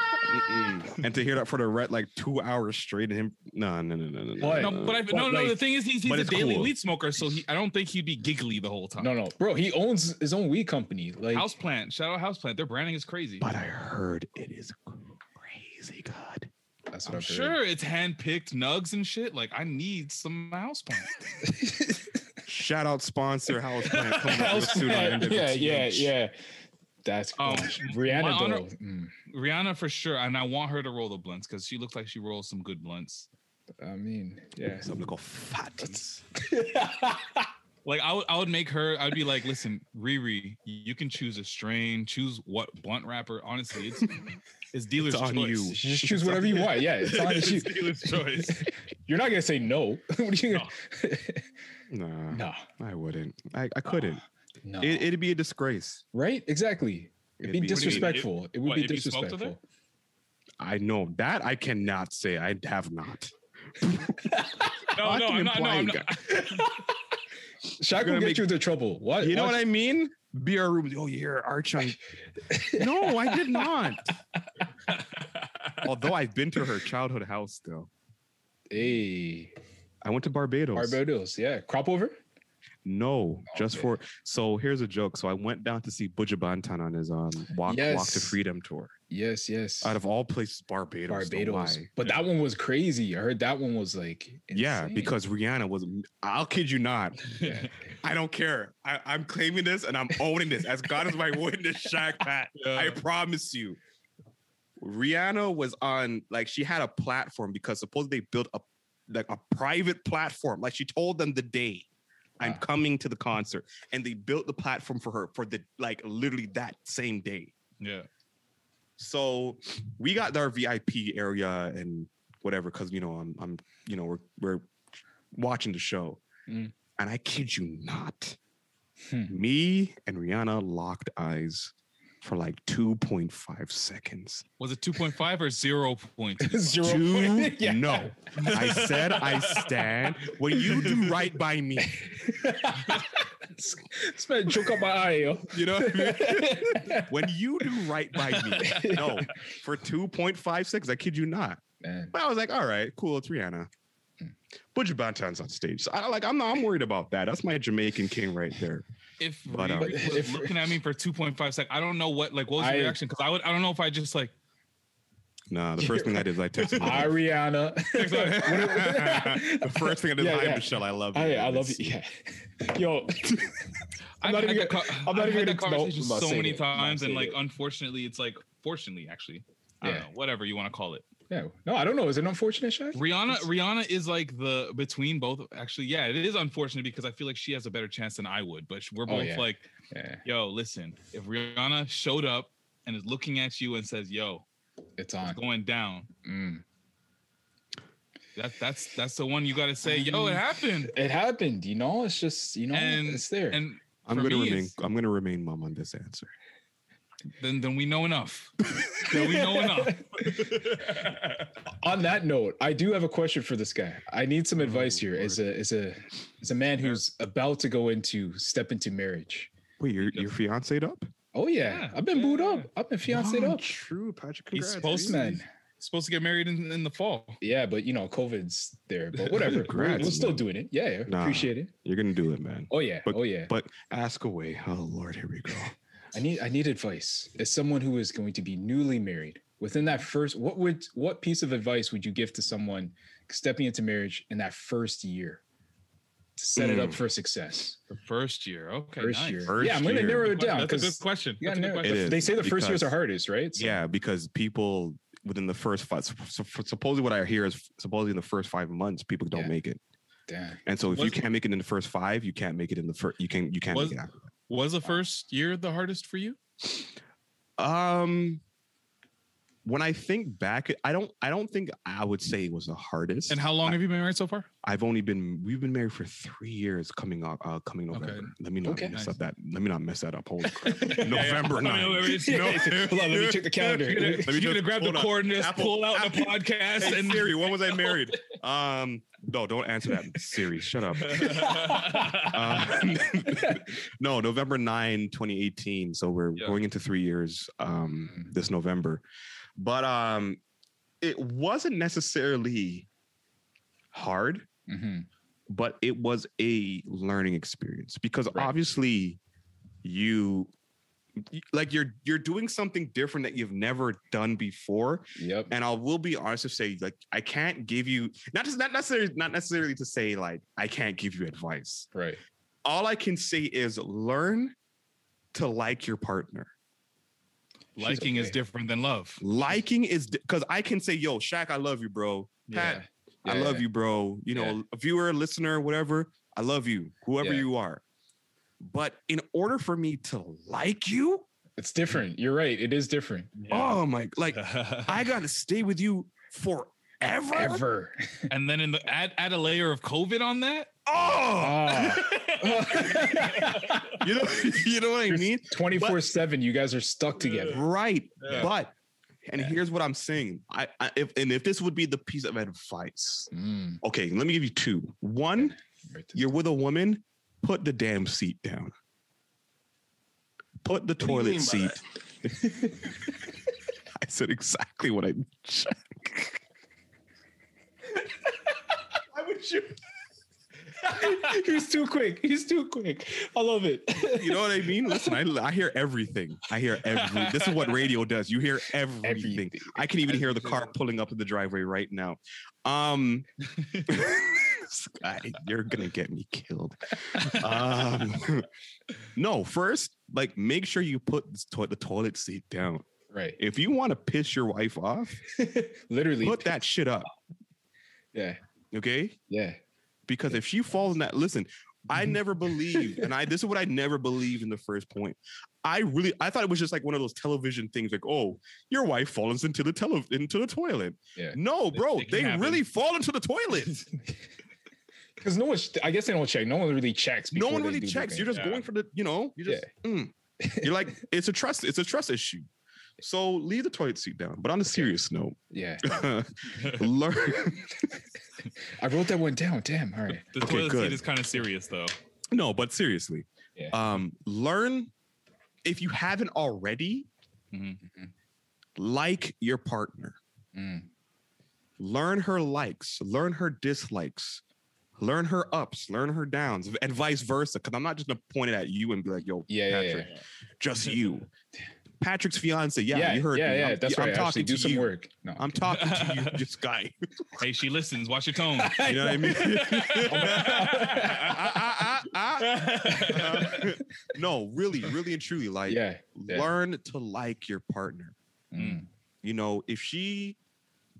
Speaker 4: mm-mm. And to hear that for the ret like two hours straight, and him, no, no, no, no, no, no.
Speaker 3: But-
Speaker 1: No,
Speaker 4: no.
Speaker 1: but I,
Speaker 3: But,
Speaker 1: no, no.
Speaker 3: like-
Speaker 1: the thing is, he's, he's
Speaker 4: but
Speaker 1: a
Speaker 4: it's
Speaker 1: daily
Speaker 4: cool.
Speaker 1: weed smoker, so he, I don't think he'd be giggly the whole time.
Speaker 3: No, no, bro. He owns his own weed company. Like
Speaker 1: Houseplant, shout out Houseplant. Their branding is crazy.
Speaker 4: But I heard it is crazy good.
Speaker 3: that's
Speaker 1: I'm
Speaker 3: what I've heard.
Speaker 1: sure it's handpicked nugs and shit. Like I need some houseplant.
Speaker 4: Shout out sponsor House Plant. Come on, let's do it on
Speaker 3: yeah, yeah,
Speaker 4: NWTH.
Speaker 3: yeah. That's
Speaker 1: Um,
Speaker 3: gosh,
Speaker 1: my
Speaker 3: Rihanna
Speaker 1: honor-
Speaker 3: though. Mm,
Speaker 1: Rihanna for sure, and I want her to roll the blunts because she looks like she rolls some good blunts.
Speaker 3: I mean, yeah.
Speaker 4: Some little fatties.
Speaker 1: Like I would, I would make her. I'd be like, listen, Riri, you can choose a strain, choose what blunt wrapper. Honestly, it's it's dealer's
Speaker 4: It's on
Speaker 1: choice.
Speaker 4: you.
Speaker 3: You just choose whatever you want. Yeah, it's on you.
Speaker 1: It's dealer's choice.
Speaker 3: You're not gonna say no. what are you?
Speaker 1: No.
Speaker 4: Nah,
Speaker 3: Nah,
Speaker 4: I wouldn't. I, I couldn't.
Speaker 3: no.
Speaker 4: It, it'd be a disgrace.
Speaker 3: right? Exactly. It'd be
Speaker 4: It'd be- What do you
Speaker 1: mean? It-
Speaker 3: disrespectful. It would
Speaker 1: what,
Speaker 3: be
Speaker 1: if you smoked with her?
Speaker 3: disrespectful.
Speaker 4: I know that I cannot say I have not.
Speaker 1: No, no, I'm
Speaker 4: Fucking
Speaker 1: not, no, I'm
Speaker 4: implying
Speaker 1: not.
Speaker 3: Shaq
Speaker 4: gonna
Speaker 3: will
Speaker 4: make-
Speaker 3: get you into trouble. What?
Speaker 4: You know what I mean? BR rooms. Oh, you're Archon. no, I did not. Although I've been to her childhood house though.
Speaker 3: Hey,
Speaker 4: I went to Barbados.
Speaker 3: Barbados. Yeah, crop over.
Speaker 4: No, just
Speaker 3: Okay.
Speaker 4: for so here's a joke. So I went down to see Bujabantan on his um walk walk to
Speaker 3: Yes.
Speaker 4: freedom tour.
Speaker 3: Yes, yes.
Speaker 4: Out of all places, Barbados. Barbados.
Speaker 3: Barbados. But that one was crazy. I heard that one was like
Speaker 4: Yeah,
Speaker 3: insane.
Speaker 4: because Rihanna was. I'll kid you not.
Speaker 3: Yeah.
Speaker 4: I don't care. I, I'm claiming this and I'm owning this. As God is my witness, Shaq Pat. I promise you. Rihanna was on like she had a platform because supposedly they built a like a private platform. Like she told them the day I'm
Speaker 3: Ah.
Speaker 4: coming to the concert. And they built the platform for her for the like literally that same day.
Speaker 1: Yeah,
Speaker 4: So we got our VIP area and whatever, because you know, I'm I'm you know, we're we're watching the show.
Speaker 3: Mm.
Speaker 4: And I kid you not,
Speaker 3: Hmm.
Speaker 4: me and Rihanna locked eyes for like 2.5 seconds.
Speaker 1: was it 2.5 or 0.2?
Speaker 3: Zero
Speaker 4: Two,
Speaker 3: Yeah.
Speaker 4: no. I said I stand when you do right by me.
Speaker 3: This man choke up my eye, yo.
Speaker 4: You know what I mean? when you do right by me. No, for 2.5 seconds, I kid you not.
Speaker 3: Man.
Speaker 4: But I was like, all right, cool, it's Rihanna.
Speaker 3: Hmm.
Speaker 4: Butcher Banton's on stage. So I like I'm not I'm worried about that. That's my Jamaican king right there.
Speaker 1: if
Speaker 4: But, um,
Speaker 1: Riri was
Speaker 3: if-
Speaker 1: looking at me for 2.5 sec, I don't know what like what was
Speaker 3: I-
Speaker 1: the reaction because I would I don't know if I just like
Speaker 4: Nah, the first thing I did is I texted my
Speaker 3: Hi,
Speaker 4: wife.
Speaker 3: Rihanna.
Speaker 4: the first thing I did is
Speaker 3: Yeah,
Speaker 4: hi
Speaker 3: yeah.
Speaker 4: Michelle, I love you.
Speaker 3: Hey, I love you. Yeah. Yo, I'm not
Speaker 1: I've had
Speaker 3: even gonna-
Speaker 1: that co-
Speaker 3: I'm not
Speaker 1: I've had
Speaker 3: even
Speaker 1: that
Speaker 3: gonna- no,
Speaker 1: conversation
Speaker 3: I'm not
Speaker 1: so
Speaker 3: saying
Speaker 1: many
Speaker 3: it. I'm not
Speaker 1: times, and
Speaker 3: saying
Speaker 1: like
Speaker 3: it.
Speaker 1: unfortunately, it's like fortunately actually. I
Speaker 3: Yeah.
Speaker 1: don't know, whatever you want to call it.
Speaker 3: yeah. No, I don't know. Is it an unfortunate shot?
Speaker 1: Rihanna, Rihanna is like the between both. Actually, yeah, it is unfortunate because I feel like she has a better chance than I would. But we're
Speaker 3: Oh,
Speaker 1: both
Speaker 3: yeah.
Speaker 1: like,
Speaker 3: Yeah,
Speaker 1: yo, listen, if Rihanna showed up and is looking at you and says, "Yo, it's
Speaker 3: it's on.
Speaker 1: going down,"
Speaker 3: Mm.
Speaker 1: that that's that's the one you got to say,
Speaker 3: Mm-hmm.
Speaker 1: "Yo, it happened."
Speaker 3: It happened, you know. It's just, you know,
Speaker 1: And-
Speaker 3: it's there.
Speaker 1: And
Speaker 4: I'm
Speaker 1: for
Speaker 4: gonna
Speaker 1: me,
Speaker 4: remain
Speaker 1: it's-
Speaker 4: I'm gonna remain mum on this answer.
Speaker 1: then then we know enough. then we know enough.
Speaker 3: On that note, I do have a question for this guy. I need some advice here as a as a as a man who's about to go into step into marriage.
Speaker 4: Wait, your your fiancé'd up?
Speaker 3: Oh yeah,
Speaker 1: Yeah,
Speaker 3: I've been
Speaker 1: yeah,
Speaker 3: booed
Speaker 1: yeah.
Speaker 3: up. I've been fiancéed
Speaker 4: Wow,
Speaker 3: up.
Speaker 4: True, Patrick.
Speaker 1: He's
Speaker 4: Congrats.
Speaker 1: supposed
Speaker 4: man.
Speaker 3: Postman.
Speaker 1: supposed to get married in, in the fall.
Speaker 3: Yeah, but you know, COVID's there, but whatever.
Speaker 4: Congrats,
Speaker 3: we're, we're still
Speaker 4: man.
Speaker 3: doing it. Yeah, yeah.
Speaker 4: Nah.
Speaker 3: Appreciate it.
Speaker 4: You're gonna do it, man.
Speaker 3: Oh yeah.
Speaker 4: But,
Speaker 3: oh yeah.
Speaker 4: But ask away. Oh Lord, here we go.
Speaker 3: I need I need advice. As someone who is going to be newly married, within that first what would what piece of advice would you give to someone stepping into marriage in that first year to set it up
Speaker 4: Mm.
Speaker 3: for success?
Speaker 1: The first year. Okay.
Speaker 3: First
Speaker 1: nice.
Speaker 3: year.
Speaker 4: First
Speaker 3: yeah, I'm gonna
Speaker 4: year.
Speaker 3: narrow it down
Speaker 1: That's a
Speaker 3: because
Speaker 1: good question.
Speaker 3: you
Speaker 1: That's
Speaker 3: gotta
Speaker 1: a good
Speaker 3: narrow-
Speaker 1: question.
Speaker 4: It is,
Speaker 3: they say the first year's
Speaker 4: because-
Speaker 3: are hardest, right? So-
Speaker 4: Yeah, because people within the first five, supposedly what I hear is supposedly in the first five months people don't
Speaker 3: Yeah.
Speaker 4: make it,
Speaker 3: Damn.
Speaker 4: and so if you
Speaker 1: Was-
Speaker 4: can't make it in the first five, you can't make it in the first. You can you can't
Speaker 1: Was-
Speaker 4: make it after.
Speaker 1: Was the first year the hardest for you?
Speaker 4: Um, when I think back, I don't I don't think I would say it was the hardest.
Speaker 1: And how long have you been married so far?
Speaker 4: I've only been we've been married for three years coming up uh, coming
Speaker 1: Okay.
Speaker 4: November. Let me not
Speaker 3: Okay.
Speaker 1: Nice.
Speaker 4: mess up that. Let me not mess that up. Holy crap. November
Speaker 1: Yeah, yeah.
Speaker 4: 9.
Speaker 1: Let me- it's
Speaker 3: Yeah, hold on, let me check the calendar.
Speaker 1: You're gonna,
Speaker 4: Let me
Speaker 1: you're
Speaker 4: just-
Speaker 1: gonna grab the
Speaker 4: hold on.
Speaker 1: coordinates,
Speaker 4: Apple-
Speaker 1: pull out the
Speaker 4: Apple-
Speaker 1: podcast,
Speaker 4: Hey,
Speaker 1: and
Speaker 4: Siri, when was I married? Um, no, don't answer that. Siri, shut up. Um, no, November 9, 2018. So we're
Speaker 1: Yeah.
Speaker 4: going into three years um, this November. But um, it wasn't necessarily hard,
Speaker 3: Mhm.
Speaker 4: but it was a learning experience because obviously you like you're you're doing something different that you've never done before
Speaker 3: Yep.
Speaker 4: and I will be honest to say, like, I can't give you not just not necessarily not necessarily to say like I can't give you advice.
Speaker 3: Right.
Speaker 4: All I can say is learn to like your partner.
Speaker 1: liking is
Speaker 3: okay.
Speaker 1: different than love.
Speaker 4: Liking is because I can say, "Yo, Shaq, I love you, bro. Pat, I
Speaker 3: Yeah,
Speaker 4: love
Speaker 3: yeah.
Speaker 4: you, bro. You know, a viewer, listener, whatever. I love you, whoever
Speaker 3: Yeah.
Speaker 4: you are." But in order for me to like you,
Speaker 3: It's different. You're right. It is different.
Speaker 4: oh my, like I gotta stay with you forever.
Speaker 3: Ever.
Speaker 1: and then in the add, add a layer of COVID on that.
Speaker 4: Oh,
Speaker 3: Ah.
Speaker 4: you know, you know what I mean.
Speaker 3: 24 7, you guys are stuck together.
Speaker 4: Right.
Speaker 1: Yeah.
Speaker 4: But and here's what I'm saying. I, I if and if this would be the piece of advice.
Speaker 3: Mm.
Speaker 4: Okay, let me give you two. One,
Speaker 3: Right.
Speaker 4: you're with a woman, put the damn seat down. Put the
Speaker 9: do you mean
Speaker 4: toilet
Speaker 9: by
Speaker 4: seat. I said exactly what I Why would you?
Speaker 3: He's too quick. He's too quick. I love it.
Speaker 4: You know what I mean? Listen, I, I hear everything. I hear every. This is what radio does. You hear everything. I can even hear the car pulling up in the driveway right now. Um, Sky, you're gonna get me killed. Um, no, first, like, make sure you put this toi- the toilet seat down.
Speaker 3: Right.
Speaker 4: If you want to piss your wife off,
Speaker 3: Literally.
Speaker 4: put that shit up,
Speaker 3: Yeah.
Speaker 4: okay?
Speaker 3: Yeah.
Speaker 4: because if she falls in that listen i
Speaker 3: Mm-hmm.
Speaker 4: never believed and i this is what i never believed in the first point i really i thought it was just like one of those television things like oh your wife falls into the tele into the toilet
Speaker 3: Yeah.
Speaker 4: no bro
Speaker 1: it can
Speaker 4: they
Speaker 1: happen.
Speaker 4: really fall into the toilet
Speaker 3: Because no one's, I guess they don't check. No one really checks.
Speaker 4: no
Speaker 3: before
Speaker 4: one
Speaker 3: they
Speaker 4: really
Speaker 3: do the
Speaker 4: checks
Speaker 3: thing.
Speaker 4: you're just
Speaker 1: Yeah.
Speaker 4: going for the you know you're just mm. you're like it's a trust it's a trust issue so leave the toilet seat down but on a serious note
Speaker 3: yeah.
Speaker 4: learn
Speaker 3: I wrote that one down. Damn. All right.
Speaker 1: The
Speaker 4: Okay,
Speaker 1: toilet
Speaker 4: good.
Speaker 1: seat is kind of serious though.
Speaker 4: No, but seriously,
Speaker 3: Yeah.
Speaker 4: um, learn if you haven't already,
Speaker 3: Mm-hmm,
Speaker 1: Mhm.
Speaker 4: like your partner.
Speaker 3: Mm.
Speaker 4: Learn her likes, learn her dislikes, learn her ups, learn her downs, and vice versa. Because I'm not just gonna point it at you and be like, "Yo,
Speaker 3: Yeah, yeah,
Speaker 4: Patrick, just you." Patrick's fiance, yeah,
Speaker 3: yeah.
Speaker 4: you heard
Speaker 3: yeah.
Speaker 4: me.
Speaker 3: Yeah.
Speaker 4: I'm,
Speaker 3: That's
Speaker 4: I'm
Speaker 3: right.
Speaker 4: talking
Speaker 3: Actually,
Speaker 4: to
Speaker 3: do some
Speaker 4: you.
Speaker 3: work. No.
Speaker 4: I'm talking to you, this guy.
Speaker 1: Hey, she listens. Watch your tone.
Speaker 4: You know what I mean? Ah, ah, ah, ah. no, really, really and truly, like,
Speaker 3: yeah. yeah.
Speaker 4: learn to like your partner.
Speaker 3: Mm.
Speaker 4: You know, if she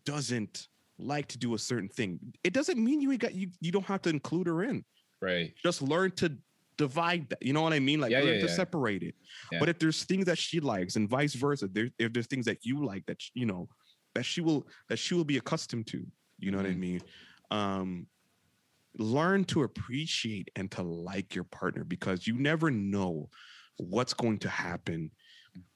Speaker 4: doesn't like to do a certain thing, it doesn't mean you ain't got you. You don't have to include her in.
Speaker 3: Right.
Speaker 4: Just learn to divide that. You know what I mean? Like
Speaker 3: Yeah,
Speaker 4: learn
Speaker 3: yeah,
Speaker 4: to
Speaker 3: yeah.
Speaker 4: separate it.
Speaker 3: Yeah.
Speaker 4: But if there's things that she likes and vice versa, there, if there's things that you like that sh- you know that she will that she will be accustomed to. You know what I
Speaker 3: Mm-hmm.
Speaker 4: mean? Um, learn to appreciate and to like your partner because you never know what's going to happen.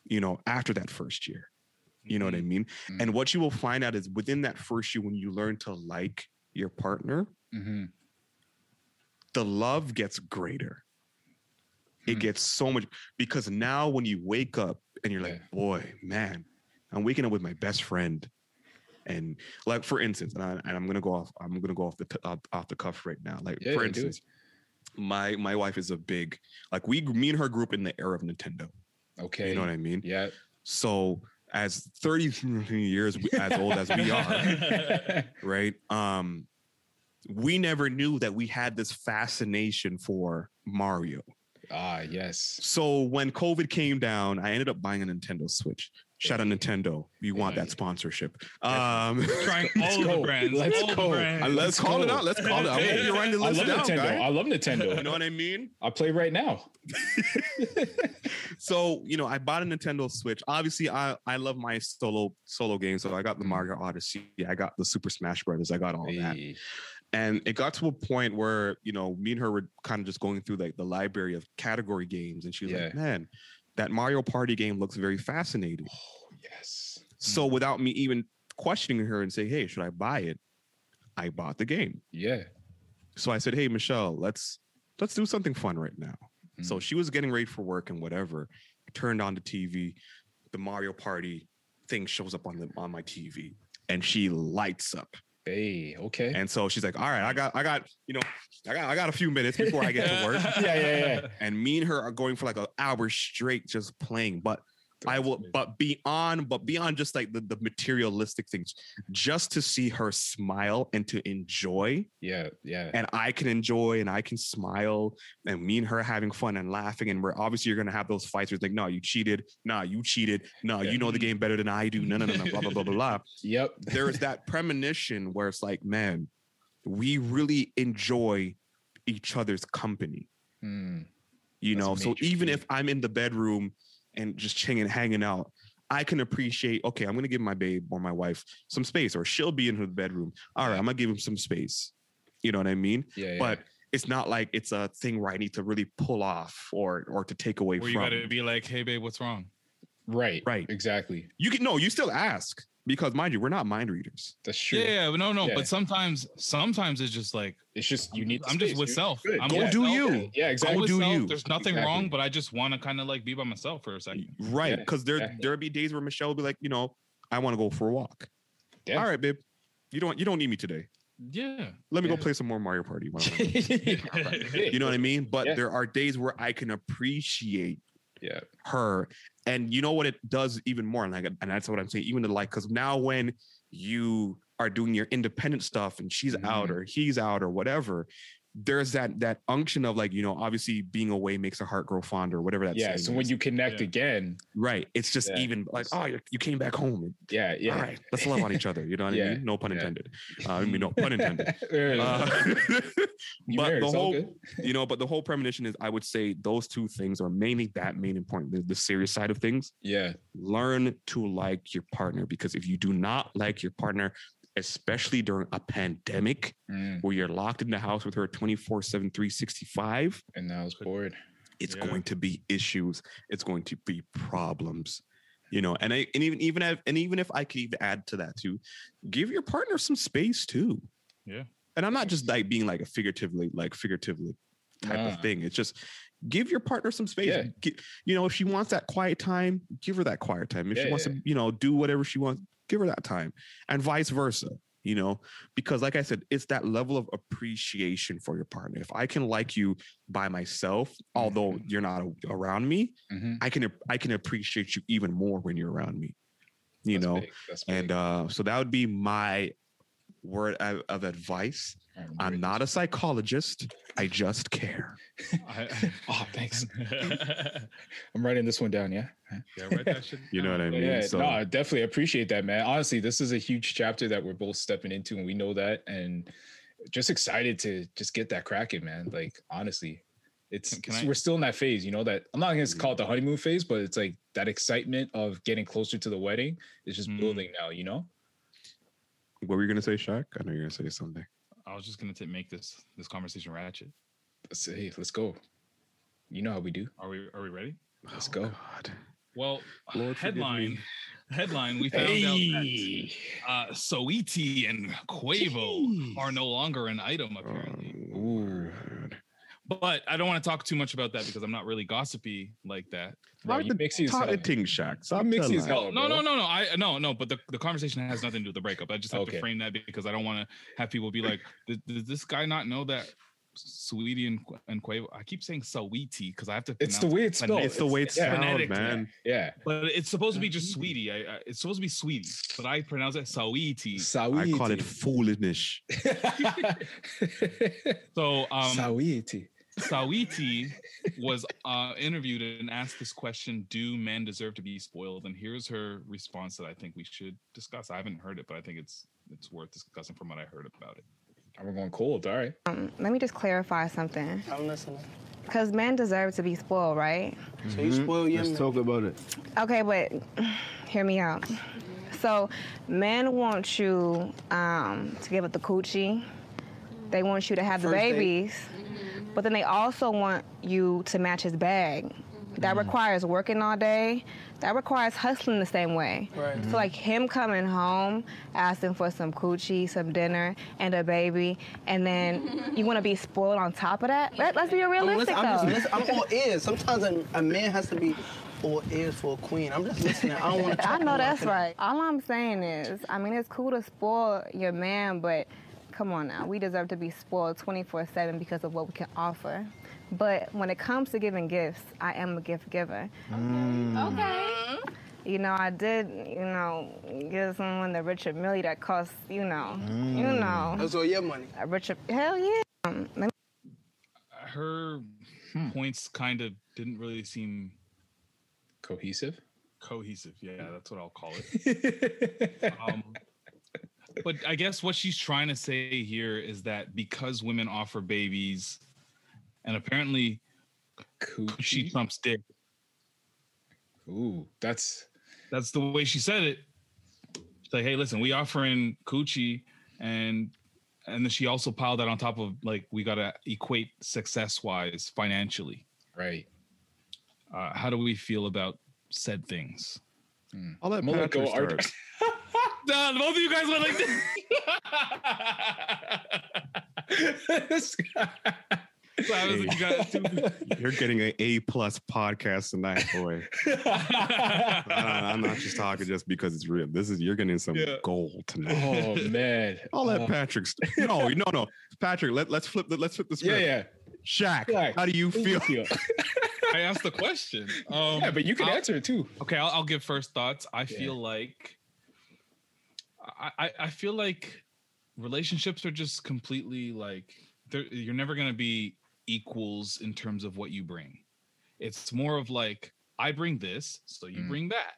Speaker 4: You know, after that first year. You know what I mean?
Speaker 3: Mhm.
Speaker 4: And what you will find out is within that first year, when you learn to like your partner,
Speaker 3: Mm-hmm.
Speaker 4: the love gets greater. It
Speaker 3: Hmm.
Speaker 4: gets so much because now when you wake up and you're like,
Speaker 3: Yeah.
Speaker 4: boy, man, I'm waking up with my best friend. and like for instance, and, I, and I'm gonna go off. I'm gonna go off the t- off, off the cuff right now. Like
Speaker 3: Yeah,
Speaker 4: for
Speaker 3: yeah, do it.
Speaker 4: instance, my my wife is a big like we me and her grew up in the era of Nintendo.
Speaker 3: Okay.
Speaker 4: You know what I mean?
Speaker 3: Yeah.
Speaker 4: So as 30 years we- as old as we are, right? Um we never knew that we had this fascination for Mario.
Speaker 3: Ah, yes.
Speaker 4: So when COVID came down, I ended up buying a Nintendo Switch. Shout out Nintendo. You want that sponsorship. Um
Speaker 1: Trying all of the brands.
Speaker 3: Let's
Speaker 1: all the
Speaker 3: go.
Speaker 1: brands.
Speaker 4: Uh, let's
Speaker 3: Let's
Speaker 4: call it
Speaker 3: go.
Speaker 4: out. Let's call it out. You're running the
Speaker 3: I
Speaker 4: list
Speaker 3: love
Speaker 4: down,
Speaker 3: Nintendo.
Speaker 4: guy.
Speaker 3: I love Nintendo.
Speaker 4: You know what I mean?
Speaker 3: I play right now.
Speaker 4: so you know i bought a nintendo switch obviously i i love my solo solo games so i got the
Speaker 3: Mm.
Speaker 4: mario odyssey i got the super smash brothers i got
Speaker 3: Oh,
Speaker 4: all that
Speaker 3: Hey.
Speaker 4: and it got to a point where you know me and her were kind of just going through like the library of category games and she was like
Speaker 3: Yeah.
Speaker 4: man that mario party game looks very fascinating
Speaker 3: Oh, Yes.
Speaker 4: so without me even questioning her and saying hey should i buy it i bought the game
Speaker 3: Yeah.
Speaker 4: so I said, "Hey Michelle, let's let's do something fun right now." So she was getting ready for work and whatever. Turned on the TV, the Mario Party thing shows up on the on my TV, and she lights up.
Speaker 3: Hey, okay.
Speaker 4: And so she's like, "All right, I got I got you know I got I got a few minutes before I get to work."
Speaker 3: yeah, yeah, yeah.
Speaker 4: and me and her are going for like an hour straight just playing but i will but beyond but beyond just like the, the materialistic things just to see her smile and to enjoy
Speaker 3: Yeah, yeah.
Speaker 4: and i can enjoy and i can smile and me and her having fun and laughing and we're obviously you're gonna have those fights where it's like no you cheated no you cheated no you know the game better than i do no no no no blah blah blah blah blah
Speaker 3: Yep.
Speaker 4: there is that premonition where it's like man we really enjoy each other's company
Speaker 3: Mm.
Speaker 4: you
Speaker 3: That's a
Speaker 4: know so
Speaker 3: major
Speaker 4: even
Speaker 3: key.
Speaker 4: if i'm in the bedroom and just chilling hanging out i can appreciate okay i'm gonna give my babe or my wife some space or she'll be in her bedroom all right i'm gonna give him some space you know what i mean
Speaker 3: Yeah, yeah.
Speaker 4: but it's not like it's a thing where i need to really pull off or or to take away
Speaker 1: Where you
Speaker 4: from
Speaker 1: gotta be like, hey babe, what's wrong?
Speaker 3: right,
Speaker 4: right
Speaker 3: exactly.
Speaker 4: you can no you still ask because mind you we're not mind readers
Speaker 3: That's true.
Speaker 1: Yeah, yeah, but no, no.
Speaker 3: Yeah.
Speaker 1: But sometimes, sometimes it's just like
Speaker 3: It's just you need. the
Speaker 1: I'm just
Speaker 3: space,
Speaker 1: with
Speaker 3: dude.
Speaker 1: self.
Speaker 3: Good.
Speaker 1: I'm
Speaker 4: go
Speaker 1: with
Speaker 4: do
Speaker 1: self.
Speaker 4: you
Speaker 3: Yeah,
Speaker 1: Go
Speaker 3: exactly.
Speaker 4: do you.
Speaker 1: There's nothing
Speaker 3: Exactly.
Speaker 1: wrong, but I just want to kind of like be by myself for a second.
Speaker 4: right
Speaker 3: Yeah,
Speaker 4: because there
Speaker 3: exactly.
Speaker 4: there'll be days where michelle will be like you know i want to go for a walk
Speaker 3: Yeah.
Speaker 4: all right babe you don't you don't need me today
Speaker 1: Yeah.
Speaker 4: let me
Speaker 3: Yeah.
Speaker 4: go play some more mario party Why don't I-
Speaker 3: Yeah.
Speaker 4: You know what I mean? But
Speaker 3: Yeah.
Speaker 4: there are days where I can appreciate
Speaker 3: Yeah.
Speaker 4: her. And you know what it does even more? And, I, and that's what I'm saying, even the like, because now when you are doing your independent stuff and she's
Speaker 3: Mm-hmm.
Speaker 4: out or he's out or whatever, there's that that unction of like, you know, obviously being away makes a heart grow fonder, or whatever that
Speaker 3: Yeah.
Speaker 4: saying
Speaker 3: So when
Speaker 4: is.
Speaker 3: you connect
Speaker 1: Yeah.
Speaker 3: again,
Speaker 4: right, it's just
Speaker 3: Yeah.
Speaker 4: even like, oh, you- you came back home.
Speaker 3: yeah, yeah.
Speaker 4: All right, let's love on each other. You know what I
Speaker 3: Yeah.
Speaker 4: mean? No pun
Speaker 3: Yeah.
Speaker 4: intended. Uh, I mean, no pun intended.
Speaker 3: Yeah.
Speaker 4: Uh,
Speaker 3: You
Speaker 4: but
Speaker 3: married, it's
Speaker 4: the
Speaker 3: all
Speaker 4: whole
Speaker 3: good.
Speaker 4: you know but the whole premonition is i would say those two things are mainly that main important the, the serious side of things
Speaker 3: yeah,
Speaker 4: learn to like your partner because if you do not like your partner especially during a pandemic
Speaker 3: Mm,
Speaker 4: where you're locked in the house with her 24 7 365
Speaker 3: and I was bored.
Speaker 4: it's
Speaker 1: Yeah.
Speaker 4: going to be issues it's going to be problems you know and i and even even if, and even if i could even add to that too give your partner some space too
Speaker 1: Yeah.
Speaker 4: and i'm not just like being like a figuratively like figuratively type
Speaker 3: Nah.
Speaker 4: of thing it's just give your partner some space
Speaker 3: Mm. Yeah.
Speaker 4: Gi- you know if she wants that quiet time give her that quiet time if she
Speaker 3: Yeah,
Speaker 4: wants to you know do whatever she wants give her that time and vice versa you know because like i said it's that level of appreciation for your partner if i can like you by myself although
Speaker 3: Mm-hmm.
Speaker 4: you're not a- around me
Speaker 3: Mhm.
Speaker 4: i can ap- i can appreciate you even more when you're around me you
Speaker 3: That's
Speaker 4: know
Speaker 3: big, that's
Speaker 4: and
Speaker 3: big.
Speaker 4: uh so that would be my word of, of advice
Speaker 3: All right,
Speaker 4: i'm
Speaker 3: great.
Speaker 4: not a psychologist i just care
Speaker 1: I-
Speaker 3: Oh, thanks.
Speaker 1: yeah,
Speaker 3: I'm writing this one down. Yeah.
Speaker 1: write that shit.
Speaker 4: you know what i mean
Speaker 3: Yeah,
Speaker 4: so
Speaker 3: no, I definitely appreciate that, man. Honestly, this is a huge chapter that we're both stepping into, and we know that, and just excited to just get that cracking, man. Like honestly, it's,
Speaker 1: Can
Speaker 3: it's-
Speaker 1: I-
Speaker 3: we're still in that phase, you know. That I'm not gonna call it the honeymoon phase, but it's like that excitement of getting closer to the wedding is just
Speaker 1: Mm.
Speaker 3: building now, you know.
Speaker 4: what were you gonna say Shaq? i know you're gonna say something
Speaker 1: I was just gonna t- make this this conversation ratchet.
Speaker 3: Let's hey, let's go. You know how we do.
Speaker 1: Are we are we ready?
Speaker 3: Let's go.
Speaker 4: Oh, God.
Speaker 1: Well,
Speaker 4: Lord, forgive me.
Speaker 1: headline headline. We found out that uh,
Speaker 4: Oh.
Speaker 1: Soiti and Quavo are no longer an item apparently.
Speaker 4: Ooh.
Speaker 1: But I don't want to talk too much about that because I'm not really gossipy like that.
Speaker 4: Right,
Speaker 3: you mixy as hell.
Speaker 4: Ting Shack. Stop
Speaker 3: mixy as hell.
Speaker 4: telling.
Speaker 1: No,
Speaker 3: bro.
Speaker 1: no, no, no. I no, no. But the, the conversation has nothing to do with the breakup. I just have
Speaker 3: Okay.
Speaker 1: to frame that because I don't want to have people be like, "Does, does this guy not know that Sweetie and, Qu- and Quavo?" I keep saying Saweetie because I have to.
Speaker 3: It's the
Speaker 1: pronounce
Speaker 3: way it's
Speaker 1: phonetic-
Speaker 3: spelled.
Speaker 4: It's the way it's spelled,
Speaker 1: phonetic,
Speaker 4: man.
Speaker 3: Yeah.
Speaker 1: But it's supposed to be just Sweetie. I, I, it's supposed to be Sweetie, but I pronounce it Saweetie.
Speaker 3: Saweetie.
Speaker 4: I call it foolishness.
Speaker 1: So um,
Speaker 3: Saweetie.
Speaker 1: Sawiti was uh, interviewed and asked this question Do men deserve to be spoiled? And here's her response that I think we should discuss. I haven't heard it, but I think it's it's worth discussing from what I heard about it.
Speaker 3: We're going cold. All right.
Speaker 10: Let me just clarify something.
Speaker 11: I'm listening.
Speaker 10: Because men deserve to be spoiled, right?
Speaker 11: So you spoil your
Speaker 12: Hmm? Let's talk about it.
Speaker 10: Okay, but hear me out. So, men want you um, to give up the coochie. They want you to have the
Speaker 11: First date.
Speaker 10: babies, but then they also want you to match his bag. That
Speaker 11: Mm.
Speaker 10: requires working all day. That requires hustling the same way.
Speaker 11: Right.
Speaker 10: So like him coming home, asking for some coochie, some dinner, and a baby, and then you want to be spoiled on top of that. Let, us be realistic
Speaker 11: I'm, just
Speaker 10: though.
Speaker 11: listen- I'm all ears. Sometimes a, a man has to be all ears for a queen. I'm just listening. I don't want to talk.
Speaker 10: I know
Speaker 11: more.
Speaker 10: that's
Speaker 11: Can-
Speaker 10: right. All I'm saying is, I mean, it's cool to spoil your man, but come on now, we deserve to be spoiled 24/7 because of what we can offer. But when it comes to giving gifts, I am a gift giver. Okay. You know, I did, you know, give someone the Richard Millie that cost, you know, you know.
Speaker 11: That's all your money.
Speaker 10: A Richard, hell yeah. Um, let me-
Speaker 1: Her points kind of didn't really seem
Speaker 3: Cohesive.
Speaker 1: cohesive. Yeah, that's what I'll call it. um, but I guess what she's trying to say here is that because women offer babies, and apparently she trumps dick.
Speaker 3: Ooh, that's
Speaker 1: that's the way she said it. It's like, hey, listen, we offering coochie, and and then she also piled that on top of like we gotta equate success wise financially.
Speaker 3: Right.
Speaker 1: Uh, how do we feel about said things?
Speaker 4: I'll let
Speaker 1: I'm gonna let
Speaker 4: Patrick
Speaker 1: go, Art.
Speaker 4: start.
Speaker 1: Nah, both of you guys went like this. So I was like, you guys too.
Speaker 4: You're getting an A plus podcast tonight, boy. Nah, nah, I'm not just talking just because it's real. This is you're getting some gold tonight.
Speaker 3: Oh man.
Speaker 4: I'll let
Speaker 3: Oh.
Speaker 4: Patrick. St- no, no, no, Patrick. Let us flip. The, let's flip the
Speaker 3: Yeah,
Speaker 4: script.
Speaker 3: yeah.
Speaker 4: Shaq,
Speaker 3: Shaq,
Speaker 4: how do you feel?
Speaker 1: I asked the question. Um,
Speaker 3: Yeah, but you can
Speaker 1: I'll-
Speaker 3: answer it too.
Speaker 1: Okay, I'll, I'll give first thoughts. I
Speaker 3: Yeah.
Speaker 1: feel like I, I I feel like relationships are just completely like they're- you're never gonna be equals in terms of what you bring. It's more of like I bring this, so you bring that.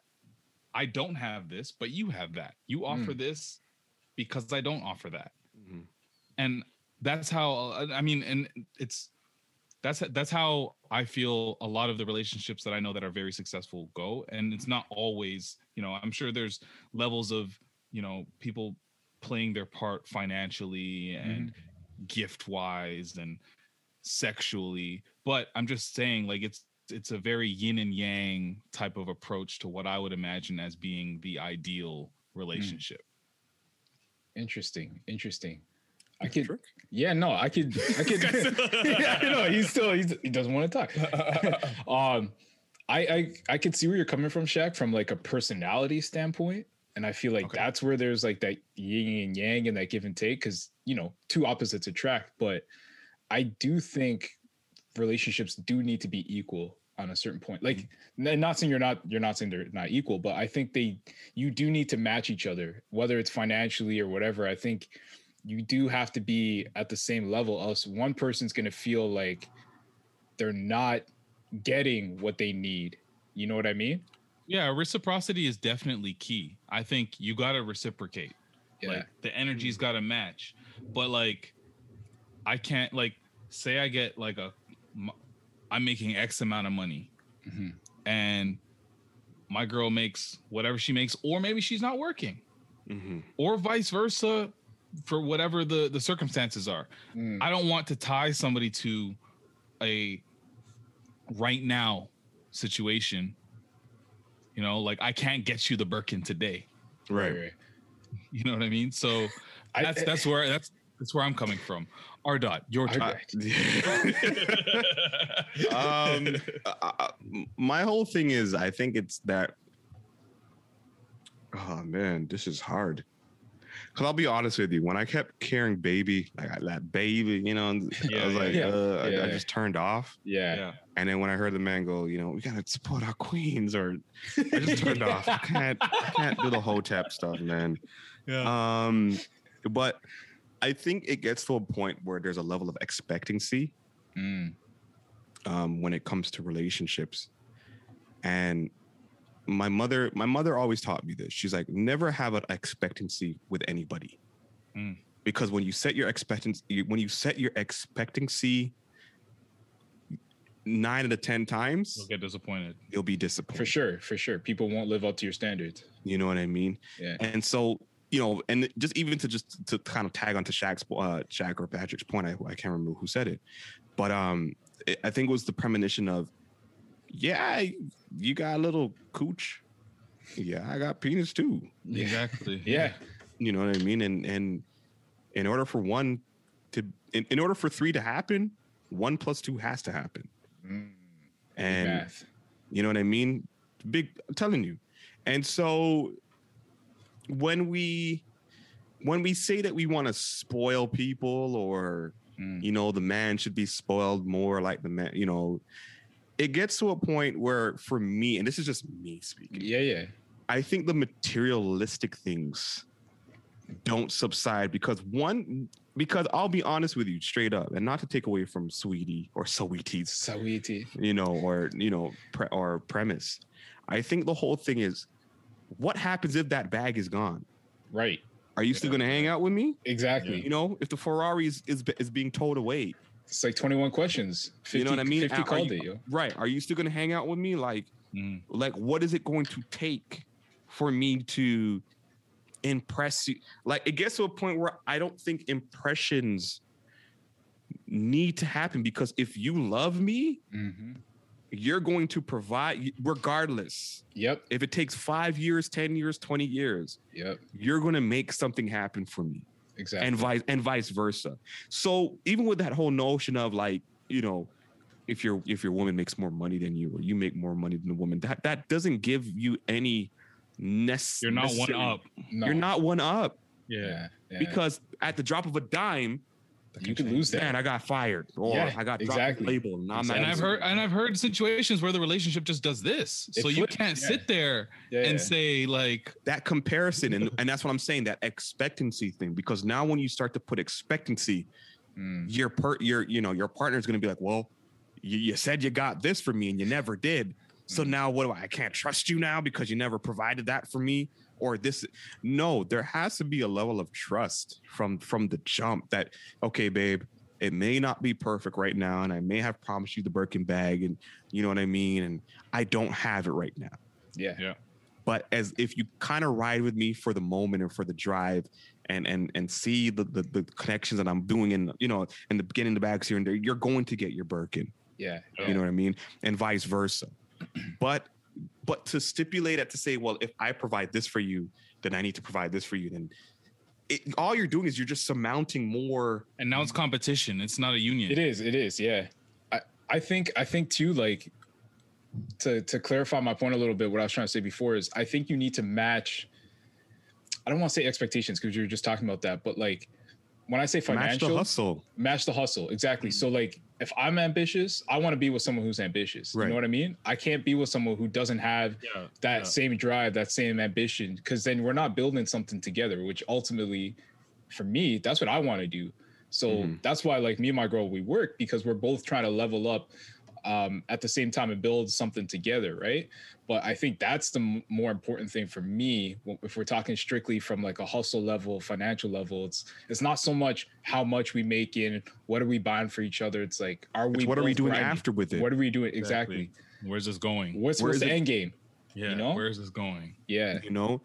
Speaker 1: I don't have this, but you have that. You offer this because I don't offer that, and that's how I- I mean, and it's that's that's how I feel a lot of the relationships that I know that are very successful go and it's not always you know I'm sure there's levels of you know people playing their part financially and gift wise and sexually but I'm just saying like it's it's a very yin and yang type of approach to what I would imagine as being the ideal relationship
Speaker 3: Interesting. Interesting. I could. Yeah, no, I could. I could. yeah, no, he's still. He's, he doesn't want to talk. um, I, I I could see where you're coming from, Shaq, from like a personality standpoint, and I feel like that's where there's like that yin and yang and that give and take, because you know, two opposites attract. But I do think relationships do need to be equal on a certain point. Like, n- not saying you're not you're not saying they're not equal, but I think they you do need to match each other, whether it's financially or whatever. I think you do have to be at the same level, else one person's gonna feel like they're not getting what they need. You know what I mean?
Speaker 1: Yeah, reciprocity is definitely key. I think you got to reciprocate. Like the energy's got to match. But like I can't like say I get like a m- I'm making X amount of money and my girl makes whatever she makes or maybe she's not working.
Speaker 4: Mm-hmm.
Speaker 1: Or vice versa for whatever the the circumstances are.
Speaker 3: mm,
Speaker 1: I don't want to tie somebody to a right now situation. You know, like I can't get you the Birkin today.
Speaker 4: Right.
Speaker 1: You know what I mean? So that's that's where that's That's where I'm coming from. R dot, your turn.
Speaker 4: um, uh, uh, my whole thing is, I think it's that. Oh man, this is hard. Cause I'll be honest with you, when I kept carrying baby, like that baby, you know, and I
Speaker 1: Yeah,
Speaker 4: was
Speaker 1: yeah,
Speaker 4: like,
Speaker 1: yeah.
Speaker 4: uh, I- I,
Speaker 1: Yeah.
Speaker 4: just turned off.
Speaker 3: Yeah.
Speaker 1: Yeah.
Speaker 4: And then when I heard the man go, you know, we gotta support our queens, or I just turned off. I can't, I can't do the whole tap stuff, man. Yeah. Um, but I think it gets to a point where there's a level of expectancy
Speaker 3: Mm,
Speaker 4: um, when it comes to relationships. And my mother, my mother always taught me this. She's like, never have an expectancy with anybody,
Speaker 1: Mm.
Speaker 4: because when you set your expectancy, when you set your expectancy nine out of ten times,
Speaker 1: You'll get disappointed.
Speaker 4: you'll be disappointed
Speaker 3: for sure, for sure. People won't live up to your standards.
Speaker 4: You know what I mean?
Speaker 3: Yeah.
Speaker 4: And so, you know, and just even to just to kind of tag onto Shaq's uh, Shaq or Patrick's point, I, I can't remember who said it, but um, it, I think it was the premonition of, yeah, you got a little cooch, yeah, I got penis too.
Speaker 1: Exactly.
Speaker 4: yeah, you know what I mean. And and in order for one to, in, in order for three to happen, one plus two has to happen. And
Speaker 3: math.
Speaker 4: you know what I mean? Big, I'm telling you. And so when we when we say that we want to spoil people or you know the man should be spoiled more like the man, you know, it gets to a point where for me and this is just me speaking.
Speaker 3: Yeah, yeah.
Speaker 4: I think the materialistic things don't subside because one because I'll be honest with you straight up and not to take away from sweetie or sweeties
Speaker 3: sweetie
Speaker 4: you know or you know pre- or premise I think the whole thing is what happens if that bag is gone
Speaker 3: right
Speaker 4: are you still going to hang out with me
Speaker 3: exactly
Speaker 4: you know if the Ferrari is is, is being towed away
Speaker 3: it's like 21 questions
Speaker 4: you know what I
Speaker 3: 50
Speaker 4: mean
Speaker 3: 50
Speaker 4: Are
Speaker 3: called
Speaker 4: you-
Speaker 3: it, yo.
Speaker 4: right are you still going to hang out with me like like what is it going to take for me to impress you like it gets to a point where i don't think impressions need to happen because if you love me
Speaker 3: Mm-hmm.
Speaker 4: you're going to provide regardless
Speaker 3: yep
Speaker 4: if it takes five years ten years 20 years
Speaker 3: yep
Speaker 4: you're going to make something happen for me
Speaker 3: Exactly.
Speaker 4: and vice and vice versa so even with that whole notion of like you know if your if your woman makes more money than you or you make more money than the woman that that doesn't give you any necessary
Speaker 1: You're not one up. No.
Speaker 4: you're not one up
Speaker 1: Yeah. yeah.
Speaker 4: because at the drop of a dime
Speaker 3: you could lose that
Speaker 4: man i got fired or
Speaker 1: Yeah,
Speaker 4: i got
Speaker 1: exactly.
Speaker 4: dropped label and, I'm not
Speaker 1: and I've
Speaker 4: even-
Speaker 1: heard and I've heard situations where the relationship just does this,
Speaker 4: It
Speaker 1: so you
Speaker 4: flips,
Speaker 1: can't
Speaker 4: yeah.
Speaker 1: sit there and say like
Speaker 4: that comparison and, and that's what i'm saying that expectancy thing because now when you start to put expectancy
Speaker 3: Mm,
Speaker 4: your per your you know your partner's going to be like well you, you said you got this for me and you never did so now what do I, I can't trust you now because you never provided that for me or this no there has to be a level of trust from from the jump that okay babe it may not be perfect right now and i may have promised you the birkin bag and you know what i mean and i don't have it right now
Speaker 3: yeah
Speaker 1: yeah
Speaker 4: but as if you kind of ride with me for the moment and for the drive and and and see the the, the connections that i'm doing in you know in the beginning the backs here and there you're going to get your birkin
Speaker 3: yeah
Speaker 4: you know what i mean and vice versa but but to stipulate that to say well if i provide this for you then i need to provide this for you then it, all you're doing is you're just surmounting more
Speaker 1: and now it's competition it's not a union
Speaker 3: It is. It is. Yeah. I I think I think too like to to clarify my point a little bit. What I was trying to say before is I think you need to match. I don't want to say expectations because you were just talking about that, but like when I say
Speaker 4: Match the
Speaker 3: financial,
Speaker 4: hustle.
Speaker 3: match the hustle exactly.
Speaker 4: Mm-hmm.
Speaker 3: So like if I'm ambitious, I want to be with someone who's ambitious. You
Speaker 4: Right.
Speaker 3: know what I mean? I can't be with someone who doesn't have that
Speaker 4: yeah.
Speaker 3: same drive, that same ambition, because then we're not building something together. Which ultimately, for me, that's what I want to do. So
Speaker 4: Mm-hmm.
Speaker 3: that's why, like me and my girl, we work because we're both trying to level up um, at the same time and build something together, right? But I think that's the m- more important thing for me. w- If we're talking strictly from like a hustle level, financial level, it's it's not so much how much we make in, what are we buying for each other. It's like, are
Speaker 4: It's
Speaker 3: we?
Speaker 4: what are we
Speaker 3: both
Speaker 4: doing after with it?
Speaker 3: What are we doing exactly?
Speaker 1: where's this going
Speaker 3: What's,
Speaker 4: Where
Speaker 3: what's
Speaker 4: is
Speaker 3: the
Speaker 4: it-
Speaker 3: end game?
Speaker 1: yeah
Speaker 3: know?
Speaker 1: where's this going
Speaker 3: Yeah.
Speaker 4: you know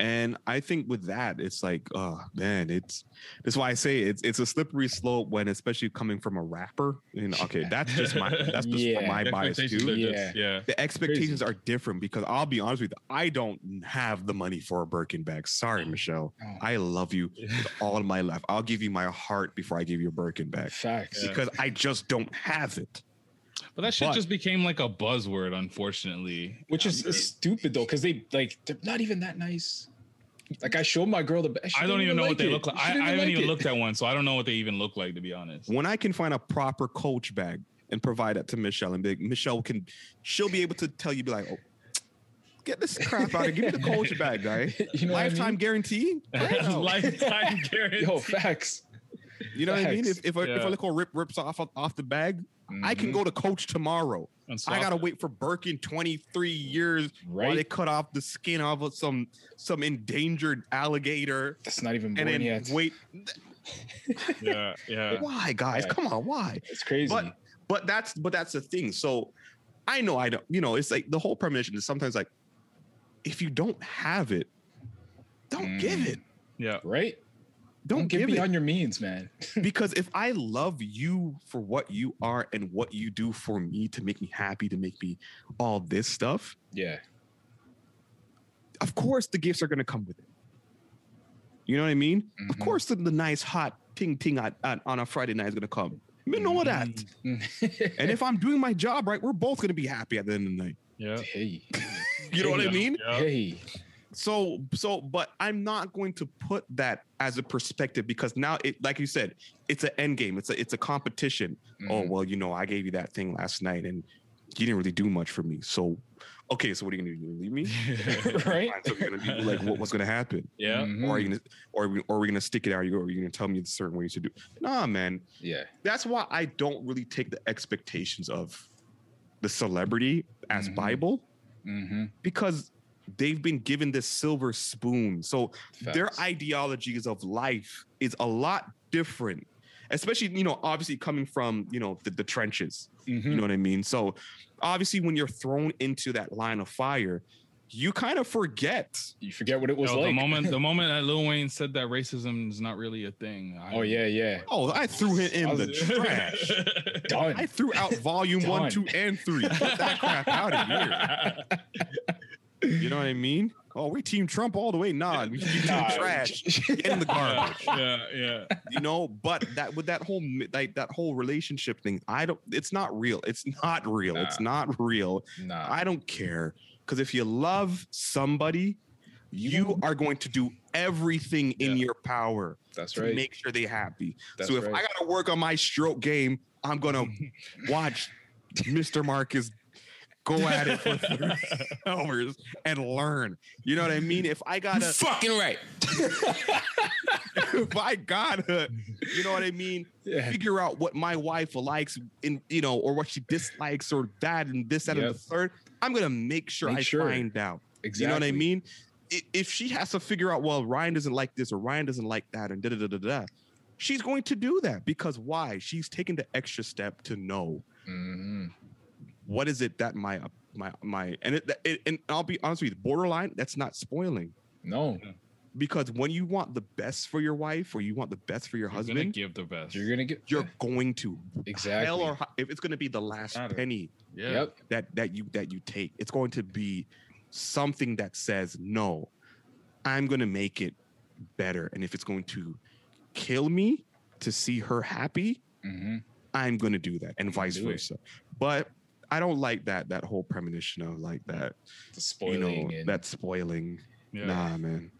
Speaker 4: And I think with that, it's like, oh man, it's that's why I say it's it's a slippery slope when especially coming from a rapper. You know, okay, that's just my that's just
Speaker 1: Yeah.
Speaker 4: my
Speaker 1: The
Speaker 4: bias
Speaker 1: expectations
Speaker 4: too.
Speaker 1: are just- Yeah. yeah.
Speaker 4: The expectations are different because I'll be honest with you, I don't have the money for a Birkin bag. Sorry, Michelle. I love you with all of my life. I'll give you my heart before I give you a Birkin bag.
Speaker 3: Facts.
Speaker 4: Because I just don't have it.
Speaker 1: But that shit
Speaker 4: But-
Speaker 1: just became like a buzzword, unfortunately.
Speaker 3: Which is it's stupid though, because they like they're not even that nice. Like I showed my girl the best.
Speaker 1: I don't even know what they look like. I, I haven't even looked at one, so I don't know what they even look like, to be honest.
Speaker 4: When I can find a proper coach bag and provide that to Michelle and be like, Michelle can she'll be able to tell you, be like, oh, get this crap out of here. Give me the coach bag, guy. Lifetime guarantee?
Speaker 1: Lifetime guarantee.
Speaker 3: Yo, facts.
Speaker 4: You know what I mean?
Speaker 3: Facts.
Speaker 4: If if a, if
Speaker 3: Yeah. Mm-hmm.
Speaker 4: a little rip rips off off the bag, I can go to coach tomorrow.
Speaker 1: And swap
Speaker 4: I gotta
Speaker 1: it.
Speaker 4: wait for Birkin twenty three years
Speaker 3: Mm-hmm.
Speaker 4: while
Speaker 1: Right.
Speaker 4: they cut off the skin off of some some endangered alligator.
Speaker 3: That's not even
Speaker 4: and
Speaker 3: born
Speaker 4: then
Speaker 3: yet.
Speaker 4: wait.
Speaker 1: Yeah, yeah.
Speaker 4: Why, guys?
Speaker 3: Yeah.
Speaker 4: Come on, why?
Speaker 3: It's crazy.
Speaker 4: But but that's but that's the thing. So I know I don't. You know, it's like the whole premonition is sometimes like if you don't have it, don't give it.
Speaker 1: Yeah.
Speaker 3: Right.
Speaker 4: Mm. Don't,
Speaker 3: get
Speaker 4: give it.
Speaker 3: beyond your means, man.
Speaker 4: because if I love you for what you are and what you do for me to make me happy, to make me all this stuff,
Speaker 3: Yeah.
Speaker 4: of course the gifts are going to come with it. You know what I mean? Of course the, the nice hot ting ting on, on- on a Friday night is going to come. You know that. and if I'm doing my job right, we're both going to be happy at the end of the night.
Speaker 1: Yeah.
Speaker 3: Hey.
Speaker 4: You know what I
Speaker 3: Yeah.
Speaker 4: mean?
Speaker 1: Yeah.
Speaker 3: Hey.
Speaker 4: So so but I'm not going to put that as a perspective because now it like you said, it's an end game. It's a it's a competition. Oh
Speaker 3: Mm.
Speaker 4: well, you know, I gave you that thing last night and you didn't really do much for me. So okay, so what are you gonna do? You gonna leave me?
Speaker 3: right? Mm-hmm.
Speaker 4: So you're gonna be like what, what's gonna happen?
Speaker 1: Yeah.
Speaker 3: Hmm.
Speaker 4: Or are you gonna or are we, or are we gonna stick it out? Are you, are you gonna tell me certain ways to do? Nah, man.
Speaker 3: Yeah.
Speaker 4: That's why I don't really take the expectations of the celebrity as Bible
Speaker 3: Mm-hmm.
Speaker 4: because they've been given this silver spoon. So their
Speaker 1: Facts.
Speaker 4: ideologies of life is a lot different, especially, you know, obviously coming from, you know, the, the trenches.
Speaker 3: Mm.
Speaker 4: You
Speaker 3: Mm-hmm.
Speaker 4: know what I mean? So obviously, when you're thrown into that line of fire, you kind of forget.
Speaker 3: You forget what it was
Speaker 1: Yo, the
Speaker 3: like.
Speaker 1: moment the moment that Lil Wayne said that racism is not really a thing. I,
Speaker 3: Oh yeah, yeah.
Speaker 4: Oh, I threw him in the trash.
Speaker 3: Done.
Speaker 4: I threw out volume one,
Speaker 3: Done.
Speaker 4: two, and three. Get that crap out of here. You know what I mean? Oh, we team Trump all the way. Nah, we team
Speaker 3: Nah.
Speaker 4: trash. Get in the
Speaker 1: yeah,
Speaker 4: garbage.
Speaker 1: yeah, yeah.
Speaker 4: You know, but that with that whole mi- like that whole relationship thing, I don't. It's not real. It's not real. It's not real.
Speaker 3: Nah.
Speaker 4: I don't care because if you love somebody, you are going to do everything in your power.
Speaker 3: That's
Speaker 4: to
Speaker 3: right.
Speaker 4: Make sure they happy.
Speaker 3: That's
Speaker 4: so if I
Speaker 3: right.
Speaker 4: gotta work on my stroke game, I'm gonna watch Mr. Marcus go at it for three hours and learn. You know what I mean? If I gotta
Speaker 2: fucking right.
Speaker 4: if I gotta, you know what I mean,
Speaker 3: Yeah.
Speaker 4: figure out what my wife likes in you know, or what she dislikes, or that and this, that, and
Speaker 3: Yep.
Speaker 4: the third, I'm gonna make sure
Speaker 3: Make
Speaker 4: I
Speaker 3: sure.
Speaker 4: find out. You know what I
Speaker 3: Exactly.
Speaker 4: mean? I- If she has to figure out, well, Ryan doesn't like this or Ryan doesn't like that, and da da da da da, she's going to do that because why? She's taking the extra step to know
Speaker 3: Mm-hmm.
Speaker 4: what is it that my my my and it, it and I'll be honest with you, borderline that's not spoiling
Speaker 3: No.
Speaker 4: because when you want the best for your wife or you want the best for your
Speaker 1: I'm gonna
Speaker 4: husband,
Speaker 1: give the best.
Speaker 3: You're gonna get
Speaker 4: you're going to
Speaker 3: exactly.
Speaker 4: hell or hi- if it's going to be the last
Speaker 1: Matter.
Speaker 4: penny
Speaker 1: Yeah.
Speaker 3: Yep.
Speaker 4: that that you that you take, it's going to be something that says no, I'm going to make it better, and if it's going to kill me to see her happy,
Speaker 3: Mm-hmm.
Speaker 4: I'm going to do that, and vice
Speaker 3: do it.
Speaker 4: versa. But I don't like that that whole premonition of like that
Speaker 3: The spoiling
Speaker 4: you know
Speaker 3: and
Speaker 4: that spoiling.
Speaker 1: Yeah.
Speaker 4: Nah, man.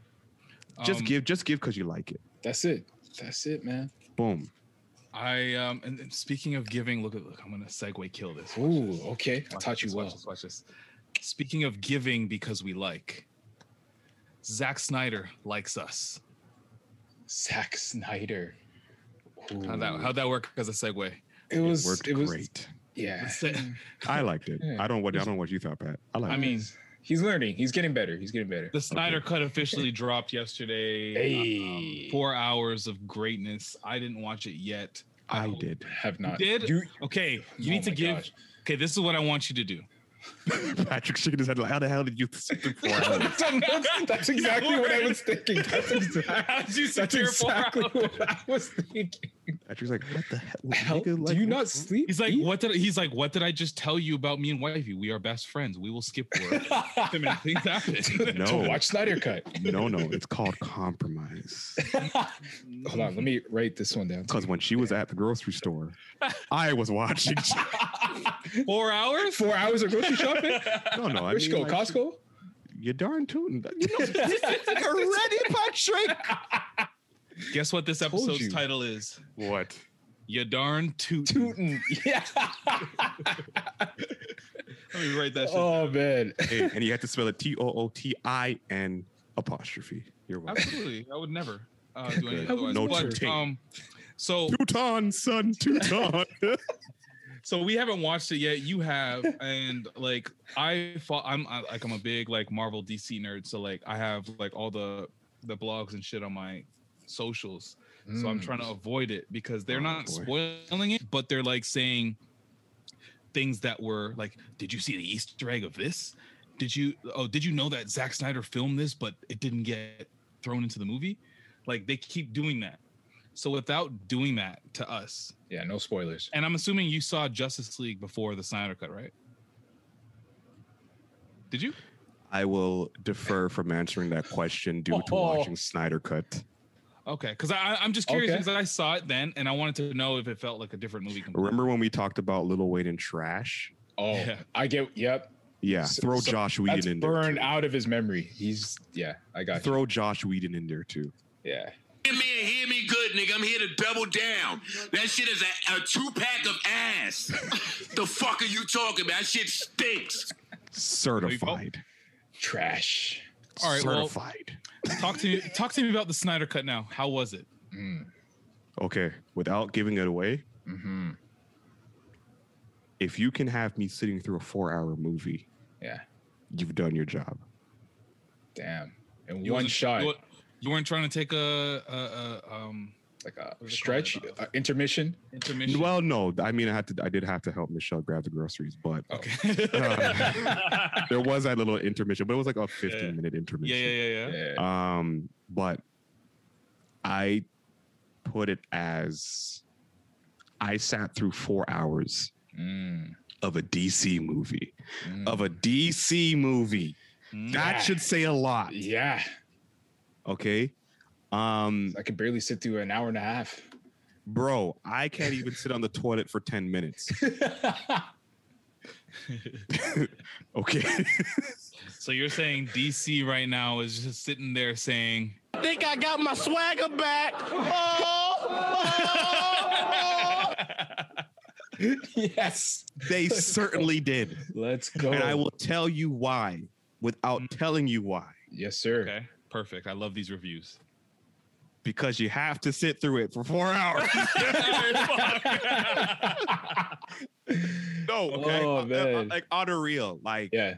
Speaker 4: Just
Speaker 1: Um,
Speaker 4: give, just give because you like it.
Speaker 3: that's it. That's it, man.
Speaker 4: Boom.
Speaker 1: I um and, and speaking of giving, look at look, I'm gonna segue kill this. Watch
Speaker 3: Ooh,
Speaker 1: this.
Speaker 3: okay. I
Speaker 1: Watch
Speaker 3: taught
Speaker 1: this,
Speaker 3: you
Speaker 1: watch
Speaker 3: well.
Speaker 1: this, watch this. Speaking of giving because we like, Zack Snyder likes us.
Speaker 3: Zack Snyder.
Speaker 1: How'd that,
Speaker 3: Ooh.
Speaker 1: how'd that work as a segue?
Speaker 3: It was
Speaker 4: Worked
Speaker 3: it was
Speaker 4: great.
Speaker 3: yeah.
Speaker 4: I liked it. I don't what I don't know what you thought, Pat. I like.
Speaker 1: I mean,
Speaker 3: He's learning. He's getting better. He's getting better.
Speaker 1: the Snyder Cut officially dropped yesterday. Um,
Speaker 3: Hey.
Speaker 1: Four hours of greatness. I didn't watch it yet.
Speaker 4: I did.
Speaker 3: Have not.
Speaker 1: Did
Speaker 3: You,
Speaker 1: okay? You
Speaker 3: Oh
Speaker 1: need to
Speaker 3: my
Speaker 1: give.
Speaker 3: gosh.
Speaker 1: Okay, this is what I want you to do.
Speaker 4: Patrick shaking his head like, how the hell did you sleep for hours?
Speaker 3: that's exactly what I was thinking. That's, exact,
Speaker 1: How'd you
Speaker 3: that's
Speaker 1: secure four
Speaker 3: exactly
Speaker 1: hours?
Speaker 3: what I was thinking.
Speaker 4: Patrick's like, what the hell?
Speaker 3: Hell,
Speaker 4: nigga,
Speaker 3: do
Speaker 4: like,
Speaker 3: you
Speaker 4: what-
Speaker 3: not sleep?
Speaker 1: He's like, what did he's like? What did I just tell you about me and wifey? We are best friends. We will skip work. I mean, things happen.
Speaker 4: No.
Speaker 3: to watch Snyder Cut.
Speaker 4: No, no, it's called compromise.
Speaker 3: Hold on, let me write this one down.
Speaker 4: Because when she was at the grocery store, I was watching.
Speaker 1: Four hours.
Speaker 3: Four hours of grocery shopping?
Speaker 4: No, no, I
Speaker 3: Where'd you
Speaker 4: mean,
Speaker 3: go?
Speaker 4: like,
Speaker 3: Costco?
Speaker 4: You're darn tootin'. You know, already, Patrick.
Speaker 1: Guess what this
Speaker 3: Told
Speaker 1: episode's
Speaker 3: you.
Speaker 1: title is?
Speaker 4: What?
Speaker 1: You darn toot.
Speaker 3: Tootin'. Yeah.
Speaker 1: Let me write that shit.
Speaker 3: Oh man.
Speaker 4: Hey, and you have to spell it T O O T I N apostrophe. You're welcome.
Speaker 1: Absolutely, I would never uh, do anything
Speaker 3: I would
Speaker 1: otherwise.
Speaker 4: No
Speaker 1: But,
Speaker 4: tooting.
Speaker 1: um, so
Speaker 4: Teuton, son, Teuton.
Speaker 1: so we haven't watched it yet. You have, and like I fought, I'm I, like I'm a big like Marvel DC nerd, so like I have like all the the blogs and shit on my socials. So I'm
Speaker 3: Mm.
Speaker 1: trying to avoid it because they're
Speaker 4: Oh,
Speaker 1: not
Speaker 4: boy.
Speaker 1: spoiling it, but they're like saying things that were like, "Did you see the Easter egg of this? Did you? Oh, did you know that Zack Snyder filmed this, but it didn't get thrown into the movie? Like they keep doing that. So without doing that to us,
Speaker 3: Yeah, no spoilers.
Speaker 1: and I'm assuming you saw Justice League before the Snyder Cut, right? Did you?
Speaker 4: I will defer from answering that question due to
Speaker 3: Oh.
Speaker 4: watching Snyder Cut.
Speaker 1: Okay, because I I'm just curious
Speaker 3: Okay.
Speaker 1: because I saw it then and I wanted to know if it felt like a different movie. Completely.
Speaker 4: Remember when we talked about Little Wayne and trash?
Speaker 3: Oh,
Speaker 1: Yeah.
Speaker 3: I get. Yep.
Speaker 4: Yeah,
Speaker 3: So-
Speaker 4: throw
Speaker 3: so
Speaker 4: Josh Whedon
Speaker 3: That's
Speaker 4: in there.
Speaker 3: burned
Speaker 4: too.
Speaker 3: out of his memory. He's yeah. I got. you.
Speaker 4: Throw Josh Whedon in there too.
Speaker 3: Yeah.
Speaker 12: Hear me and hear me good, nigga. I'm here to double down. That shit is a, a two pack of ass. the fuck are you talking about? That shit stinks.
Speaker 4: Certified.
Speaker 3: Trash.
Speaker 1: All right, well,
Speaker 4: Certified.
Speaker 1: talk to me, talk to me about the Snyder Cut now. How was it?
Speaker 4: okay, without giving it away,
Speaker 3: Mm-hmm.
Speaker 4: if you can have me sitting through a four-hour movie,
Speaker 3: Yeah.
Speaker 4: you've done your job.
Speaker 3: Damn. In
Speaker 1: You
Speaker 3: one
Speaker 1: wasn't-
Speaker 3: shot,
Speaker 1: You, wa- you weren't trying to take a, a, a um
Speaker 3: like a
Speaker 1: it
Speaker 3: stretch,
Speaker 1: called?
Speaker 3: uh, intermission.
Speaker 1: intermission.
Speaker 4: Well, no, I mean, I had to. I did have to help Michelle grab the groceries, but
Speaker 1: okay.
Speaker 4: Uh, there was that little intermission, but it was like a
Speaker 1: Yeah.
Speaker 4: fifteen-minute
Speaker 1: yeah, yeah,
Speaker 4: intermission.
Speaker 1: yeah, yeah.
Speaker 3: Yeah.
Speaker 4: Um, but I put it as I sat through four hours
Speaker 3: Mm,
Speaker 4: of a DC movie,
Speaker 3: mm.
Speaker 4: of a DC movie.
Speaker 1: Mm.
Speaker 4: That should say a lot.
Speaker 3: Yeah.
Speaker 4: Okay. Um,
Speaker 3: I could barely sit through an hour and a half.
Speaker 4: bro, I can't even sit on the toilet for 10 minutes. okay.
Speaker 1: So you're saying DC right now is just sitting there saying,
Speaker 12: Think I got my swagger back.
Speaker 3: Oh. yes.
Speaker 4: they certainly did.
Speaker 3: Let's go.
Speaker 4: And I will tell you why
Speaker 3: Mm.
Speaker 4: without telling you why.
Speaker 3: Yes, sir.
Speaker 1: okay, perfect. I love these reviews.
Speaker 4: Because you have to sit through it for four hours. no, okay.
Speaker 3: Oh,
Speaker 4: Uh, uh,
Speaker 3: man.
Speaker 4: like on a real, like
Speaker 3: Yeah.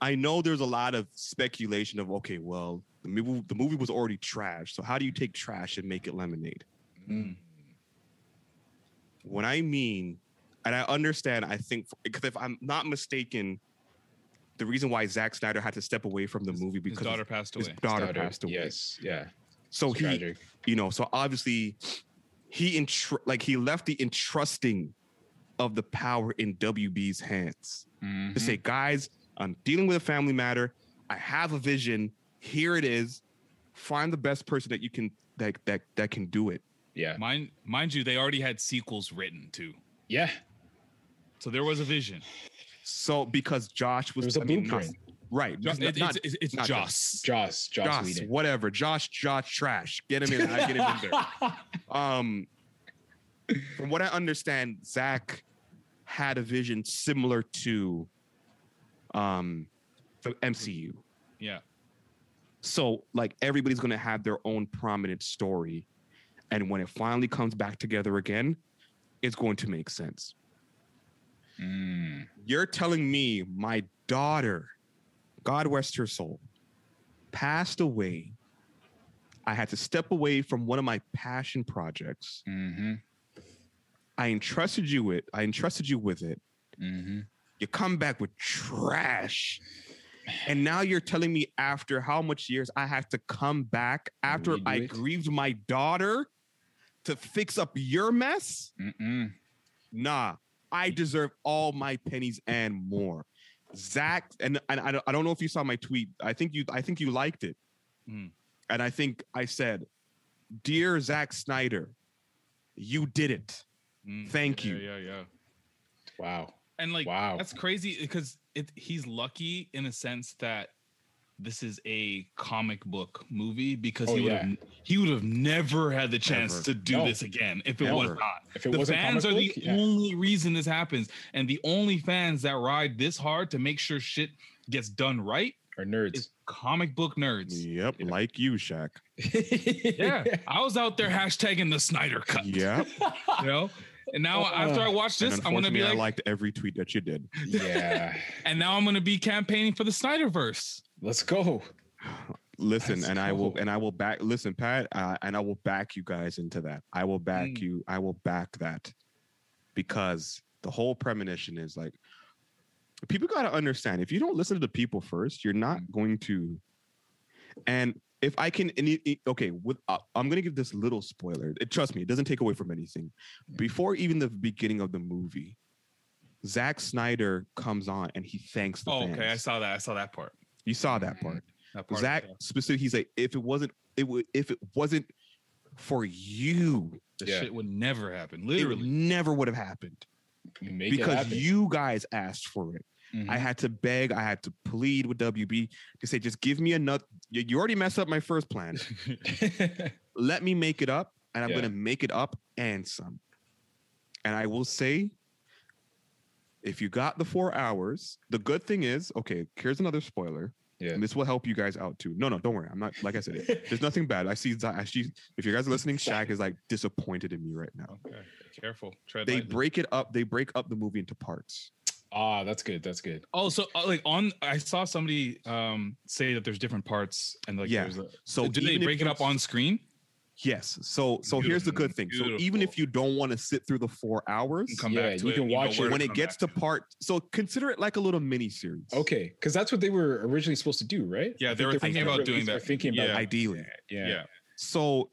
Speaker 4: I know there's a lot of speculation of okay, well, the movie the movie was already trash, so how do you take trash and make it lemonade?
Speaker 1: Mm.
Speaker 4: When I mean, and I understand, I think because if I'm not mistaken, the reason why Zack Snyder had to step away from the movie
Speaker 1: His
Speaker 4: because
Speaker 1: daughter passed
Speaker 4: his
Speaker 1: away.
Speaker 4: daughter
Speaker 3: Daughter,
Speaker 4: passed away.
Speaker 3: Yes. Yeah.
Speaker 4: So
Speaker 3: It's
Speaker 4: he,
Speaker 3: tragic.
Speaker 4: you know, so obviously he entr- like he left the entrusting of the power in WB's hands
Speaker 1: Mm-hmm.
Speaker 4: to say, guys, I'm dealing with a family matter. I have a vision. Here it is. Find the best person that you can that that that can do it.
Speaker 3: Yeah.
Speaker 1: Mind mind you, they already had sequels written too.
Speaker 3: Yeah.
Speaker 1: So there was a vision.
Speaker 4: So because Josh was
Speaker 3: There was a
Speaker 4: I mean, not-
Speaker 3: blueprint.
Speaker 4: right?
Speaker 1: Jo-
Speaker 4: Not-
Speaker 1: it-
Speaker 4: not-
Speaker 1: it's it's,
Speaker 4: not
Speaker 1: it's
Speaker 4: Joss.
Speaker 1: Joss.
Speaker 3: Joss. Joss,
Speaker 4: Josh,
Speaker 3: Whedon.
Speaker 4: whatever. Josh, Josh, trash. Get him in. I get him in there. Um, from what I understand, Zach had a vision similar to um the MCU.
Speaker 1: Yeah.
Speaker 4: So like everybody's gonna have their own prominent story. And when it finally comes back together again, it's going to make sense.
Speaker 3: Mm.
Speaker 4: You're telling me my daughter, God rest her soul, passed away. I had to step away from one of my passion projects.
Speaker 3: Mm-hmm.
Speaker 4: I entrusted you with I entrusted you with it.
Speaker 3: Mm-hmm.
Speaker 4: You come back with trash. And now you're telling me after how much years I have to come back after I grieved my daughter to fix up your mess? Nah, I deserve all my pennies and more. Zach, and, and I, don't- I don't know if you saw my tweet. I think you I think you liked it.
Speaker 1: Hmm.
Speaker 4: And I think I said, Dear Zack Snyder, you did it. Thank you.
Speaker 1: Hmm. Yeah, yeah, yeah.
Speaker 3: Wow.
Speaker 1: Mm. And like,
Speaker 4: Wow.
Speaker 1: that's crazy because it, he's lucky in a sense that this is a comic book movie because
Speaker 3: Oh,
Speaker 1: he would
Speaker 3: yeah.
Speaker 1: have he would have never had the chance
Speaker 3: Never.
Speaker 1: to do
Speaker 3: No.
Speaker 1: this again if it was
Speaker 3: Never.
Speaker 1: not.
Speaker 3: If it
Speaker 1: the
Speaker 3: wasn't
Speaker 1: fans are
Speaker 3: comic
Speaker 1: the
Speaker 3: book, yeah.
Speaker 1: only reason this happens, and the only fans that ride this hard to make sure shit gets done right
Speaker 3: are nerds.
Speaker 1: comic book nerds.
Speaker 4: Yep, like you, Shaq.
Speaker 1: yeah, I was out there hashtagging the Snyder cut.
Speaker 4: Yeah.
Speaker 1: you know. And now
Speaker 3: Oh,
Speaker 1: after I watch
Speaker 4: And
Speaker 1: this, I'm gonna be
Speaker 4: unfortunately,
Speaker 1: like,
Speaker 4: I liked every tweet that you did.
Speaker 3: Yeah.
Speaker 1: and now I'm gonna be campaigning for the Snyderverse.
Speaker 3: Let's go.
Speaker 4: Listen, and I will and I will back listen, Pat, uh, and I will back you guys into that. I will back
Speaker 1: Mm.
Speaker 4: you. I will back that because the whole premonition is like people got to understand if you don't listen to the people first, you're
Speaker 1: Mm.
Speaker 4: not going to. And if I can, and it- it- okay, with uh, I'm gonna give this little spoiler. It, trust me, it doesn't take away from anything.
Speaker 1: Mm.
Speaker 4: Before even the beginning of the movie, Zack Snyder comes on and he thanks the
Speaker 1: Oh,
Speaker 4: fans.
Speaker 1: okay, I saw Mm. that. I saw that part.
Speaker 4: You saw that part.
Speaker 1: That part,
Speaker 4: Zach specific. He's like, if it wasn't, it would. If it wasn't for you,
Speaker 1: This shit would never happen.
Speaker 4: it
Speaker 1: Literally.
Speaker 4: never would have happened
Speaker 3: Make it
Speaker 4: because
Speaker 3: happen. Mm-hmm.
Speaker 4: you guys asked for it. I had to beg. I had to plead with WB to say, just give me another. You you already messed up my first plan. Let me make it up, and I'm
Speaker 3: Yeah.
Speaker 4: gonna make it up and some. And I will say, if you got the four hours, the good thing is, okay, here's another spoiler.
Speaker 3: Yeah.
Speaker 4: And this will help you guys out too. No, no, don't worry. I'm not like I said. it- There's nothing bad. I see. Za- I see. If you guys are listening, Shaq is like disappointed in me right now.
Speaker 1: Okay, careful. Tread
Speaker 4: They
Speaker 1: lightly.
Speaker 4: break it up. They break up the movie into parts.
Speaker 3: Ah, that's good. That's good.
Speaker 1: Oh, so uh, like on, I saw somebody um say that there's different parts and like
Speaker 4: Yeah.
Speaker 1: There's a,
Speaker 4: So
Speaker 1: so did they
Speaker 4: even if
Speaker 1: break it
Speaker 4: you-
Speaker 1: up on screen?
Speaker 4: Yes. So so here's the good thing. So even if you don't want to sit through the four hours,
Speaker 1: come back Yeah, to you it, can you know watch it. where to
Speaker 4: when it
Speaker 1: come
Speaker 4: gets to part. So consider it like a little mini series.
Speaker 3: Okay, because that's what they were originally supposed to do, right?
Speaker 1: Yeah,
Speaker 3: I
Speaker 1: they
Speaker 3: think
Speaker 1: were thinking
Speaker 3: were-
Speaker 1: about doing
Speaker 3: they were
Speaker 1: that.
Speaker 3: Thinking about
Speaker 1: Yeah.
Speaker 3: that.
Speaker 4: Ideally.
Speaker 3: Yeah. Yeah.
Speaker 4: So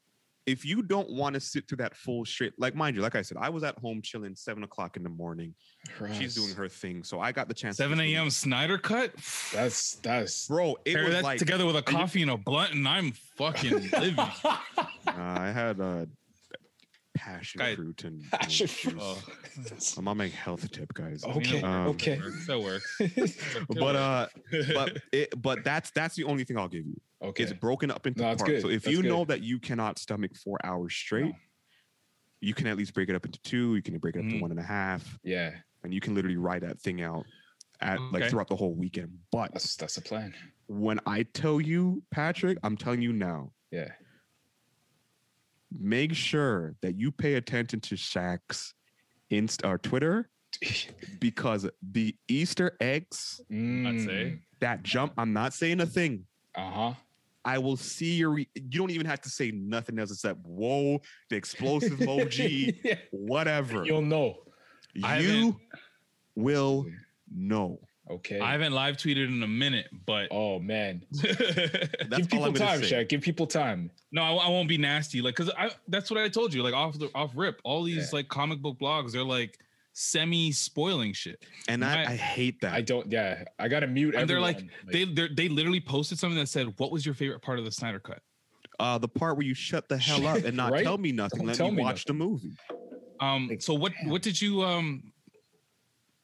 Speaker 4: if you don't want to sit through that full shit, like mind you, like I said, I was at home chilling seven o'clock in the morning. She's
Speaker 1: Christ.
Speaker 4: doing her thing, so I got the chance. to
Speaker 1: 7
Speaker 4: just
Speaker 1: a.m. Snyder cut.
Speaker 3: That's that's
Speaker 4: bro. It
Speaker 1: Pair
Speaker 4: was
Speaker 1: that
Speaker 4: like-
Speaker 1: together with a
Speaker 4: Are you-
Speaker 1: coffee and a blunt, and I'm fucking living.
Speaker 4: Uh, I had uh, passion fruit and
Speaker 1: Passion
Speaker 4: fruit. I'm on my health tip, guys.
Speaker 3: Oh,
Speaker 1: Okay,
Speaker 4: Um,
Speaker 1: okay. That works.
Speaker 4: But uh, but it, but that's that's the only thing I'll give you.
Speaker 3: Okay,
Speaker 4: it's broken up into
Speaker 3: No, that's
Speaker 4: parts.
Speaker 3: good.
Speaker 4: So if
Speaker 3: That's
Speaker 4: you
Speaker 3: good.
Speaker 4: know that you cannot stomach four hours straight, you can at least break it up into two. You can break it up
Speaker 3: Mhm.
Speaker 4: to one and a half.
Speaker 3: Yeah,
Speaker 4: and you can literally ride that thing out at
Speaker 3: Okay.
Speaker 4: like throughout the whole weekend. But
Speaker 3: that's that's the plan.
Speaker 4: when I tell you, Patrick, I'm telling you now,
Speaker 3: Yeah.
Speaker 4: make sure that you pay attention to Shaq's Insta or Twitter because the Easter eggs
Speaker 3: Mm.
Speaker 1: I'd say.
Speaker 4: that jump, I'm not saying a thing.
Speaker 3: Uh-huh.
Speaker 4: I will see your re- you don't even have to say nothing else except whoa, the explosive emoji, whatever.
Speaker 3: You'll know.
Speaker 1: I
Speaker 4: You will know.
Speaker 3: Okay.
Speaker 1: I haven't live tweeted in a minute, but
Speaker 3: oh man,
Speaker 4: That's
Speaker 1: Oh.
Speaker 3: Give people time, Shaq. Give people time.
Speaker 1: No, I, I won't be nasty. Like, cause I that's what I told you. Like off the off rip, all these like comic book blogs, they're like semi spoiling shit.
Speaker 4: And I, I hate that.
Speaker 3: I don't. Yeah, I gotta mute.
Speaker 1: And they're like,
Speaker 3: everyone.
Speaker 1: they they're, they literally posted something that said, "What was your favorite part of the Snyder Cut?"
Speaker 4: Uh, the part where you shut the hell up and not
Speaker 1: Right?
Speaker 4: tell me nothing.
Speaker 1: Don't
Speaker 4: Let
Speaker 1: tell
Speaker 4: me
Speaker 1: me
Speaker 4: watch the movie.
Speaker 1: Um, so what what did you um?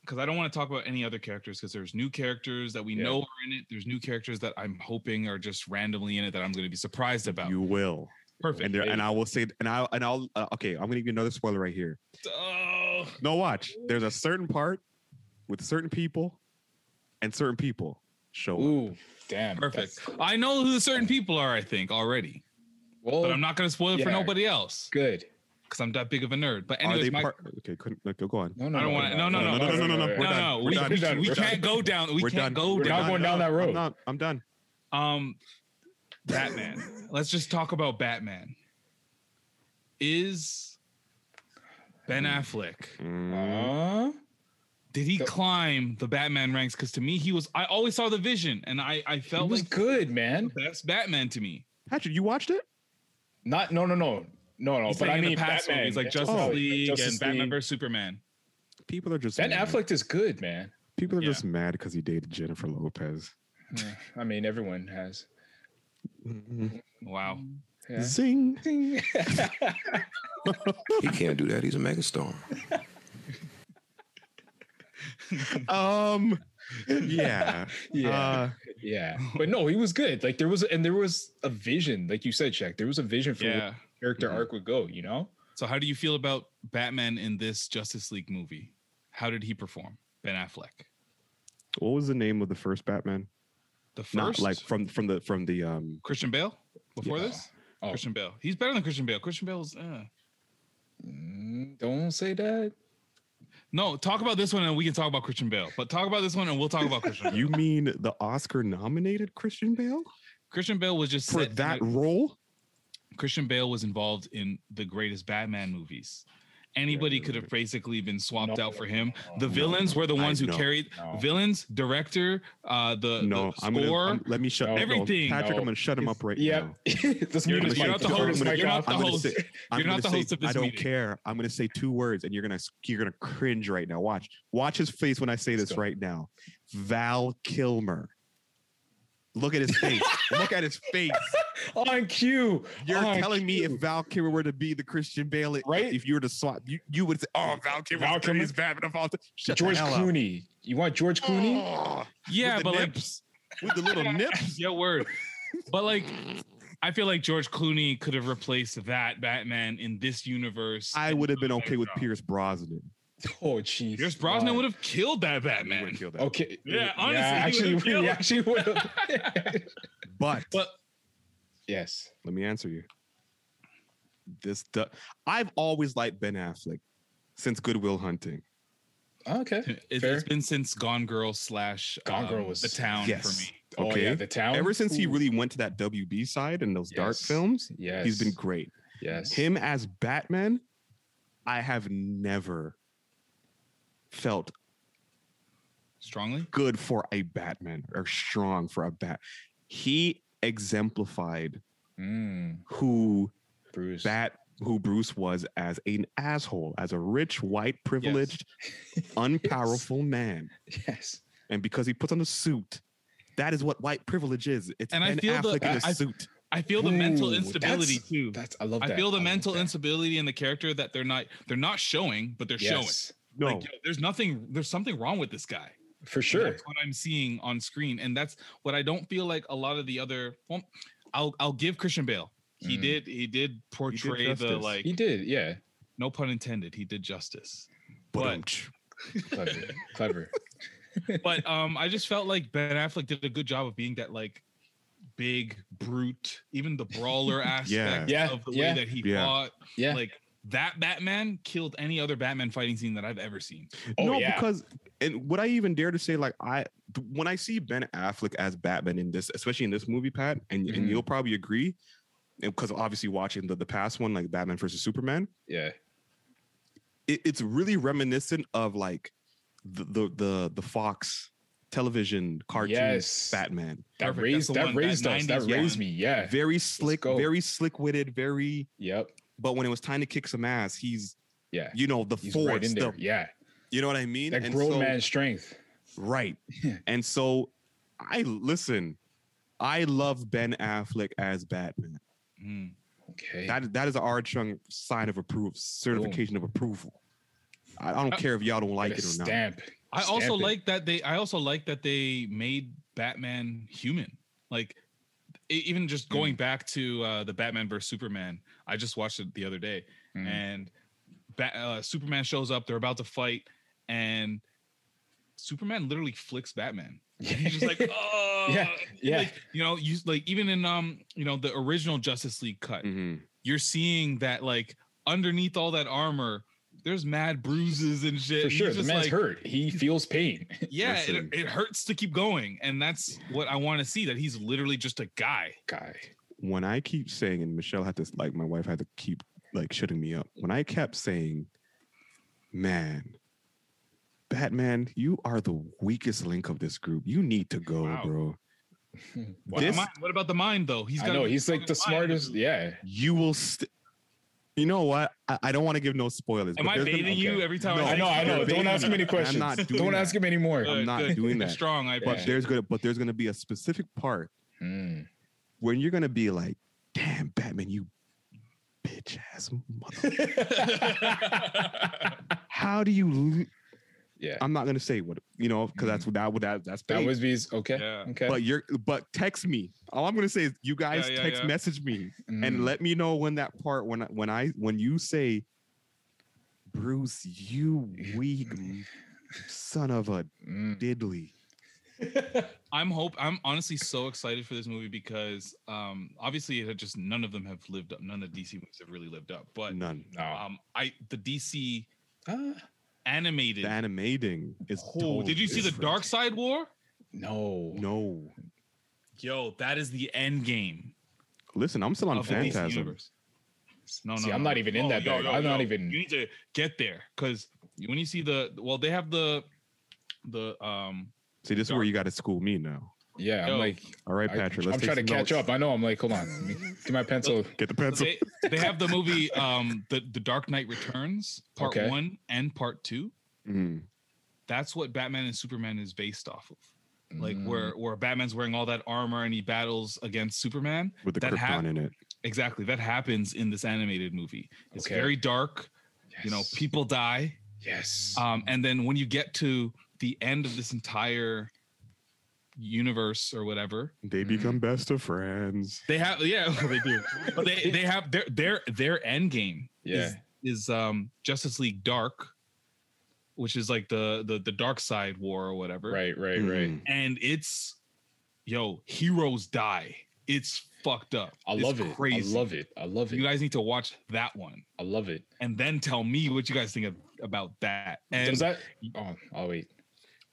Speaker 1: Because I don't want to talk about any other characters because there's new characters that we
Speaker 4: Yeah.
Speaker 1: know are in it. There's new characters that I'm hoping are just randomly in it that I'm going to be surprised about.
Speaker 4: You will.
Speaker 1: Perfect.
Speaker 4: And, there, and I will say, and I and I'll uh, okay. I'm gonna give you another spoiler right here.
Speaker 1: Oh.
Speaker 4: No, watch. There's a certain part with certain people, and certain people show
Speaker 3: Ooh, damn.
Speaker 1: Perfect. I know who the certain people are. I think already.
Speaker 3: Well,
Speaker 1: but I'm not going to spoil it for
Speaker 4: yeah.
Speaker 1: nobody else.
Speaker 3: Good.
Speaker 1: Because I'm that big of a nerd. But
Speaker 4: up. Are
Speaker 1: anyways,
Speaker 4: they
Speaker 1: my,
Speaker 4: part? Okay, couldn't, like, go on.
Speaker 1: I don't want to. No, no, no,
Speaker 4: no, no, no, no.
Speaker 1: no, no. We, we, we can't go down. We
Speaker 4: We're
Speaker 1: can't
Speaker 4: done.
Speaker 1: go.
Speaker 4: We're
Speaker 1: down.
Speaker 4: not going down that road. I'm not- I'm done.
Speaker 1: Um, Batman. Let's just talk about Batman. Is Ben Affleck Did he climb the Batman ranks? Because to me, he was. I always saw the Vision, and I I felt
Speaker 3: was
Speaker 1: like
Speaker 3: good, man.
Speaker 1: That's Batman to me.
Speaker 4: Patrick, you watched it?
Speaker 3: Not no no no no no.
Speaker 1: He's
Speaker 3: Oh, but
Speaker 1: saying
Speaker 3: I
Speaker 1: in the
Speaker 3: mean,
Speaker 1: past
Speaker 3: Batman,
Speaker 1: movies like
Speaker 3: yeah.
Speaker 1: Justice
Speaker 3: Oh,
Speaker 1: League
Speaker 3: Justice
Speaker 1: and Batman
Speaker 3: League.
Speaker 1: vs Superman.
Speaker 4: People are just
Speaker 3: Ben
Speaker 4: mad.
Speaker 3: Affleck is good, man.
Speaker 4: People are just mad because he dated Jennifer Lopez.
Speaker 3: Yeah, I mean, everyone has.
Speaker 4: Mm-hmm.
Speaker 1: Wow.
Speaker 3: Yeah.
Speaker 4: Zing.
Speaker 3: Zing.
Speaker 13: He can't do that. He's a megastar.
Speaker 4: um yeah
Speaker 3: yeah
Speaker 4: Uh,
Speaker 3: yeah but no he was good like there was and there was a vision like you said Shaq there was a vision for
Speaker 1: Yeah.
Speaker 3: where the character
Speaker 1: Mhm.
Speaker 4: Mm-hmm.
Speaker 3: arc would go you know
Speaker 1: So how do you feel about Batman in this Justice League movie? How did he perform? Ben Affleck.
Speaker 4: what was the name of the first Batman?
Speaker 1: The first
Speaker 4: Not like from from the from the um
Speaker 1: Christian Bale before
Speaker 4: Yeah. Oh.
Speaker 1: this? Christian Bale. He's better than Christian Bale. Christian Bale's uh.
Speaker 3: Mm, don't say that
Speaker 1: No, talk about this one and we can talk about Christian Bale. But talk about this one and we'll talk about Christian Bale.
Speaker 4: You mean the Oscar nominated Christian Bale?
Speaker 1: Christian Bale was just
Speaker 4: For
Speaker 1: set in
Speaker 4: that
Speaker 1: the-
Speaker 4: role?
Speaker 1: Christian Bale was involved in the greatest Batman movies. Anybody could have basically been swapped out for him. The villains w
Speaker 4: no,
Speaker 1: were the
Speaker 4: I-
Speaker 1: ones who
Speaker 4: no,
Speaker 1: carried villains, director, uh, the,
Speaker 4: No,
Speaker 1: the
Speaker 4: I'm gonna
Speaker 1: score.
Speaker 4: I'm- let me shut no,
Speaker 1: everything.
Speaker 4: Patrick, I'm gonna shut him up right now.
Speaker 3: Let's
Speaker 1: You're
Speaker 3: mute his
Speaker 1: the- you're
Speaker 3: mic.
Speaker 1: not the
Speaker 3: Turn his
Speaker 1: host.
Speaker 3: mic
Speaker 1: You're not
Speaker 3: off.
Speaker 1: the
Speaker 4: I'm gonna
Speaker 1: host.
Speaker 4: say, I'm
Speaker 1: You're
Speaker 4: gonna
Speaker 1: not the
Speaker 4: say,
Speaker 1: host of
Speaker 4: I
Speaker 1: this
Speaker 4: don't
Speaker 1: meeting.
Speaker 4: care. I'm gonna say two words, and you're gonna you're gonna cringe right now. Watch, watch his face when I say this right now. Val Kilmer. Look at his face. Look at his face.
Speaker 3: On cue.
Speaker 4: You're
Speaker 1: Oh,
Speaker 4: telling me if Val Kilmer were to be the Christian Bale, it-
Speaker 3: Right?
Speaker 4: If you were to swap, you, you would say, "Oh, Val Kilmer,
Speaker 3: Val
Speaker 4: Val
Speaker 3: Kilmer?
Speaker 4: Kilmer's Batman of all time." Shut the
Speaker 3: George
Speaker 4: hell up. Oh,
Speaker 3: Clooney you want George Clooney
Speaker 1: Yeah,
Speaker 4: the
Speaker 1: but
Speaker 4: nips. like with the little nips.
Speaker 1: Your word. But like I feel like George Clooney could have replaced that Batman in this universe.
Speaker 4: I would have been okay with Pierce Brosnan.
Speaker 3: oh jeez
Speaker 1: Pierce Brosnan would have killed that Batman.
Speaker 3: okay
Speaker 1: Yeah, honestly,
Speaker 3: actually
Speaker 1: he would've
Speaker 3: we
Speaker 1: killed-
Speaker 3: actually would have
Speaker 4: But,
Speaker 1: but
Speaker 3: yes,
Speaker 4: let me answer you. This the I've always liked Ben Affleck since Goodwill Hunting.
Speaker 3: okay.
Speaker 1: It, has been since Gone Girl slash
Speaker 3: Gone Girl
Speaker 1: um,
Speaker 3: was-
Speaker 1: the town for me.
Speaker 3: Oh,
Speaker 4: Okay. Ever since he
Speaker 1: Ooh.
Speaker 4: really went to that WB side and those dark
Speaker 3: Yes.
Speaker 4: films, he's
Speaker 3: Yes.
Speaker 4: been great.
Speaker 3: Yes.
Speaker 4: Him as Batman, I have never felt
Speaker 1: strongly
Speaker 4: good for a Batman or strong for a bat. He exemplified
Speaker 3: Mm,
Speaker 4: who
Speaker 3: Bruce
Speaker 4: Bat who Bruce was as an asshole, as a rich, white, privileged, unpowerful man.
Speaker 3: Yes.
Speaker 4: And because he puts on a suit, that is what white privilege is. It's
Speaker 1: and I
Speaker 4: Ben
Speaker 1: feel
Speaker 4: Affleck
Speaker 1: the
Speaker 4: in a
Speaker 1: I,
Speaker 4: suit.
Speaker 1: I feel the mental
Speaker 4: Ooh,
Speaker 1: instability
Speaker 4: that's-
Speaker 1: too.
Speaker 3: That's I love
Speaker 1: I
Speaker 3: that.
Speaker 1: feel the mental instability in the character that they're not they're not showing, but they're
Speaker 3: Yes.
Speaker 1: showing.
Speaker 3: No.
Speaker 1: Like yo, there's nothing there's something wrong with this guy.
Speaker 3: For
Speaker 1: And
Speaker 3: sure.
Speaker 1: That's what I'm seeing on screen. And that's what I don't feel like a lot of the other well, I'll I'll give Christian Bale. He
Speaker 3: Mm.
Speaker 1: did he did portray the
Speaker 3: justice.
Speaker 1: like
Speaker 3: He did, yeah.
Speaker 1: No pun intended, he did justice. But
Speaker 3: clever, clever.
Speaker 1: but um I just felt like Ben Affleck did a good job of being that like big brute, even the brawler aspect
Speaker 3: Yeah.
Speaker 1: of the
Speaker 3: Yeah.
Speaker 1: way that he
Speaker 4: Yeah.
Speaker 1: fought.
Speaker 3: Yeah.
Speaker 1: Like that Batman killed any other Batman fighting scene that I've ever seen.
Speaker 4: no, because and would I even dare to say like I th- when I see Ben Affleck as Batman in this, especially in this movie, Pat, and, and
Speaker 1: Mm-hmm.
Speaker 3: Mhm.
Speaker 4: you'll probably agree, because obviously watching the, the past one like Batman versus Superman,
Speaker 3: Yeah.
Speaker 4: it, it's really reminiscent of like the the the, the Fox television cartoon
Speaker 3: Yes.
Speaker 4: Batman.
Speaker 3: That Perfect. raised- That's the that one, that raised us. That 90s raised one. me, yeah.
Speaker 4: Very slick,
Speaker 3: go.
Speaker 4: very slick witted, very
Speaker 3: Yep.
Speaker 4: But when it was time to kick some ass, he's
Speaker 3: yeah,
Speaker 4: you know, the
Speaker 3: He's
Speaker 4: force.
Speaker 3: right in there.
Speaker 4: the-
Speaker 3: Yeah.
Speaker 4: You know what I mean?
Speaker 3: That
Speaker 4: And
Speaker 3: grown
Speaker 4: so-
Speaker 3: man strength.
Speaker 4: Right. and so I listen, I love Ben Affleck as Batman.
Speaker 1: Hmm.
Speaker 3: Okay.
Speaker 4: That that is a R Chung sign of approval, certification of approval. I, I don't care if y'all don't like it or not.
Speaker 1: I also like that they. I also like that they made Batman human. Like e- even
Speaker 3: Hmm.
Speaker 1: just going back to uh, the Batman versus Superman. I just watched it the other day,
Speaker 3: Mm.
Speaker 1: and Ba- uh, Superman shows up. They're about to fight, and Superman literally flicks Batman. He's just like, oh,
Speaker 3: Yeah, yeah.
Speaker 1: Like, you know, you like even in um, you know, the original Justice League cut,
Speaker 3: Hmm.
Speaker 4: Mm-hmm.
Speaker 1: you're seeing that like underneath all that armor, there's mad bruises and shit.
Speaker 3: For
Speaker 1: and he's
Speaker 3: sure. The
Speaker 1: just
Speaker 3: man's
Speaker 1: like-
Speaker 3: hurt. He feels pain.
Speaker 1: Yeah, it, it hurts to keep going, and that's what I want to see. That he's literally just a guy.
Speaker 3: Guy.
Speaker 4: when I keep saying, and Michelle had to like my wife had to keep like shutting me up. When I kept saying, man, Batman, you are the weakest link of this group. You need to go, bro.
Speaker 1: What,
Speaker 4: This-
Speaker 1: mind- what about the mind though? He's
Speaker 3: I
Speaker 1: got.
Speaker 3: know, he's, like, the smartest- Yeah.
Speaker 4: You will. St- you know what? I, I don't want to give no spoilers.
Speaker 1: Am
Speaker 4: but
Speaker 1: I
Speaker 4: there's
Speaker 1: baiting you every time I
Speaker 3: I
Speaker 1: say
Speaker 3: know, I know.
Speaker 1: something?
Speaker 3: Don't ask him any questions.
Speaker 4: I'm not doing
Speaker 3: Don't
Speaker 4: that.
Speaker 3: ask him anymore.
Speaker 4: I'm not
Speaker 1: Good, good.
Speaker 4: doing
Speaker 1: You're
Speaker 4: that.
Speaker 1: strong, I
Speaker 4: but
Speaker 1: appreciate
Speaker 4: there's gonna but there's gonna be a specific part when you're gonna be like, "Damn, Batman, you bitch ass mother." How do you?
Speaker 3: Yeah,
Speaker 4: I'm not gonna say what you know because
Speaker 1: Mm-hmm.
Speaker 4: that's what that would that that's
Speaker 3: That
Speaker 4: big.
Speaker 3: was V's. Okay. Okay.
Speaker 4: But you're but text me. All I'm gonna say is you guys
Speaker 3: Yeah, yeah,
Speaker 4: text
Speaker 3: yeah.
Speaker 4: message me
Speaker 3: Mm.
Speaker 4: and let me know when that part when I, when I when you say, Bruce, you weak m- son of
Speaker 1: Mm.
Speaker 4: a
Speaker 3: Mm.
Speaker 4: diddly.
Speaker 1: I'm hope I'm honestly so excited for this movie because um obviously it had just none of them have lived up none of the DC movies have really lived up but
Speaker 4: none
Speaker 1: um I the DC animated
Speaker 4: The animating is.
Speaker 1: Oh, did you see the Dark Side War?
Speaker 3: No.
Speaker 4: No.
Speaker 1: Yo, that is the end game.
Speaker 4: Listen, I'm still on
Speaker 1: Of the DC
Speaker 4: Phantasm.
Speaker 1: universe. No, no,
Speaker 3: See, I'm not even in that bag. I'm not even-
Speaker 1: You need to get there because when you see the well, they have the the um
Speaker 4: See, this is where you got to school me now.
Speaker 3: Yeah, I'm
Speaker 1: Yo.
Speaker 3: like,
Speaker 4: all right,
Speaker 3: I-
Speaker 4: Patrick.
Speaker 3: I'm
Speaker 4: let's
Speaker 3: trying to
Speaker 4: take
Speaker 3: catch
Speaker 4: notes.
Speaker 3: up. I know. I'm like, hold on, let me get my pencil.
Speaker 4: Get the pencil.
Speaker 1: they, they have the movie um the the Dark Knight Returns part
Speaker 3: Okay.
Speaker 1: one and part two.
Speaker 4: Mm.
Speaker 1: That's what Batman and Superman is based off of. Like
Speaker 4: Mm.
Speaker 1: where where Batman's wearing all that armor and he battles against Superman
Speaker 4: with the
Speaker 1: that
Speaker 4: Krypton
Speaker 1: hap-
Speaker 4: in it.
Speaker 1: Exactly, that happens in this animated movie. It's
Speaker 4: Okay.
Speaker 1: very dark. You know, people die.
Speaker 3: Yes.
Speaker 1: Um, and then when you get to the end of this entire universe or whatever,
Speaker 4: They become best of friends.
Speaker 1: they have yeah, they do. But they they have their their their end game
Speaker 4: Yeah.
Speaker 1: is, is um Justice League Dark, which is like the the the dark side war or whatever.
Speaker 3: Right, right,
Speaker 4: Mm,
Speaker 3: right.
Speaker 1: And it's yo, heroes die. It's fucked up.
Speaker 3: I
Speaker 1: It's
Speaker 3: love it. I love it. I love it.
Speaker 1: You guys need to watch that one.
Speaker 3: I love it.
Speaker 1: And then tell me what you guys think of, about that. And
Speaker 3: Does that? Oh, I'll wait.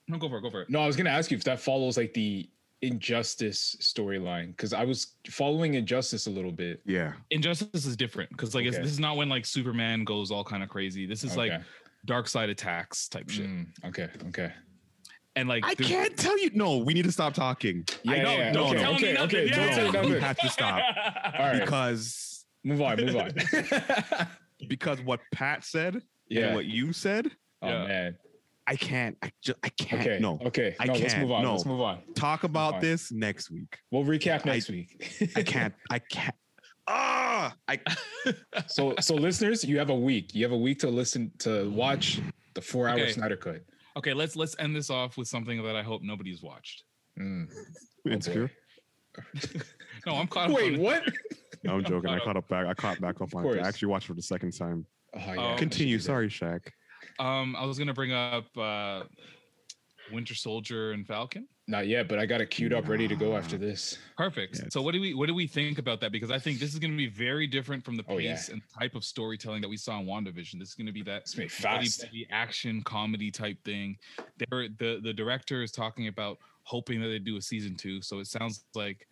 Speaker 1: no, go for it. Go for it.
Speaker 3: No, I was gonna ask you if that follows like the injustice storyline because I was following injustice a little bit.
Speaker 4: Yeah.
Speaker 1: Injustice is different because like it's,
Speaker 3: Okay.
Speaker 1: this is not when like Superman goes all kind of crazy. This is like
Speaker 3: Okay. Mm.
Speaker 1: dark side attacks type shit.
Speaker 3: okay, okay.
Speaker 1: And like
Speaker 4: I
Speaker 1: there's-
Speaker 4: can't tell you. No, we need to stop talking.
Speaker 1: I know, don't tell me nothing. Yeah,
Speaker 4: no,
Speaker 1: yeah, yeah.
Speaker 4: We have to stop.
Speaker 3: All right.
Speaker 4: Because
Speaker 3: move on, move on.
Speaker 4: because what Pat said
Speaker 3: Yeah.
Speaker 4: and what you said.
Speaker 3: Oh, Yeah. man.
Speaker 4: I can't. I just. I can't.
Speaker 3: Okay,
Speaker 4: No.
Speaker 3: okay.
Speaker 4: I
Speaker 3: No,
Speaker 4: can't.
Speaker 3: let's move on,
Speaker 4: No.
Speaker 3: let's move on.
Speaker 4: Talk about
Speaker 3: on.
Speaker 4: this next week.
Speaker 3: We'll recap next week.
Speaker 4: I can't. I can't. Ah, I.
Speaker 3: so so listeners, you have a week. You have a week to listen to watch the four hour
Speaker 1: Okay.
Speaker 3: Snyder cut.
Speaker 1: Okay, let's let's end this off with something that I hope nobody's watched.
Speaker 3: Mm.
Speaker 4: Insecure.
Speaker 1: No, I'm caught. up
Speaker 3: Wait,
Speaker 1: on-
Speaker 3: what?
Speaker 4: No, I'm
Speaker 1: I'm
Speaker 4: joking.
Speaker 1: caught
Speaker 4: I
Speaker 1: up.
Speaker 4: caught up back. I caught back up on. it.
Speaker 1: course.
Speaker 4: I actually watched it for the second time.
Speaker 1: yeah.
Speaker 3: Oh,
Speaker 1: Um,
Speaker 4: Continue. Sorry, Shaq.
Speaker 1: Um, I was gonna bring up uh Winter Soldier and Falcon.
Speaker 3: Not yet, but I got it queued up, ready to go after this.
Speaker 1: Perfect. So what do we what do we think about that? Because I think this is going to be very different from the
Speaker 3: Oh, yeah.
Speaker 1: pace and type of storytelling that we saw in WandaVision. This is going to be that
Speaker 3: gonna be fast.
Speaker 1: bloody action comedy type thing. There, the the director is talking about hoping that they do a season two. So it sounds like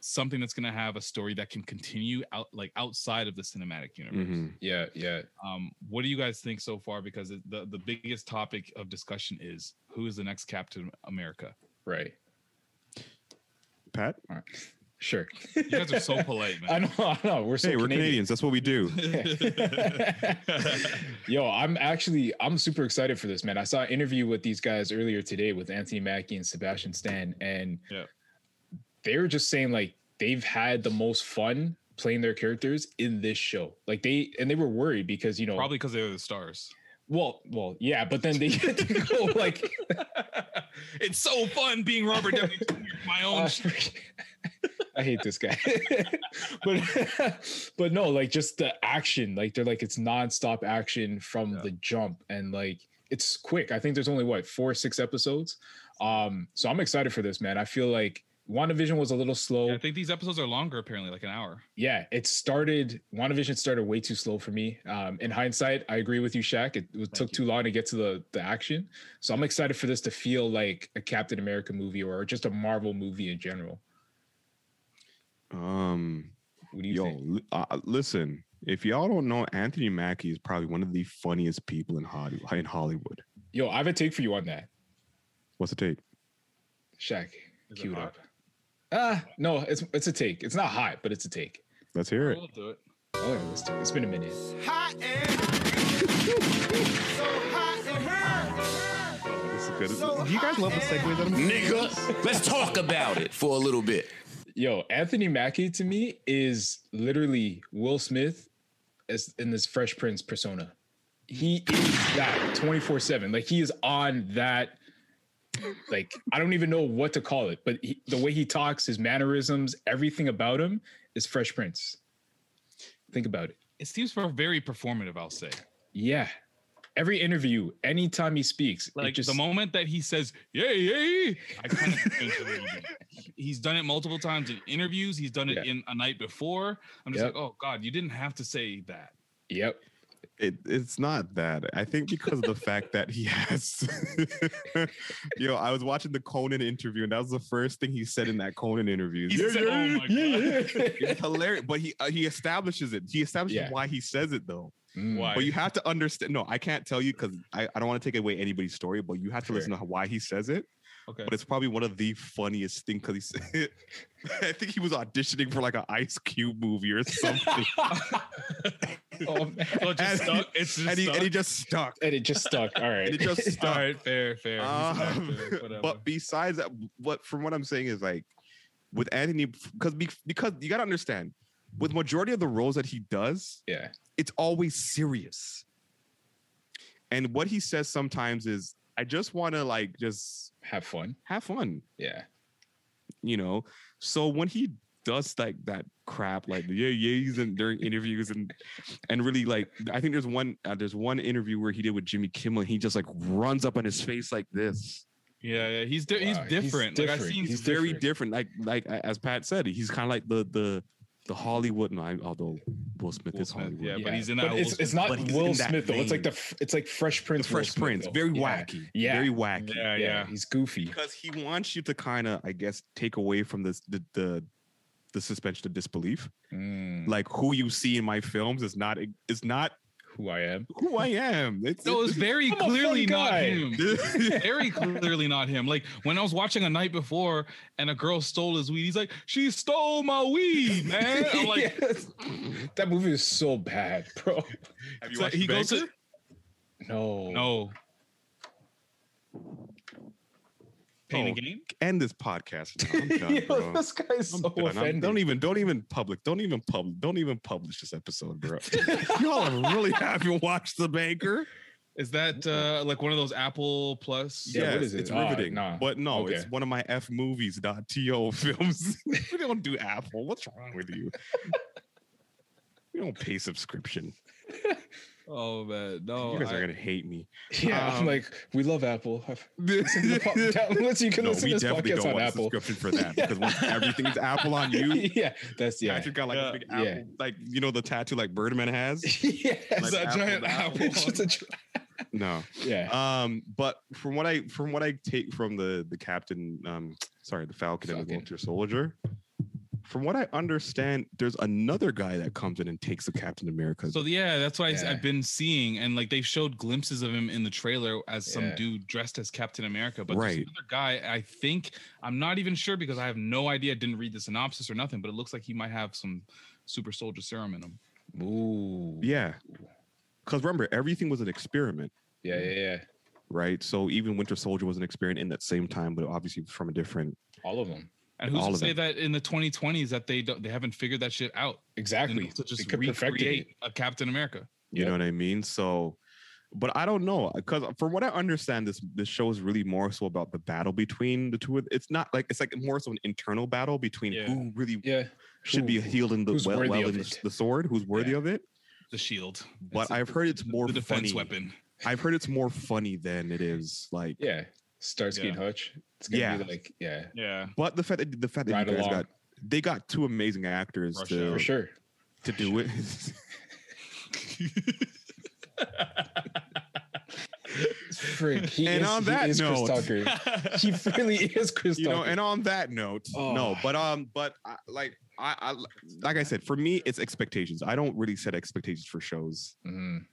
Speaker 1: something that's going to have a story that can continue out like outside of the cinematic universe.
Speaker 4: Mhm.
Speaker 3: Yeah, yeah.
Speaker 1: Um, what do you guys think so far? Because it, the the biggest topic of discussion is who is the next Captain America.
Speaker 3: Right.
Speaker 4: Pat.
Speaker 3: Sure.
Speaker 1: You guys are so polite, man.
Speaker 3: I know, I know. We're so
Speaker 4: hey, we're Canadians. That's what we do.
Speaker 3: Yo, I'm actually I'm super excited for this, man. I saw an interview with these guys earlier today with Anthony Mackie and Sebastian Stan, and
Speaker 1: Yeah.
Speaker 3: they were just saying like they've had the most fun playing their characters in this show. Like they and they were worried because you know
Speaker 1: Probably because they're the stars.
Speaker 3: well well yeah, but then they get to go like
Speaker 1: It's so fun being Robert Downey Jr. My own.
Speaker 3: Uh, I hate this guy. but but no, like just the action, like they're like it's nonstop action from the jump, and like it's quick. I think there's only what four, six episodes. Um, so I'm excited for this, man. I feel like WandaVision was a little slow.
Speaker 1: I think these episodes are longer, apparently, like an hour.
Speaker 3: Yeah, it started. WandaVision started way too slow for me. Um, in hindsight, I agree with you, Shaq. It, it took too long to get to the the action. So I'm excited for this to feel like a Captain America movie or just a Marvel movie in general.
Speaker 4: Um,
Speaker 3: what do you
Speaker 4: yo, li- uh, listen, if y'all don't know, Anthony Mackie is probably one of the funniest people in Hollywood. In Hollywood,
Speaker 3: Yo, I have a take for you on that.
Speaker 4: What's the take?
Speaker 3: Shaq, cue it up. Ah, no, it's it's a take. It's not hot, but it's a take.
Speaker 4: Let's hear it.
Speaker 1: do it.
Speaker 3: Oh yeah, let's do it. It's been a minute.
Speaker 4: This is good. Do you guys love the segues that I'm
Speaker 12: Nigga, let's talk about it for a little bit.
Speaker 3: Yo, Anthony Mackie to me is literally Will Smith as in this Fresh Prince persona. He is that 24/7. Like he is on that like I don't even know what to call it, but he, the way he talks, his mannerisms, everything about him is Fresh Prince. Think about it.
Speaker 1: It seems for very performative, I'll say.
Speaker 3: Yeah. Every interview, anytime he speaks,
Speaker 1: Like
Speaker 3: it just
Speaker 1: the moment that he says, "Yay, yay," I kind of cringe a little bit. He's done it multiple times in interviews. He's done it in a night before. I'm just
Speaker 4: Yep.
Speaker 1: like, "Oh God, you didn't have to say that."
Speaker 3: Yep.
Speaker 4: It, it's not that. I think because of the fact that he has. Yo, I was watching the Conan interview, and that was the first thing he said in that Conan interview.
Speaker 1: He said, "Oh my God."
Speaker 4: it's hilarious, but he uh, he establishes it. He establishes
Speaker 1: Yeah.
Speaker 4: why he says it though.
Speaker 3: Mm.
Speaker 1: Why?
Speaker 4: But you have to understand. No, I can't tell you because I, I don't want to take away anybody's story. But you have to
Speaker 1: Fair.
Speaker 4: listen to why he says it.
Speaker 1: Okay.
Speaker 4: But it's probably one of the funniest things because he said, I think he was auditioning for like an Ice Cube movie or something.
Speaker 3: oh,
Speaker 1: oh, it just stuck. It's just
Speaker 4: and, he, and he
Speaker 1: stuck?
Speaker 4: just stuck.
Speaker 3: And it just stuck. All right.
Speaker 4: And it just stuck.
Speaker 1: All right, fair, fair. He's back,
Speaker 4: Um,
Speaker 1: fair, whatever.
Speaker 4: but besides that, what from what I'm saying is like with Anthony because because you gotta understand with majority of the roles that he does,
Speaker 3: yeah,
Speaker 4: it's always serious. And what he says sometimes is, I just want to like just
Speaker 3: have fun,
Speaker 4: have fun,
Speaker 3: yeah.
Speaker 4: you know. So when he does like that crap, like yeah, yeahs and during interviews and and really like I think there's one uh, there's one interview where he did with Jimmy Kimmel. He just like runs up on his face like this.
Speaker 1: yeah, yeah, he's di- he's
Speaker 4: Wow, he's
Speaker 1: different. Like I've seen
Speaker 4: He's very different. Like like a- as Pat said, he's kind of like the the the Hollywood. No, I- although Will Smith is Hollywood.
Speaker 1: yeah, but he's in that.
Speaker 3: it's,
Speaker 1: Will
Speaker 3: it's not
Speaker 4: But he's
Speaker 3: Will
Speaker 4: in that
Speaker 3: Smith though. It's like
Speaker 4: vein.
Speaker 3: the f- it's like Fresh Prince. Will
Speaker 4: Fresh
Speaker 3: Smith,
Speaker 4: Prince,
Speaker 3: though.
Speaker 4: very
Speaker 3: Yeah.
Speaker 4: wacky.
Speaker 3: Yeah.
Speaker 4: very wacky.
Speaker 1: Yeah, yeah.
Speaker 3: He's goofy.
Speaker 4: Because he wants you to kind of, I guess, take away from this the the, the suspension of disbelief.
Speaker 3: Mm.
Speaker 4: Like who you see in my films is not is not
Speaker 3: who I am.
Speaker 4: Who I am. It's,
Speaker 1: So it's very
Speaker 4: I'm a fun
Speaker 1: clearly not
Speaker 4: guy.
Speaker 1: him. very clearly not him. Like when I was watching a night before and a girl stole his weed, he's like, She stole my weed, man. I'm like,
Speaker 3: Yes. that movie is so bad, bro.
Speaker 4: Have
Speaker 1: So he goes to
Speaker 3: No.
Speaker 1: No. Pain
Speaker 4: Oh,
Speaker 1: and gain?
Speaker 4: End this podcast. now. I'm done,
Speaker 3: Yo,
Speaker 4: bro.
Speaker 3: this guy is
Speaker 4: I'm
Speaker 3: so
Speaker 4: done. I'm-
Speaker 3: offended.
Speaker 4: don't even, don't even public, don't even public, don't even publish this episode, bro. Y'all have really haven't watched The Banker.
Speaker 1: Is that uh like one of those Apple Plus?
Speaker 4: Yeah, it's
Speaker 3: Ah,
Speaker 4: riveting.
Speaker 3: nah.
Speaker 4: But no, it's
Speaker 3: Okay.
Speaker 4: one of my F movies. To films. we don't do Apple. What's wrong with you? we don't pay subscription.
Speaker 1: Oh man, no.
Speaker 4: you guys
Speaker 1: I-
Speaker 4: are gonna hate me.
Speaker 3: Yeah, I'm
Speaker 4: Um,
Speaker 3: like, we love Apple. I've listened to the po- downloads. You can
Speaker 4: no,
Speaker 3: listen
Speaker 4: we
Speaker 3: to this
Speaker 4: definitely
Speaker 3: podcast
Speaker 4: don't
Speaker 3: on
Speaker 4: want a
Speaker 3: Apple.
Speaker 4: subscription for that because once everything's Apple on you,
Speaker 3: yeah, that's yeah.
Speaker 4: Patrick got like a big
Speaker 3: Yeah.
Speaker 4: apple, like you know the tattoo like Birdman has.
Speaker 3: yeah,
Speaker 4: Like
Speaker 3: it's a
Speaker 4: Apple
Speaker 3: giant
Speaker 4: now.
Speaker 3: apple.
Speaker 4: It's
Speaker 3: just a gi-
Speaker 4: No.
Speaker 3: Yeah.
Speaker 4: Um, but from what I from what I take from the the captain, um, sorry, the Falcon, and the
Speaker 3: Falcon.
Speaker 4: Winter Soldier. From what I understand, there's another guy that comes in and takes the Captain America.
Speaker 1: So yeah, that's what I,
Speaker 4: Yeah.
Speaker 1: have been seeing, and like they showed glimpses of him in the trailer as some
Speaker 4: Yeah.
Speaker 1: dude dressed as Captain America. But
Speaker 4: Right.
Speaker 1: there's another guy, I think I'm not even sure because I have no idea. Didn't read the synopsis or nothing, but it looks like he might have some super soldier serum in him.
Speaker 3: Uh, Ooh.
Speaker 4: yeah, because remember, everything was an experiment,
Speaker 3: Yeah, yeah, yeah.
Speaker 4: right? So even Winter Soldier was an experiment in that same time, but obviously it was from a different.
Speaker 3: All of them.
Speaker 1: And who's
Speaker 4: All
Speaker 1: to
Speaker 4: of
Speaker 1: say
Speaker 4: it.
Speaker 1: that in the 2020s that they don't, they haven't figured that shit out
Speaker 3: Exactly.
Speaker 1: enough to
Speaker 3: They
Speaker 1: just
Speaker 3: could perfect it.
Speaker 1: recreate a Captain America.
Speaker 4: You know what I mean? So, but I don't know because from what I understand, this this show is really more so about the battle between the two. Of, it's not like it's like more so an internal battle between who really
Speaker 3: yeah.
Speaker 4: should be healed in the
Speaker 1: who's
Speaker 4: well,
Speaker 1: worthy
Speaker 4: well
Speaker 1: of
Speaker 4: in
Speaker 1: it.
Speaker 4: the sword, who's worthy of it.
Speaker 1: The shield,
Speaker 4: But I've heard it's more
Speaker 1: the defense
Speaker 4: funny.
Speaker 1: weapon.
Speaker 4: I've heard it's more funny than it is like
Speaker 3: Yeah. Starsky
Speaker 1: Yeah.
Speaker 3: and Hutch. It's gonna
Speaker 4: Yeah.
Speaker 3: be like, yeah.
Speaker 1: Yeah.
Speaker 4: But the fact that the fact that
Speaker 3: Right
Speaker 4: you guys
Speaker 3: along.
Speaker 4: got they got two amazing actors
Speaker 3: For
Speaker 4: to
Speaker 3: sure. For sure.
Speaker 4: to do it.
Speaker 3: Frick, he
Speaker 4: and
Speaker 3: is,
Speaker 4: on
Speaker 3: he
Speaker 4: that
Speaker 3: is
Speaker 4: note,
Speaker 3: Chris Tucker. he really is Chris
Speaker 4: you know,
Speaker 3: Tucker.
Speaker 4: and on that note, no,
Speaker 3: Oh.
Speaker 4: but um, but I, like I, I, like I said, for me, it's expectations.
Speaker 3: Mm-hmm.
Speaker 4: I don't really set expectations for shows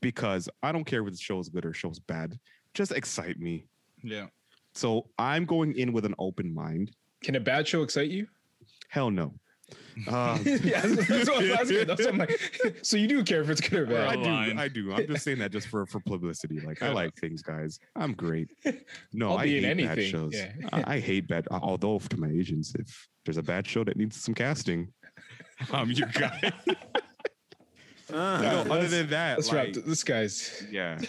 Speaker 4: because I don't care if the show is good or show's bad. just excite me.
Speaker 1: Yeah.
Speaker 4: So I'm going in with an open mind.
Speaker 3: Can a bad show excite you?
Speaker 4: Hell no. Um,
Speaker 3: yeah, that's what I'm asking. That's what I'm like. So you do care if it's good or bad?
Speaker 4: I do. I do. I'm just saying that just for for publicity. Like I like things, guys. I'm great. No,
Speaker 3: I'll
Speaker 4: I
Speaker 3: be in
Speaker 4: hate bad
Speaker 3: anything,
Speaker 4: shows.
Speaker 3: yeah.
Speaker 4: I, I hate bad. Although to my agents, if there's a bad show that needs some casting, I'm your guy.
Speaker 3: Alright,
Speaker 4: other
Speaker 3: let's-
Speaker 4: than that,
Speaker 3: let's wrap
Speaker 4: like-
Speaker 3: th- this guy's.
Speaker 4: yeah.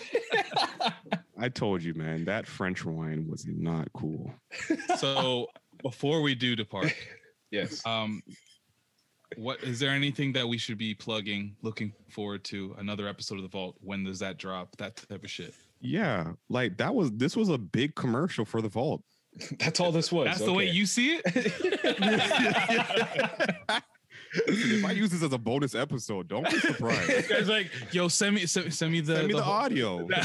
Speaker 4: I told you, man. That French wine was not cool.
Speaker 1: so before we do depart,
Speaker 4: Uh,
Speaker 3: yes.
Speaker 1: Um, what is there anything that we should be plugging? Looking forward to another episode of the Vault. When does that drop? That type of shit.
Speaker 4: Yeah, like that was this was a big commercial for the vault.
Speaker 3: That's all this was.
Speaker 1: That's the way you see it.
Speaker 4: if I use this as a bonus episode, don't be surprised.
Speaker 1: This guy's like, yo, send me, send, send me the,
Speaker 4: Send me the,
Speaker 1: whole-
Speaker 4: audio.
Speaker 3: yeah,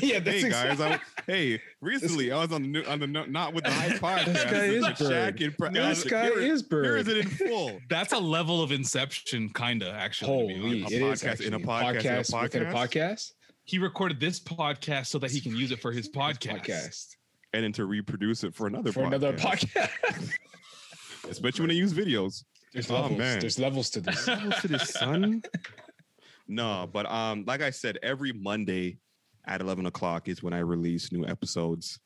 Speaker 4: hey
Speaker 1: exact-
Speaker 4: guys, I, hey, recently I was on the new, on the no- not with the high podcast.
Speaker 3: This guy
Speaker 4: with
Speaker 3: is
Speaker 4: Shaq
Speaker 3: Bird.
Speaker 4: and Pre-
Speaker 3: This
Speaker 4: Honestly,
Speaker 3: guy
Speaker 4: here-
Speaker 3: is
Speaker 4: Here is
Speaker 3: Bird.
Speaker 4: it in full.
Speaker 1: That's a level of inception, kinda actually. to be
Speaker 3: Holy,
Speaker 1: honest.
Speaker 3: it is
Speaker 4: in a
Speaker 3: actually.
Speaker 4: podcast, in a
Speaker 3: podcast within a
Speaker 4: podcast.
Speaker 3: podcast.
Speaker 1: He recorded this podcast so that he can use it for his podcast.
Speaker 3: Podcast
Speaker 4: And then to reproduce it for another
Speaker 3: for
Speaker 4: podcast.
Speaker 3: another podcast.
Speaker 4: Especially when they use videos.
Speaker 3: There's
Speaker 4: Oh,
Speaker 3: levels.
Speaker 4: man.
Speaker 3: There's levels to this.
Speaker 4: Levels to this, son. No, but um, like I said, every Monday at eleven o'clock is when I release new episodes.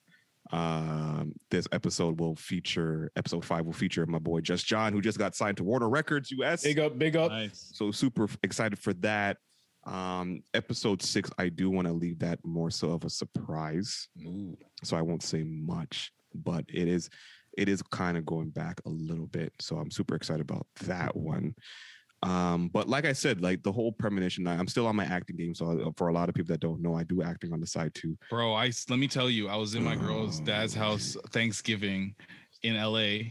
Speaker 4: Um, this episode will feature episode five will feature my boy Just John, who just got signed to Warner Records US.
Speaker 3: Big up, big up.
Speaker 1: Nice.
Speaker 4: So super f- excited for that. Um, episode six, I do want to leave that more so of a surprise.
Speaker 3: Ooh.
Speaker 4: So I won't say much, but it is it is kind of going back a little bit. So I'm super excited about that one. Um, but like I said, like the whole premonition, I- I'm still on my acting game. So uh, for a lot of people that don't know, I do acting on the side too.
Speaker 1: Bro, I s- let me tell you, I was in my girl's dad's house Thanksgiving in LA.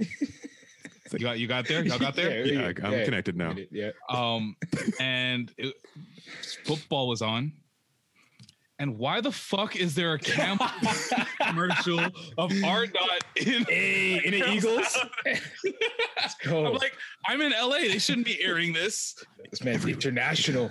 Speaker 1: you got you got there? Y'all got there?
Speaker 4: Yeah, I- I'm connected now.
Speaker 3: Yeah.
Speaker 1: Um and it, football was on. And why the fuck is there a camp commercial of R dot in
Speaker 3: Hey, in the Eagles. Let's go.
Speaker 1: I'm like, I'm in LA. They shouldn't be airing this.
Speaker 3: this man's international.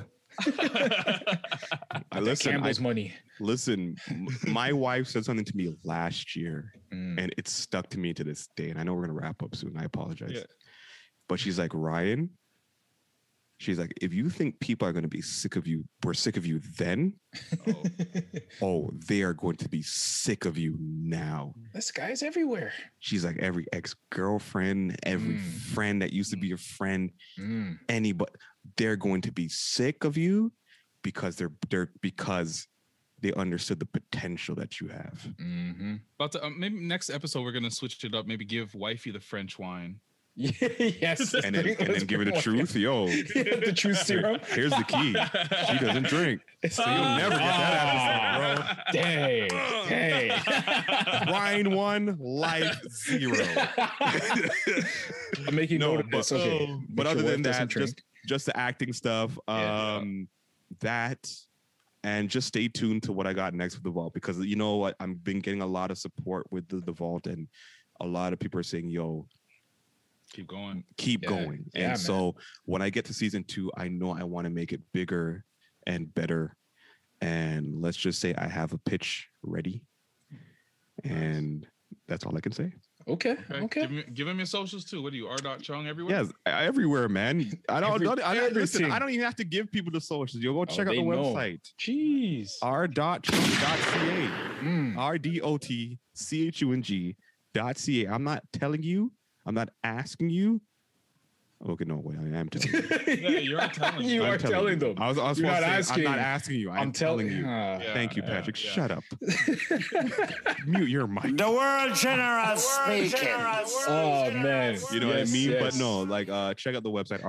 Speaker 4: I listen, I,
Speaker 3: Campbell's money.
Speaker 4: listen, m- my wife said something to me last year
Speaker 3: Mm.
Speaker 4: and it's stuck to me to this day. And I know we're gonna wrap up soon. I apologize.
Speaker 1: Yeah.
Speaker 4: But she's like, Ryan, she's like, if you think people are gonna be sick of you, we're sick of you then,
Speaker 1: Oh,
Speaker 4: oh, they are going to be sick of you now.
Speaker 3: This guy's everywhere.
Speaker 4: She's like, every ex-girlfriend, every
Speaker 3: Mm.
Speaker 4: friend that used to be your friend,
Speaker 3: Mm.
Speaker 4: anybody, they're going to be sick of you because they're they're because they understood the potential that you have.
Speaker 3: hmm
Speaker 1: about to, uh, maybe next episode we're gonna switch it up. Maybe give wifey the French wine.
Speaker 3: yes.
Speaker 4: And then, and then give her the truth. Yo,
Speaker 3: the truth serum.
Speaker 4: here- here's the key. She doesn't drink. So you'll
Speaker 3: Oh,
Speaker 4: never get that out of this,
Speaker 1: Ah.
Speaker 3: Dang. Dang.
Speaker 4: bro. Wine one, life zero.
Speaker 3: I'm making
Speaker 4: No,
Speaker 3: note of
Speaker 4: but-
Speaker 3: this. Okay.
Speaker 1: Oh.
Speaker 4: but
Speaker 3: Make
Speaker 4: other
Speaker 3: sure
Speaker 4: than
Speaker 3: wife doesn't
Speaker 4: that,
Speaker 3: drink.
Speaker 4: just just the acting stuff,
Speaker 3: Yeah.
Speaker 4: um, that, and just stay tuned to what I got next with the vault because you know what, I've been getting a lot of support with the, the vault, and a lot of people are saying, "Yo,
Speaker 1: Keep going.
Speaker 4: keep
Speaker 3: Yeah.
Speaker 4: going." And
Speaker 3: Yeah, man.
Speaker 4: so when I get to season two, I know I want to make it bigger and better, and let's just say I have a pitch ready, and that's all I can say.
Speaker 3: okay.
Speaker 1: Okay.
Speaker 3: Okay.
Speaker 1: Give, me, give him your socials too. What are you, R. Dot Chong everywhere?
Speaker 4: Yes, e-, everywhere, man. I don't,
Speaker 3: Every-
Speaker 4: don't- I don't listen.
Speaker 3: everything. Oh,
Speaker 4: I don't even have to give people the socials. You'll go check out
Speaker 3: they
Speaker 4: the
Speaker 3: know.
Speaker 4: website.
Speaker 3: Jeez.
Speaker 4: R dot ch- dot ca
Speaker 3: Mm.
Speaker 4: r d o t c h u n g dot ca. I'm not telling you. I'm not asking you. Okay, no way. I am telling you.
Speaker 1: Yeah, you're telling
Speaker 3: You
Speaker 1: me.
Speaker 4: I'm
Speaker 3: are telling them.
Speaker 4: you. I was, I was
Speaker 3: You're
Speaker 4: supposed
Speaker 3: not
Speaker 4: to say, I'm
Speaker 3: asking.
Speaker 4: not asking you. I'm,
Speaker 3: I'm
Speaker 4: telling,
Speaker 3: telling you.
Speaker 4: you.
Speaker 1: Yeah,
Speaker 4: Thank you,
Speaker 1: yeah,
Speaker 4: Patrick.
Speaker 1: yeah.
Speaker 4: Shut up. Mute your mic.
Speaker 14: The world general speaking.
Speaker 3: oh man.
Speaker 4: You know what
Speaker 3: Yes,
Speaker 4: I mean?
Speaker 3: yes.
Speaker 4: But no, like uh check out the website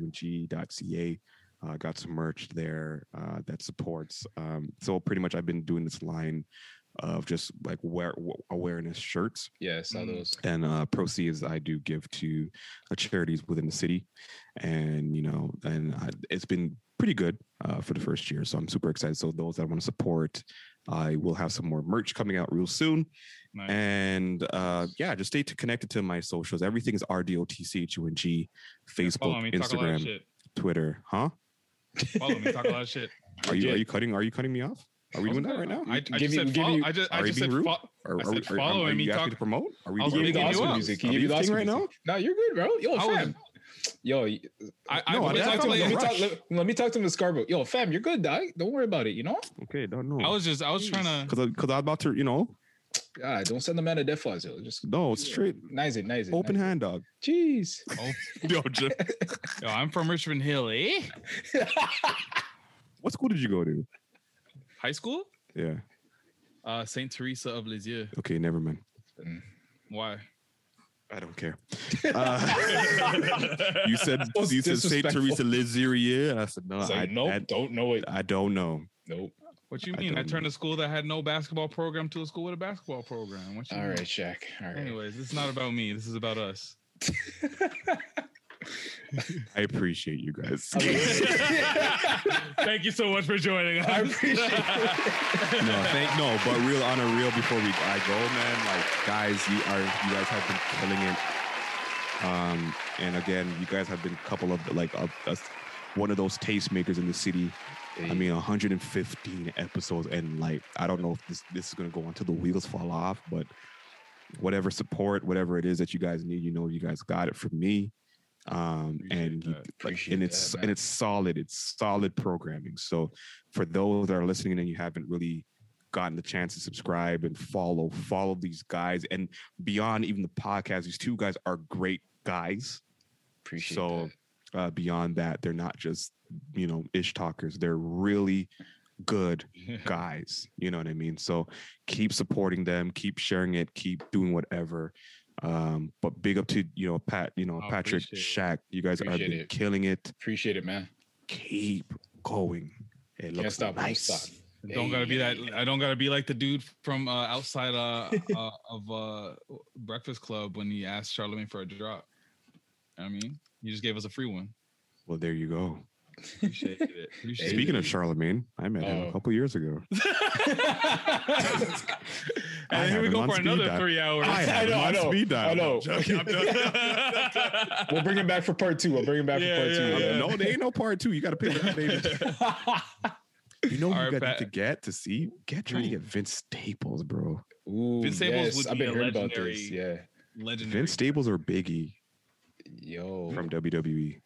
Speaker 4: rdotc2ng.ca. Uh got some merch there uh that supports. Um so pretty much I've been doing this line of just like wear w- awareness shirts
Speaker 3: Yeah, I saw
Speaker 1: Mm.
Speaker 3: those.
Speaker 4: and uh proceeds I do give to uh, charities within the city and you know and I, it's been pretty good uh for the first year so I'm super excited so those that want to support I will have some more merch coming out real soon
Speaker 1: Nice.
Speaker 4: and uh, yeah, just stay t- connected to my socials. Everything is RDOTCHUNG,
Speaker 1: Follow
Speaker 4: Facebook,
Speaker 1: me, talk a lot of
Speaker 4: Instagram,
Speaker 1: shit.
Speaker 4: Twitter. Huh?
Speaker 1: Follow me, talk a lot of shit.
Speaker 4: Are you are
Speaker 3: Legit.
Speaker 4: you cutting are you cutting me off? Are we doing that right now?
Speaker 1: I, I just said follow. I just, I
Speaker 4: Are
Speaker 1: just
Speaker 4: you
Speaker 1: said,
Speaker 4: being
Speaker 1: fo-
Speaker 4: rude? Are-
Speaker 1: I
Speaker 4: are-
Speaker 1: said
Speaker 4: are-
Speaker 1: follow
Speaker 4: are
Speaker 1: and me
Speaker 4: you asking
Speaker 1: talk.
Speaker 4: to promote? Are we
Speaker 1: I was
Speaker 4: doing
Speaker 1: giving
Speaker 4: the
Speaker 1: you
Speaker 4: Oscar
Speaker 1: up.
Speaker 4: music?
Speaker 1: Are
Speaker 4: Can you
Speaker 1: we
Speaker 4: do the Oscar
Speaker 1: thing right now?
Speaker 4: music?
Speaker 3: No, you're good, bro. Yo,
Speaker 1: I was-
Speaker 3: fam. Yo, y-
Speaker 1: I- I
Speaker 3: no,
Speaker 1: was
Speaker 3: let, me
Speaker 1: talking
Speaker 3: talk to,
Speaker 1: about
Speaker 3: let, me
Speaker 1: the
Speaker 3: talk,
Speaker 1: rush.
Speaker 3: let, let me talk to Miss Scarborough. Yo, fam, you're good, dog. Don't worry about it. You know.
Speaker 4: Okay, don't know.
Speaker 1: I was just. I was trying to.
Speaker 4: because because I'm about to, you know,
Speaker 3: God, Ah, don't send the man a death fuzz. Yo. Just
Speaker 4: no, it's straight
Speaker 3: nice it, nice it.
Speaker 4: open
Speaker 3: nice
Speaker 4: hand dog.
Speaker 3: it. Jeez.
Speaker 1: Oh, yo, Jim. yo, I'm from Richmond Hill, eh?
Speaker 4: What school did you go to?
Speaker 1: High school?
Speaker 4: Yeah.
Speaker 1: Uh, Saint Teresa of Lisieux.
Speaker 4: Okay, never mind.
Speaker 1: Why?
Speaker 4: I don't care. Uh, You said you said Saint Teresa Lizier, and I said no.
Speaker 1: It's
Speaker 4: Uh, I uh,
Speaker 1: like, nope,
Speaker 4: don't
Speaker 3: know it.
Speaker 4: I don't know.
Speaker 3: Nope.
Speaker 1: What you
Speaker 4: I
Speaker 1: mean? I,
Speaker 4: don't
Speaker 1: turned a school that had no basketball program to a school with a basketball program. What you
Speaker 3: All
Speaker 1: mean?
Speaker 3: right, Shaq. All right.
Speaker 1: Anyways, this is not about me. This is about us.
Speaker 4: I appreciate you guys.
Speaker 1: Thank you so much for joining us. I appreciate
Speaker 4: no, thank no, but real on a real before we I go, man. Like guys, you are you guys have been killing it. Um, and again, you guys have been a couple of like of us, one of those tastemakers in the city. I mean, 115 episodes, and like I don't know if this this is gonna go until the wheels fall off, but whatever support, whatever it is that you guys need, you know, you guys got it from me. Um, and
Speaker 1: uh,
Speaker 4: you- like, and it's and it's solid. It's solid programming. So for those that are listening and you haven't really gotten the chance to subscribe and follow, follow these guys and beyond even the podcast. These two guys are great guys.
Speaker 3: Appreciate
Speaker 4: so. Uh, beyond that, they're not just you know ish talkers. They're really good guys. You know what I mean? So keep supporting them, keep sharing it, keep doing whatever. Um, but big up to you know Pat, you know
Speaker 3: Oh,
Speaker 4: Patrick,
Speaker 3: appreciate
Speaker 4: Shaq. You guys are
Speaker 3: Appreciate
Speaker 4: been
Speaker 3: it.
Speaker 4: killing it.
Speaker 3: Appreciate it, man.
Speaker 4: Keep going. It looks
Speaker 3: stop, won't
Speaker 4: nice.
Speaker 3: stop.
Speaker 1: Don't gotta be that. I don't gotta be like the dude from uh, outside uh, uh, of uh, Breakfast Club when he asked Charlemagne for a drop. I mean, you just gave us a free one.
Speaker 4: Well, there you go.
Speaker 1: Appreciate it. Appreciate
Speaker 4: Speaking
Speaker 1: it.
Speaker 4: of Charlemagne, I met him a
Speaker 1: Oh.
Speaker 4: couple years ago. I
Speaker 1: and here
Speaker 4: have
Speaker 1: we
Speaker 4: him
Speaker 1: go
Speaker 4: on
Speaker 1: for
Speaker 4: speed
Speaker 1: another
Speaker 4: dial.
Speaker 1: three hours.
Speaker 4: I have him on speed dial.
Speaker 3: I know.
Speaker 4: I'm joking, I'm joking.
Speaker 3: we'll bring him back for part two. We'll bring him back
Speaker 4: Yeah,
Speaker 3: for part
Speaker 4: yeah,
Speaker 3: two.
Speaker 4: yeah. No, there ain't no part two. You got to pick that baby. You know, who
Speaker 1: All
Speaker 4: you
Speaker 1: right,
Speaker 4: got
Speaker 1: Pat.
Speaker 4: to get to see. Get trying to get Vince Staples, bro.
Speaker 3: Ooh,
Speaker 1: Vince Staples would
Speaker 3: I've
Speaker 1: be
Speaker 3: been
Speaker 1: a
Speaker 3: heard about
Speaker 1: legendary-
Speaker 3: this. Yeah.
Speaker 1: Legendary.
Speaker 4: Vince Staples or Biggie
Speaker 3: Yo.
Speaker 4: from E. WWE.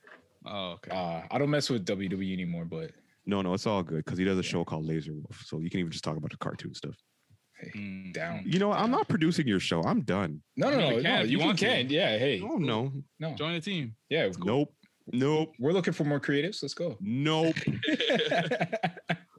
Speaker 1: Oh, okay.
Speaker 3: Uh, I don't mess with WWE anymore, but
Speaker 4: No, no, it's all good because he does a show called Laser Wolf, so you can even just talk about the cartoon stuff.
Speaker 1: Mm,
Speaker 3: down.
Speaker 4: You know, I'm not producing your show. I'm done.
Speaker 3: No, no,
Speaker 1: I mean,
Speaker 3: no,
Speaker 1: we
Speaker 3: no.
Speaker 1: can if
Speaker 3: you
Speaker 1: you want to.
Speaker 3: can. Yeah. Hey.
Speaker 4: Oh no,
Speaker 3: No.
Speaker 1: Join the team.
Speaker 3: Yeah.
Speaker 4: nope, nope,
Speaker 3: We're looking for more creatives. Let's go.
Speaker 4: nope.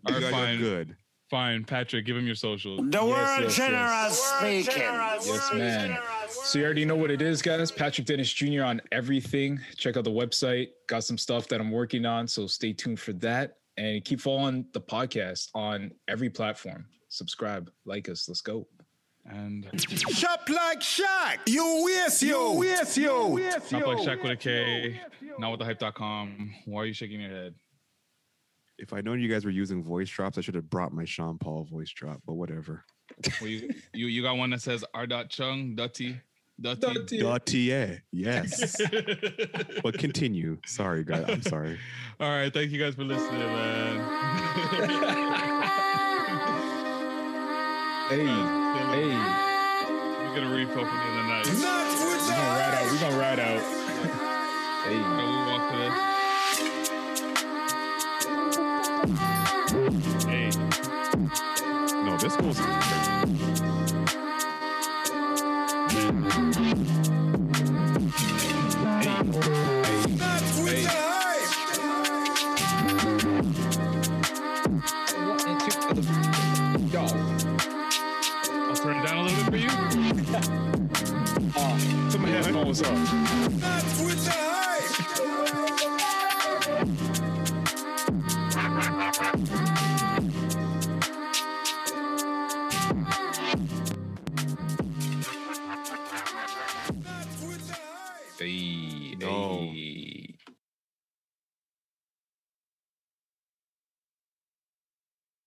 Speaker 1: All
Speaker 4: You
Speaker 1: right,
Speaker 4: guys are
Speaker 1: fine.
Speaker 4: good.
Speaker 1: Fine, Patrick, give him your social.
Speaker 14: The world generous speaking.
Speaker 3: Yes, man. So you already know what it is, guys. Patrick Dennis Jr. on everything. Check out the website. Got some stuff that I'm working on, so stay tuned for that. And keep following the podcast on every platform. Subscribe, like us. Let's go.
Speaker 1: And
Speaker 6: Shop like Shaq. You waste you. waste you. waste
Speaker 1: Not like Shaq with a K, not with the hype.com. Why are you shaking your head?
Speaker 4: If I known you guys were using voice drops, I should have brought my Sean Paul voice drop. But whatever.
Speaker 1: Well, you, you you got one that says R. Dot Chung, Dutty, Dutty.
Speaker 4: Dottier. Yes. but continue. Sorry, guys. I'm sorry.
Speaker 1: All right, thank you guys for listening, man.
Speaker 3: Hey, hey.
Speaker 1: We're gonna refill for the end of the night.
Speaker 3: We're gonna ride out. We're gonna ride out. hey.
Speaker 1: We'll walk to this. Hey,
Speaker 4: No, this goes.
Speaker 1: I'll turn it down a little bit for you.
Speaker 3: So my headphone was off. Hey,
Speaker 4: No.
Speaker 3: hey.